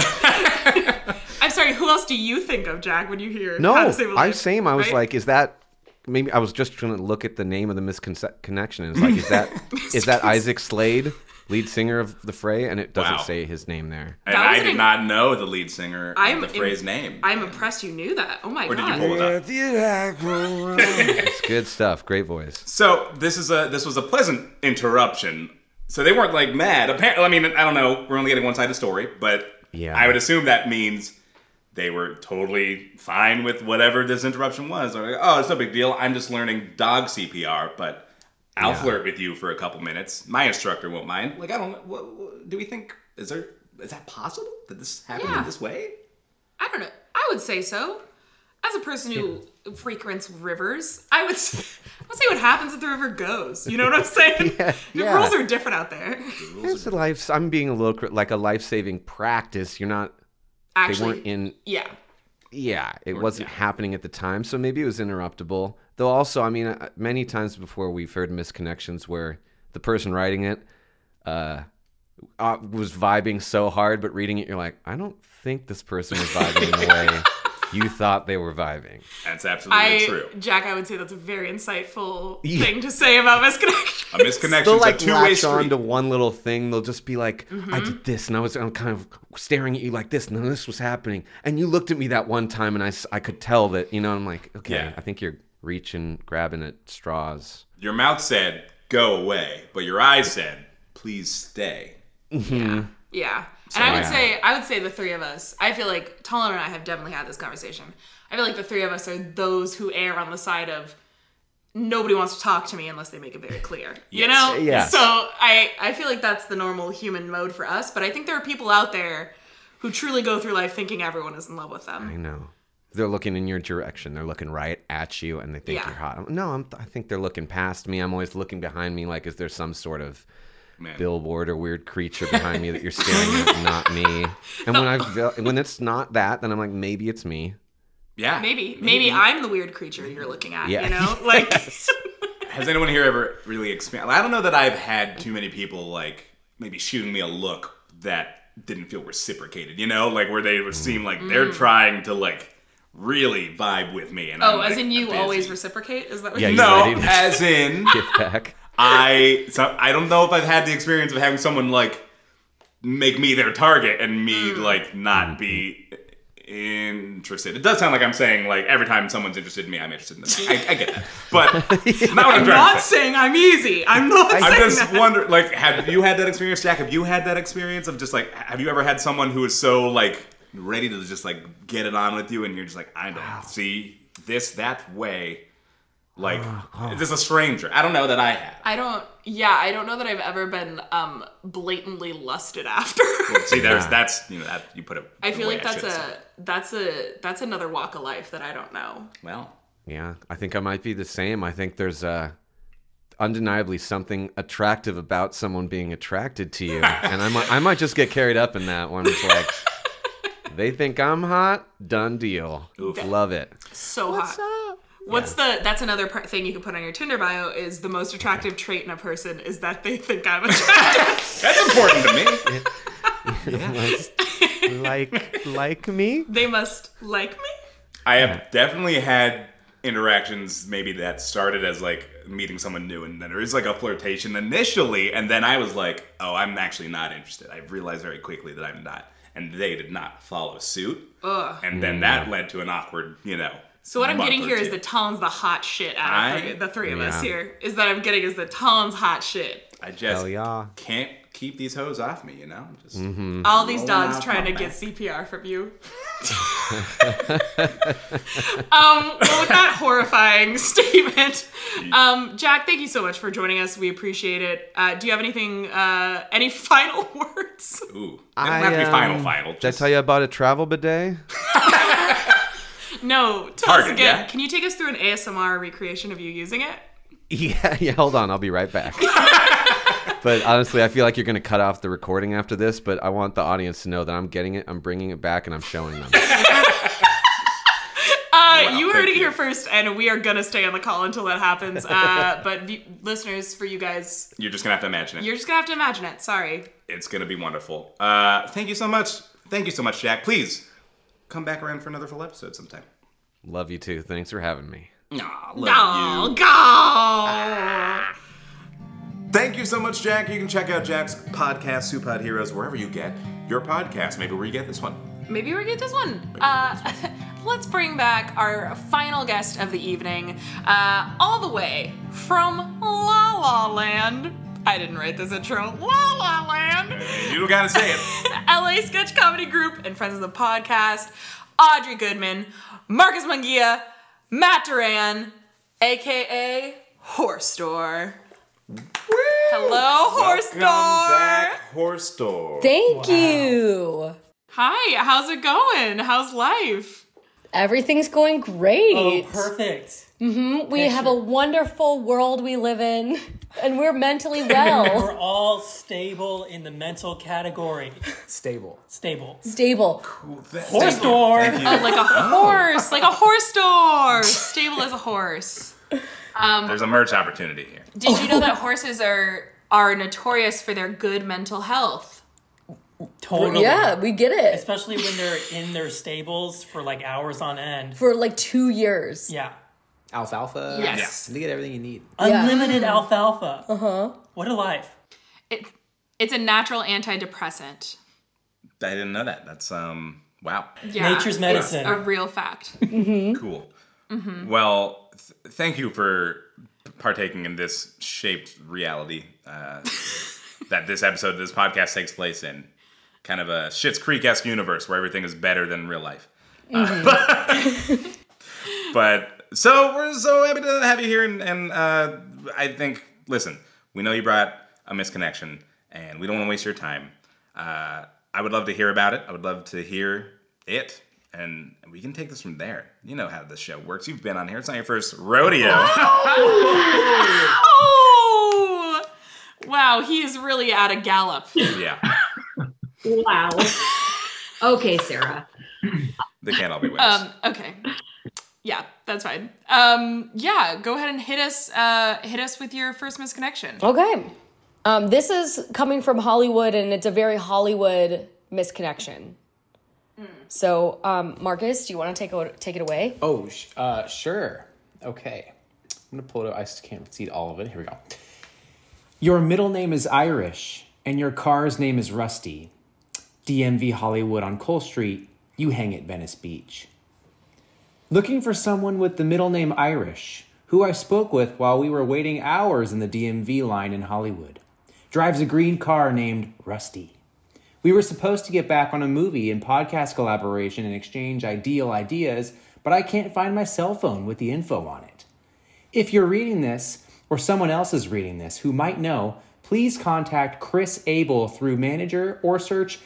*laughs* I'm sorry. Who else do you think of, Jack, when you
*laughs*
hear?
No,
how to save a
I
life,
same. *laughs* I was
right?
like, is that? Maybe I was just gonna look at the name of the misconnection. It's like, is that
*laughs*
is that Isaac Slade, lead singer of the Fray? And it doesn't
Wow.
say his name there.
And
That
I
was an
did
*laughs* in-
not know the lead singer of
I'm
the
im-
Frey's name.
I'm impressed you knew that. Oh my
or did you
god.
pull it up?
It's good stuff. Great voice.
So this is a this was a pleasant interruption. So they weren't like mad. Apparently, I mean, I don't know. We're only getting one side of the story, but
Yeah.
I would assume that means they were totally fine with whatever this interruption was. They're like, oh, it's no big deal. I'm just learning dog CPR, but I'll flirt with you for a couple minutes. My instructor won't mind. Like, I don't. What, what, do we think? Is there? Is that possible? Did this happen
Yeah.
in this way?
I don't know. I would say so. As a person who frequents rivers, I would say, *laughs* I would say what happens if the river goes. You know what I'm saying? the
*laughs* yeah.
rules are different out there.
It's a life. I'm being a little cri- like a life saving practice. You're not. they
Actually,
weren't in.
yeah.
Yeah, it wasn't happening at the time, so maybe it was interruptible. Though also, I mean, uh, many times before we've heard misconnections where the person writing it uh, uh, was vibing so hard, but reading it, you're like, I don't think this person was vibing in the
*laughs*
way you thought they were vibing.
That's
I
absolutely true.
Jack, I would say that's a very insightful
Yeah.
thing to say about misconnection.
*laughs*
A misconnection.
They'll like
a two-way
latch on
street. Mm-hmm.
to one little thing. They'll just be like, I did this, and I was I'm kind of staring at you like this, and then this was happening, and you looked at me that one time, and I, s- I could tell that you know I'm like, okay,
Yeah.
I think you're reaching, grabbing at straws.
Your mouth said, go away, but your eyes said, please stay.
Mm-hmm.
Yeah. And I would say I would say the three of us. I feel like Tolan and I have definitely had this conversation. I feel like the three of us are those who err on the side of nobody wants to talk to me unless they make it very clear. You know?
Yes.
So I I feel like that's the normal human mode for us, but I think there are people out there who truly go through life thinking everyone is in love with them.
I know. They're looking in your direction. They're looking right at you, and they think
Yeah.
you're hot. I'm- No, I'm, I think they're looking past me. I'm always looking behind me, like is there some sort of
Man.
billboard or weird creature behind me that you're staring at,
*laughs*
not me. And when I ve- when it's not that, then I'm like maybe it's me.
Yeah.
Maybe, maybe I'm the weird creature you're looking at,
Yeah.
you know?
*laughs*
Like
Has anyone here ever really experienced? I don't know that I've had too many people like maybe shooting me a look that didn't feel reciprocated, you know? Like where they would seem like they're
Mm.
trying to like really vibe with me. And
Oh,
I'm,
as
like,
in you
busy.
always reciprocate? Is that what
Yeah,
you
you-
No,
ready to-
*laughs* as in
*laughs* Give back.
I so I don't know if I've had the experience of having someone like make me their target and me
Hmm.
like not be
Mm-hmm.
interested. It does sound like I'm saying like every time someone's interested in me, I'm interested in them. I, I get that, but
*laughs*
not what I'm, trying
I'm not
to say.
saying I'm easy.
*laughs*
I'm not saying
I'm just
that.
wonder like, have you had that experience, Jack? Have you had that experience of just like, have you ever had someone who is so like ready to just like get it on with you, and you're just like, I don't see this that way. Like,
Oh,
is this a stranger? I don't know that I have.
I don't. Yeah, I don't know that I've ever been um blatantly lusted after.
See, *laughs* there's that's you know that you put it.
I
the
feel
way
like
I
that's
should have
a that's a that's another walk of life that I don't know.
said. well.
Yeah, I think I might be the same. I think there's uh, undeniably something attractive about someone being attracted to
*laughs*
you, and I might I might just get carried up in that one. It's like they think I'm hot. Done deal. Love it.
So hot. What's the? That's another part, thing you can put on your Tinder bio is the most attractive trait in a person is that they think I'm attractive.
That's important to me.
*laughs*
Like, like me?
they must like me.
I have definitely had interactions maybe that started as like meeting someone new and then there is like a flirtation initially and then I was like, "Oh, I'm actually not interested." I realized very quickly that I'm not. And they did not follow suit. And then that led to an awkward, you know,
So what I'm
month
getting
or
here is
two.
that Talon's the hot shit out
I-
of three, the three of us
Yeah.
here. Is that I'm getting is that Talon's hot shit.
I
Hell
just
yeah. Mm-hmm.
can't keep these hoes off me, you know? Just
All these
Rolling
dogs
off
trying
my
to get CPR from you.
*laughs*
um, well, with that horrifying *laughs* statement, um, Jack, thank you so much for joining us. We appreciate it. Uh, do you have anything, uh, any *laughs* final words?
ooh. It doesn't have to be
I,
final
um,
final.
Did I
Just
tell you about a travel
*laughs*
bidet?
No, tell us
Target,
again.
yeah?
Can you take us through an ASMR recreation of you using it?
Yeah, *laughs* yeah, hold on. I'll be right
*laughs*
back. but honestly, I feel like you're going to cut off the recording after this, but I want the audience to know that I'm getting it, I'm bringing it back, and I'm showing
*laughs*
them.
Uh, you heard it
thank you.
here first, and we are gonna stay on the call until that happens.
*laughs*
Uh, but v- listeners, for you guys,
you're just gonna have to imagine it.
you're just gonna have to imagine it. Sorry.
It's gonna be wonderful. Uh thank you so much. Thank you so much, Jack. Please come back around for another full episode sometime.
Love you too. Thanks for having me.
Aw, love
Oh, go.
Thank you so much, Jack. You can check out Jack's podcast, Supod Heroes, wherever you get your podcast. Maybe where you get this one.
Maybe we'll get this one.
*laughs*
Uh, let's bring back our final guest of the evening, uh, all the way from La La Land. I didn't write this intro. La La Land.
You don't gotta say it.
*laughs* LA Sketch Comedy Group and friends of the podcast, Audrey Goodman, Marcus Mungia, Matt Duran, aka Horse Store. Hello, Horse
Welcome
Store.
back, Horse Store.
Thank you.
Hi, how's it going? How's life?
Everything's going great.
Oh,
Mm-hmm.
perfect.
we have a wonderful world we live in, *laughs* and we're mentally well.
*laughs* We're all stable in the mental category.
Stable.
Stable.
Stable.
Horse door.
Oh, like a horse, like a horse store. Stable as a horse. Um,
There's a merch opportunity here.
Did you
*laughs*
know that horses are are notorious for their good mental health?
Totally.
Yeah, we get it.
Especially when they're in their stables for like hours on end.
For like two years.
Yeah.
Alfalfa.
Yes.
You get everything you need.
Unlimited alfalfa. Uh
Uh-huh.
huh. What a life. *laughs*
It, it's a natural antidepressant.
I didn't know that. That's um wow.
Yeah,
Nature's
it's
medicine. Mm-hmm.
a
*laughs*
real fact. Mm-hmm.
Cool. Well, th- thank you for partaking in this shaped reality uh, that this episode of this podcast takes place in. Kind of a Schitt's Creek esque universe where everything is better than real life. Uh, but, so we're so happy to have you here, and, and uh, I think, listen, we know you brought a misconnection, and we don't want to waste your time. Uh, I would love to hear about it. I would love to hear it. And we can take this from there. You know how this show works. You've been on here. It's not your first rodeo.
Oh! Wow, he is really at a gallop.
yeah.
*laughs*
Wow. okay, Sarah.
They can't all be winners.
Um, okay. Yeah, that's fine. Um, yeah, go ahead and hit us uh, hit us with your first misconnection.
Okay. Um, this is coming from Hollywood, and it's a very Hollywood misconnection.
Mm.
So, um, Marcus, do you want to take, o- take it away?
Oh, sh- uh, sure. Okay. I'm going to pull it up. I just can't see all of it. Here we go. Your middle name is Irish, and your car's name is Rusty. DMV Hollywood on Cole Street. You hang at Venice Beach. Looking for someone with the middle name Irish, who I spoke with while we were waiting hours in the DMV line in Hollywood. Drives a green car named Rusty. We were supposed to get back on a movie and podcast collaboration and exchange ideal ideas, but I can't find my cell phone with the info on it. If you're reading this, or someone else is reading this who might know, please contact Chris Abel through manager or search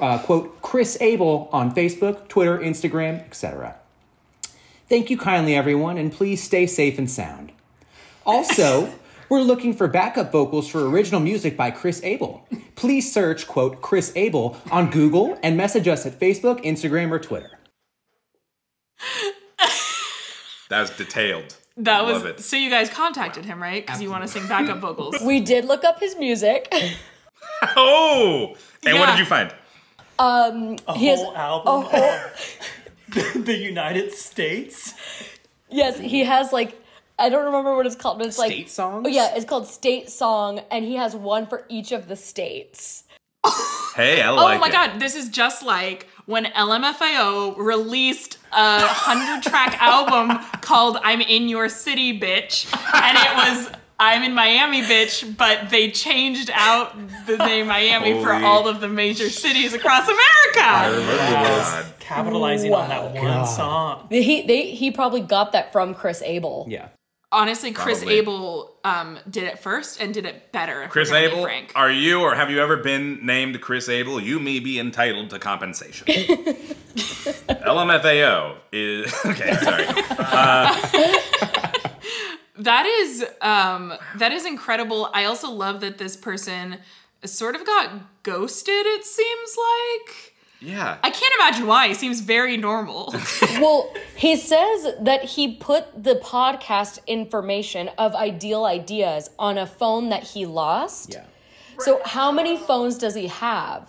uh, quote Chris Abel on Facebook, Twitter, Instagram, etc. Thank you kindly, everyone, and please stay safe and sound. Also, we're looking for backup vocals for original music by Chris Abel. Please search, quote, Chris Abel on Google and message us at Facebook, Instagram, or Twitter.
that was detailed.
That
Love
was
it.
so you guys contacted him, right? Because you want to sing backup vocals.
We did look up his music. *laughs*
Oh! And what
Yeah.
did you find?
Um,
A
he has
whole album
a whole-
of the United States.
Yes, he has like I don't remember what it's called, but it's like
State songs?
Oh yeah, it's called state song, and he has one for each of the states.
Hey, I
oh my god, this is just like when LMFAO released a hundred track
*laughs*
album called I'm in Your City, Bitch. And it was I'm in Miami, bitch, but they changed out the name Miami for
Holy
all of the major cities across America.
Capitalizing on that one
God.
song.
He they he probably got that from Chris Abel.
Yeah.
Honestly, Chris
Probably.
Abel um, *laughs* did it first and did it better. if
Chris
we're gonna be
Abel,
frank.
are you or have you ever been named Chris Abel? You may be entitled to
*laughs*
compensation. LMFAO is *laughs* okay. Sorry. Uh,
*laughs* That is um that is incredible. I also love that this person sort of got ghosted, it seems like.
yeah.
I can't imagine why. He seems very normal.
well, he says that he put the podcast information of ideal ideas on a phone that he lost. Yeah. So how many phones does he have?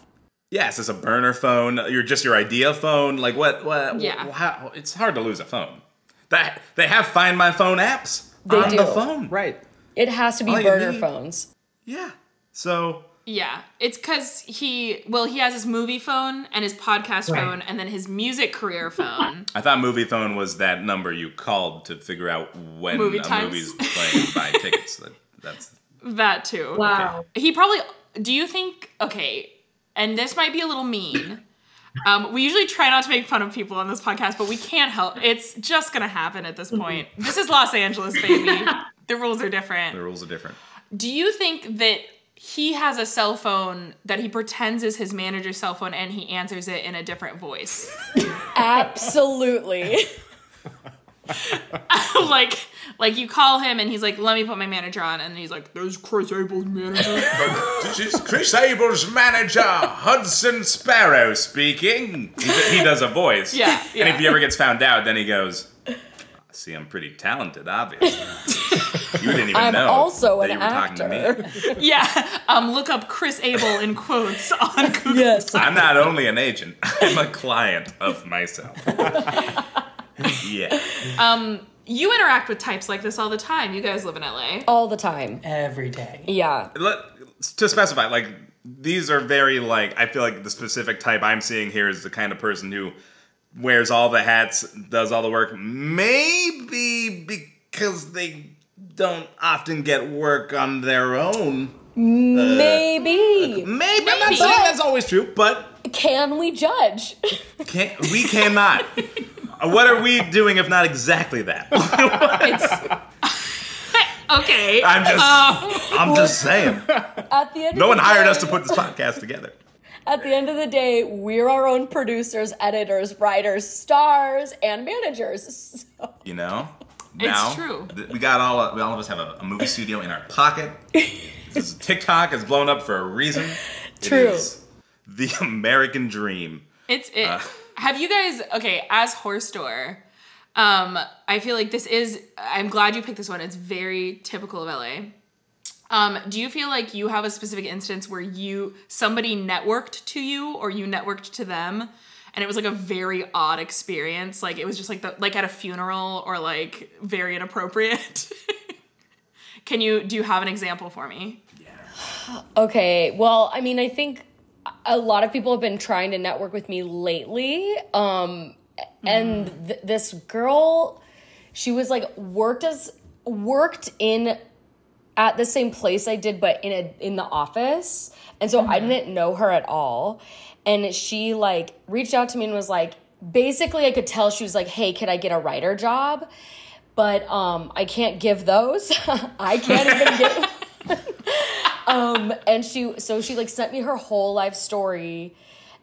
Yes, it's a burner phone. You're just your idea phone. Like what? What?
Yeah.
wh- how, it's hard to lose a phone. That they have Find My Phone apps
They
on the
do.
phone.
Right.
It has to be
All you
burner
need-
phones.
*laughs* Yeah. So
yeah. It's cause he well, he has his movie phone and his podcast
Right.
phone and then his music career phone.
I thought movie phone was that number you called to figure out when
Movie
a
times.
movie's playing and buy tickets. That, that's
that too.
Wow.
He probably do you think okay, and this might be a little mean. *laughs* Um, we usually try not to make fun of people on this podcast, but we can't help. It's just gonna happen at this point. This is Los Angeles, baby. the rules are different.
the rules are different.
Do you think that he has a cell phone that he pretends is his manager's cell phone and he answers it in a different voice?
Absolutely.
*laughs* like like you call him and he's like, "Let me put my manager on." And he's like, "There's Chris Abel's manager."
This is Chris Abel's manager, Hudson Sparrow, speaking. He, d- he does a voice.
Yeah,
And
yeah.
if he ever gets found out, then he goes, "I "See, I'm pretty talented, obviously. you didn't even
I'm
know
also
that
an
you were talking *laughs* to me.
yeah. Um look up Chris Abel in quotes on Google.
Yes.
I'm not only an agent; *laughs* I'm a client of myself. yeah.
Um, you interact with types like this all the time. You guys live in LA.
All the time.
Every day.
Yeah.
Let, to specify, like these are very like I feel like the specific type I'm seeing here is the kind of person who wears all the hats, does all the work, maybe because they don't often get work on their own. Maybe.
Maybe.
I'm not saying that's always true, but
Can we judge?
can we cannot. *laughs* what are we doing if not exactly that?
Okay. Um,
I'm just, I'm just saying.
At the end
No
of
one
the
hired
day,
us to put this podcast together.
At the end of the day, we're our own producers, editors, writers, stars, and managers. So-
You know,
It's true.
th- we got all we all of us have a, a movie studio in our
*laughs*
pocket. this is- TikTok is blown up for a reason. It
True.
is the American dream.
It's it.
Uh.
Have you guys okay, as horse door, um, I feel like this is I'm glad you picked this one. It's very typical of LA. Um, do you feel like you have a specific instance where you somebody networked to you or you networked to them and it was like a very odd experience? Like it was just like the like at a funeral or like very inappropriate. *laughs* Can you do you have an example for me?
Okay, well, I mean, I think a lot of people have been trying to network with me lately. Um, and th- this girl, she was like worked as worked in at the same place I did, but in a in the office, and so I didn't know her at all. And she like reached out to me and was like, basically, I could tell she was like, "Hey, can I get a writer job?" But um, I can't give those. *laughs* I can't even give um and she so she like sent me her whole life story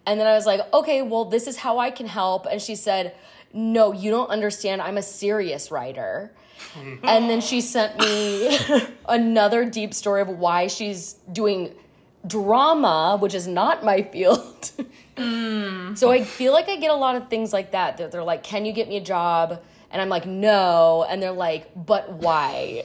and then i was like okay well this is how i can help and she said no you don't understand i'm a serious writer and then she sent me *laughs* another deep story of why she's doing drama which is not my field *laughs* so i feel like i get a lot of things like that they're, they're like can you get me a job and i'm like no and they're like but why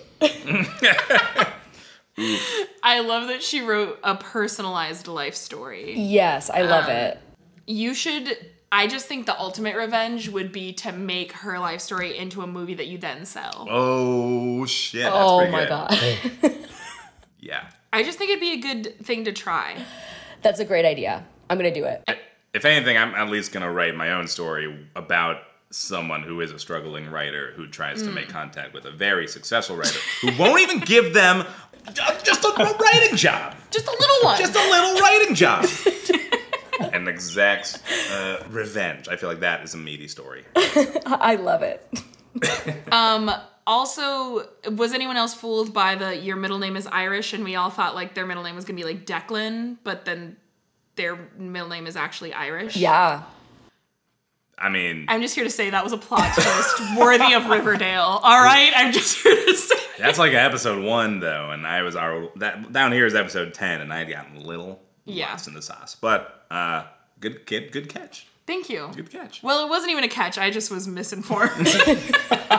I love that she wrote a personalized life story.
yes i love
Um,
it
You should. I just think the ultimate revenge would be to make her life story into a movie that you then sell.
Oh shit! That's
Oh
pretty
my
good.
*laughs* God.
yeah.
I just think it'd be a good thing to try.
That's a great idea. I'm gonna do it.
If anything, I'm at least going to write my own story about someone who is a struggling writer who tries to
Mm.
make contact with a very successful writer who won't even give them just a writing job.
Just a little
*laughs*
one.
Just a little writing job. and exacts uh, revenge. I feel like that is a meaty story.
I love it.
Um. Also, was anyone else fooled by the your middle name is Irish and we all thought like their middle name was gonna be like Declan, but then their middle name is actually Irish?
Yeah.
I mean,
I'm just here to say that was a plot twist worthy of Riverdale. All right, I'm just here to say.
that's like episode one though, and I was our that down here is episode ten, and I had gotten a little
Yeah.
lost in the sauce. But uh, good kid, good catch.
Thank you. Good
catch.
Well, it wasn't even a catch. I just
*laughs*
was misinformed. *laughs*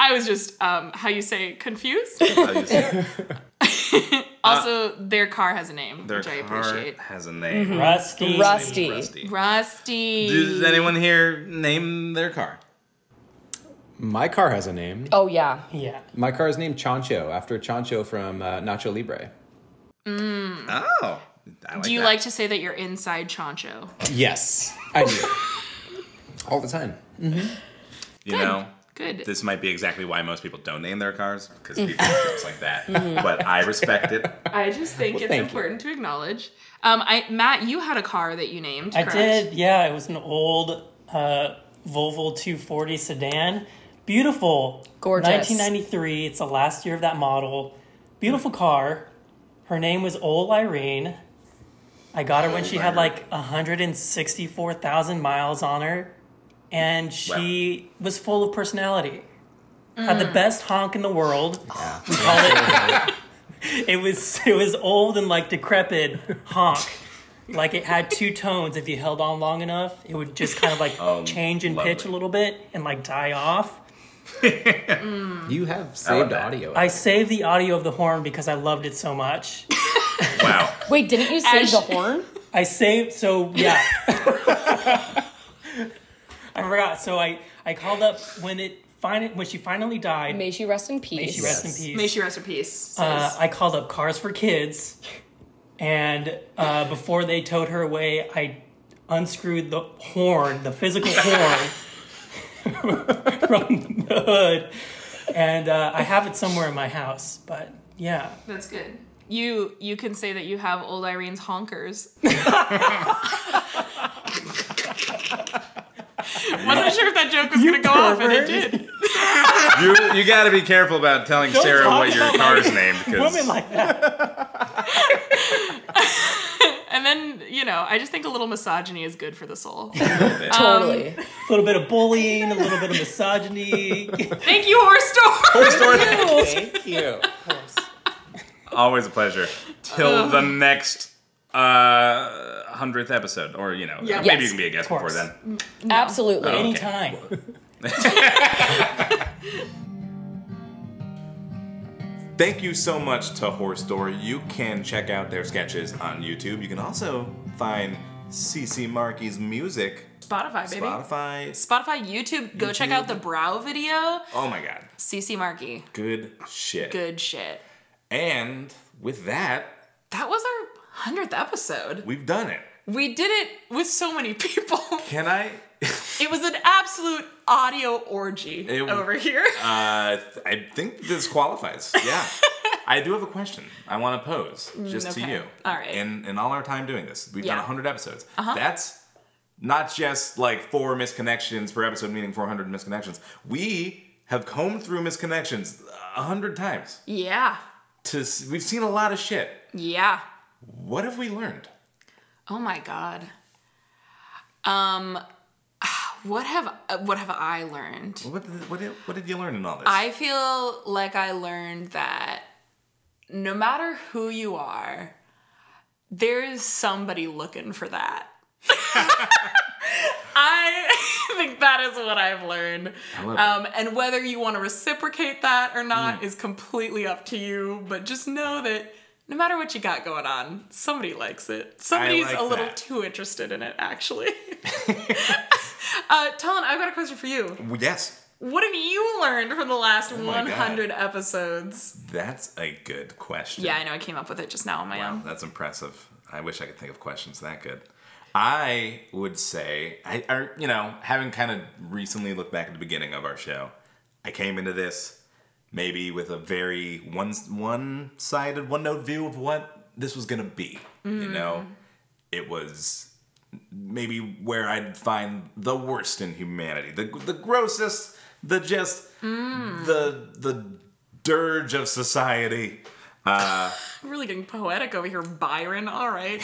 I was just um, how you say confused. *laughs* also, their car has a name,
Their
which I
car
appreciate.
has a name.
Mhm.
Rusty.
Rusty.
Rusty.
Rusty.
Does anyone here name their car?
My car has a name.
Oh yeah.
Yeah.
My car is named Chancho after Chancho from uh, Nacho Libre.
Mm.
Oh.
Do you like to say that you're inside Chancho?
Yes, I do. All the time.
You know,
Good.
this might be exactly why most people don't name their cars because
Mm.
people are just like
*laughs*
that.
Mhm.
But I respect it.
I just think
Well,
it's
thank you.
important to acknowledge. Um, I Matt, you had a car that you named.
I
correct?
did. Yeah, it was an old uh, Volvo 240 sedan. Beautiful.
Gorgeous.
1993. It's the last year of that model. Beautiful car. Her name was Old Irene. I got her when
Old
she had
Irene.
like 164,000 miles on her, and she was full of personality. Had the
Mm.
best honk in the world. We call it. *laughs* it was it was old and like decrepit honk. Like it had two tones. If you held on long enough, it would just kind of like change in pitch a little bit and like die off.
*laughs* You have saved
that.
audio.
I saved the audio of the horn because I loved it so much.
Wow.
Wait, didn't you save
Ash-
the horn?
I saved so yeah. I forgot. So I I called up when it fin- when she finally died.
May she rest in peace.
May she rest in peace.
May she rest in peace.
Uh,
says-
I called up Cars for Kids, and uh, before they towed her away, I unscrewed the horn, the physical horn, *laughs* from the hood, and uh, I have it somewhere in my house. But yeah,
That's good. You you can say that you have old Irene's
*laughs*
honkers. Wasn't sure if that joke was gonna go off, and it did.
You you got to be careful about telling
Don't
Sarah
talk
what your
about
car's
my-
named because
women like that.
*laughs* And then you know, I just think a little misogyny is good for
*laughs*
the soul. Um,
Totally. *laughs* a little bit of bullying, a little bit of misogyny.
Thank you, horse store.
Horse *laughs* store.
Thank
you.
always a pleasure. Till the next uh hundredth episode, or you know,
Yeah.
maybe you
Yes,
can be a guest
of
before then.
Mm,
Mm,
Oh,
Absolutely.
okay.
Anytime.
*laughs*
Thank you so much to Horse Door. You can check out their sketches on YouTube. You can also find CC Markey's music.
Spotify, baby.
Spotify.
Spotify, YouTube. Go check
YouTube.
out the brow video.
Oh my god.
CC Markey.
Good shit.
Good shit.
And with that,
That was our hundredth episode.
we've done
*laughs*
it.
We did it with so many people. *laughs*
Can I?
It was an absolute audio orgy
It-
over here.
Uh, th- I think this qualifies.
*laughs*
Yeah. I do have a question I want to pose uh, just
Mm,
to
okay.
you.
All right.
In, in all our time doing this, we've
Yeah.
done 100 episodes.
Uh-huh.
That's not just like four misconnections per episode, meaning 400 misconnections. We have combed through misconnections a 100 times.
Yeah.
To s- We've seen a lot of shit.
Yeah.
What have we learned?
Oh my god. Um *sighs* what have what have I learned?
What did, what, did, what did you learn in all this?
I feel like I learned that no matter who you are, there's somebody looking for that. *laughs* I think that is what I've learned.
I love it. Mm.
Um, and whether you want to reciprocate that or not is completely up to you. But just know that no matter what you got going on, somebody likes it. Somebody's
like
a little
that.
too interested in it, actually.
*laughs*
*laughs* uh, Talon, I've got a question for you.
yes.
What have you learned from the last
Oh my God.
100 episodes?
That's a good question.
Yeah, I know I came up with it just now on my own.
That's impressive. I wish I could think of questions that good. I would say, I, I you know, having kind of recently looked back at the beginning of our show, I came into this maybe with a very one one sided, one note view of what this was gonna be. You
Mm.
know, it was maybe where I'd find the worst in humanity, the the grossest, the just the the dirge of society. Uh,
really getting poetic over here, Byron. All
*laughs*
right.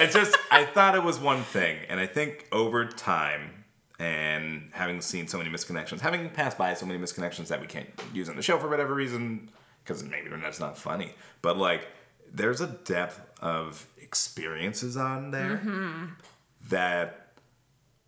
it's just I thought it was one thing, and I think over time and having seen so many misconnections, having passed by so many misconnections that we can't use on the show for whatever reason, because maybe that's not funny. But like, there's a depth of experiences on there
Mm-hmm.
that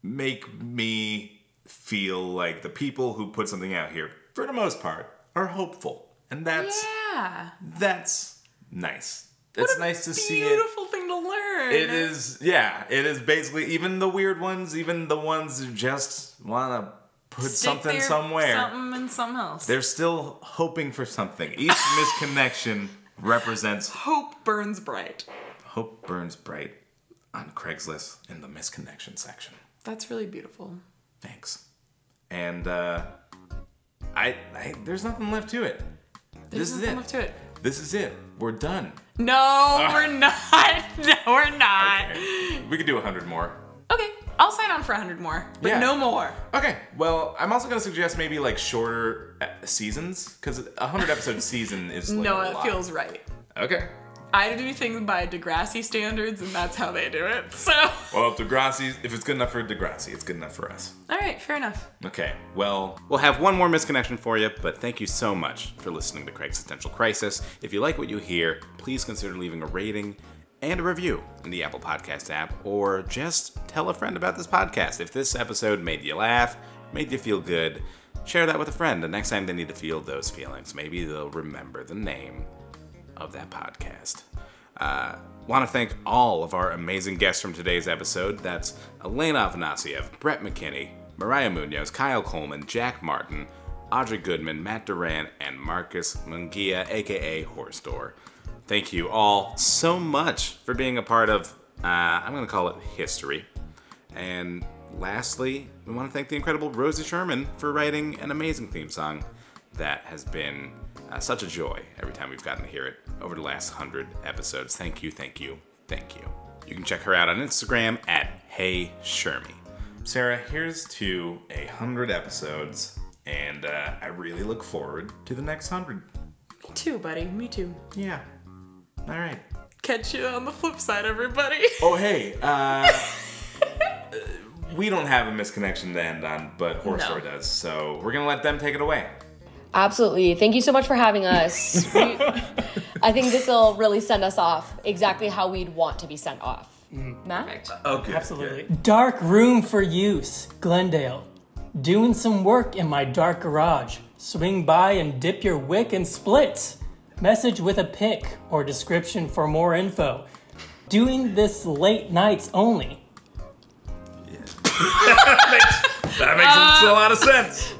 make me feel like the people who put something out here, for the most part, are hopeful, and that's
Yeah.
that's nice. it's nice to see it.
Beautiful thing to learn.
It is, yeah. It is basically even the weird ones, even the ones who just want to put
Stick
something
there,
somewhere.
Something and something else.
They're still hoping for something.
*laughs*
Each misconnection represents
Hope burns bright.
hope burns bright on Craigslist in the misconnection section.
That's really beautiful.
Thanks. And uh, I, I, there's nothing left to it.
There's
this is
nothing
it. Ah.
left to it.
This is it. We're done.
No, we're not. *laughs* No, we're not.
We could do a hundred more.
Okay, I'll sign on for 100 more, but
Yeah.
no more.
Okay. Well, I'm also gonna suggest maybe like shorter uh, seasons because a hundred episode season is like
no,
a
it
lot.
feels right.
okay.
I do things by Degrassi standards, and that's how they do it. So, *laughs* all
Well, if Degrassi, if it's good enough for Degrassi, it's good enough for us.
right, fair enough.
Okay. Well, we'll have one more misconnection for you, but thank you so much for listening to Craig's Essential Crisis. If you like what you hear, please consider leaving a rating and a review in the Apple Podcast app, or just tell a friend about this podcast. If this episode made you laugh, made you feel good, share that with a friend. The next time they need to feel those feelings, maybe they'll remember the name of that podcast. Uh, Want to thank all of our amazing guests from today's episode. That's Elena Afanasiev, Brett McKinney, Mariah Munoz, Kyle Coleman, Jack Martin, Audrey Goodman, Matt Duran, and Marcus Mungia, aka Horse Door. Thank you all so much for being a part of, uh, I'm going to call it history. And lastly, we want to thank the incredible Rosie Sherman for writing an amazing theme song that has been uh, such a joy every time we've gotten to hear it over the last 100 episodes. Thank you, thank you, thank you. You can check her out on Instagram at Hey Shermie. Sarah, here's to a 100 episodes, and uh, I really look forward to the next 100.
Me too, buddy. Me too.
Yeah. All right.
Catch you on the flip side, everybody.
Oh, hey, uh, uh, we don't have a misconnection to end on, but Horror
No.
Store does, so we're gonna let them take it away.
Absolutely. Thank you so much for having us. We- I think this will really send us off exactly how we'd want to be sent off. Matt?
Okay.
Absolutely. Dark room for use, Glendale. Doing some work in my dark garage. Swing by and dip your wick and split. Message with a pic or description for more info. Doing this late nights only.
*laughs* that makes a lot of sense.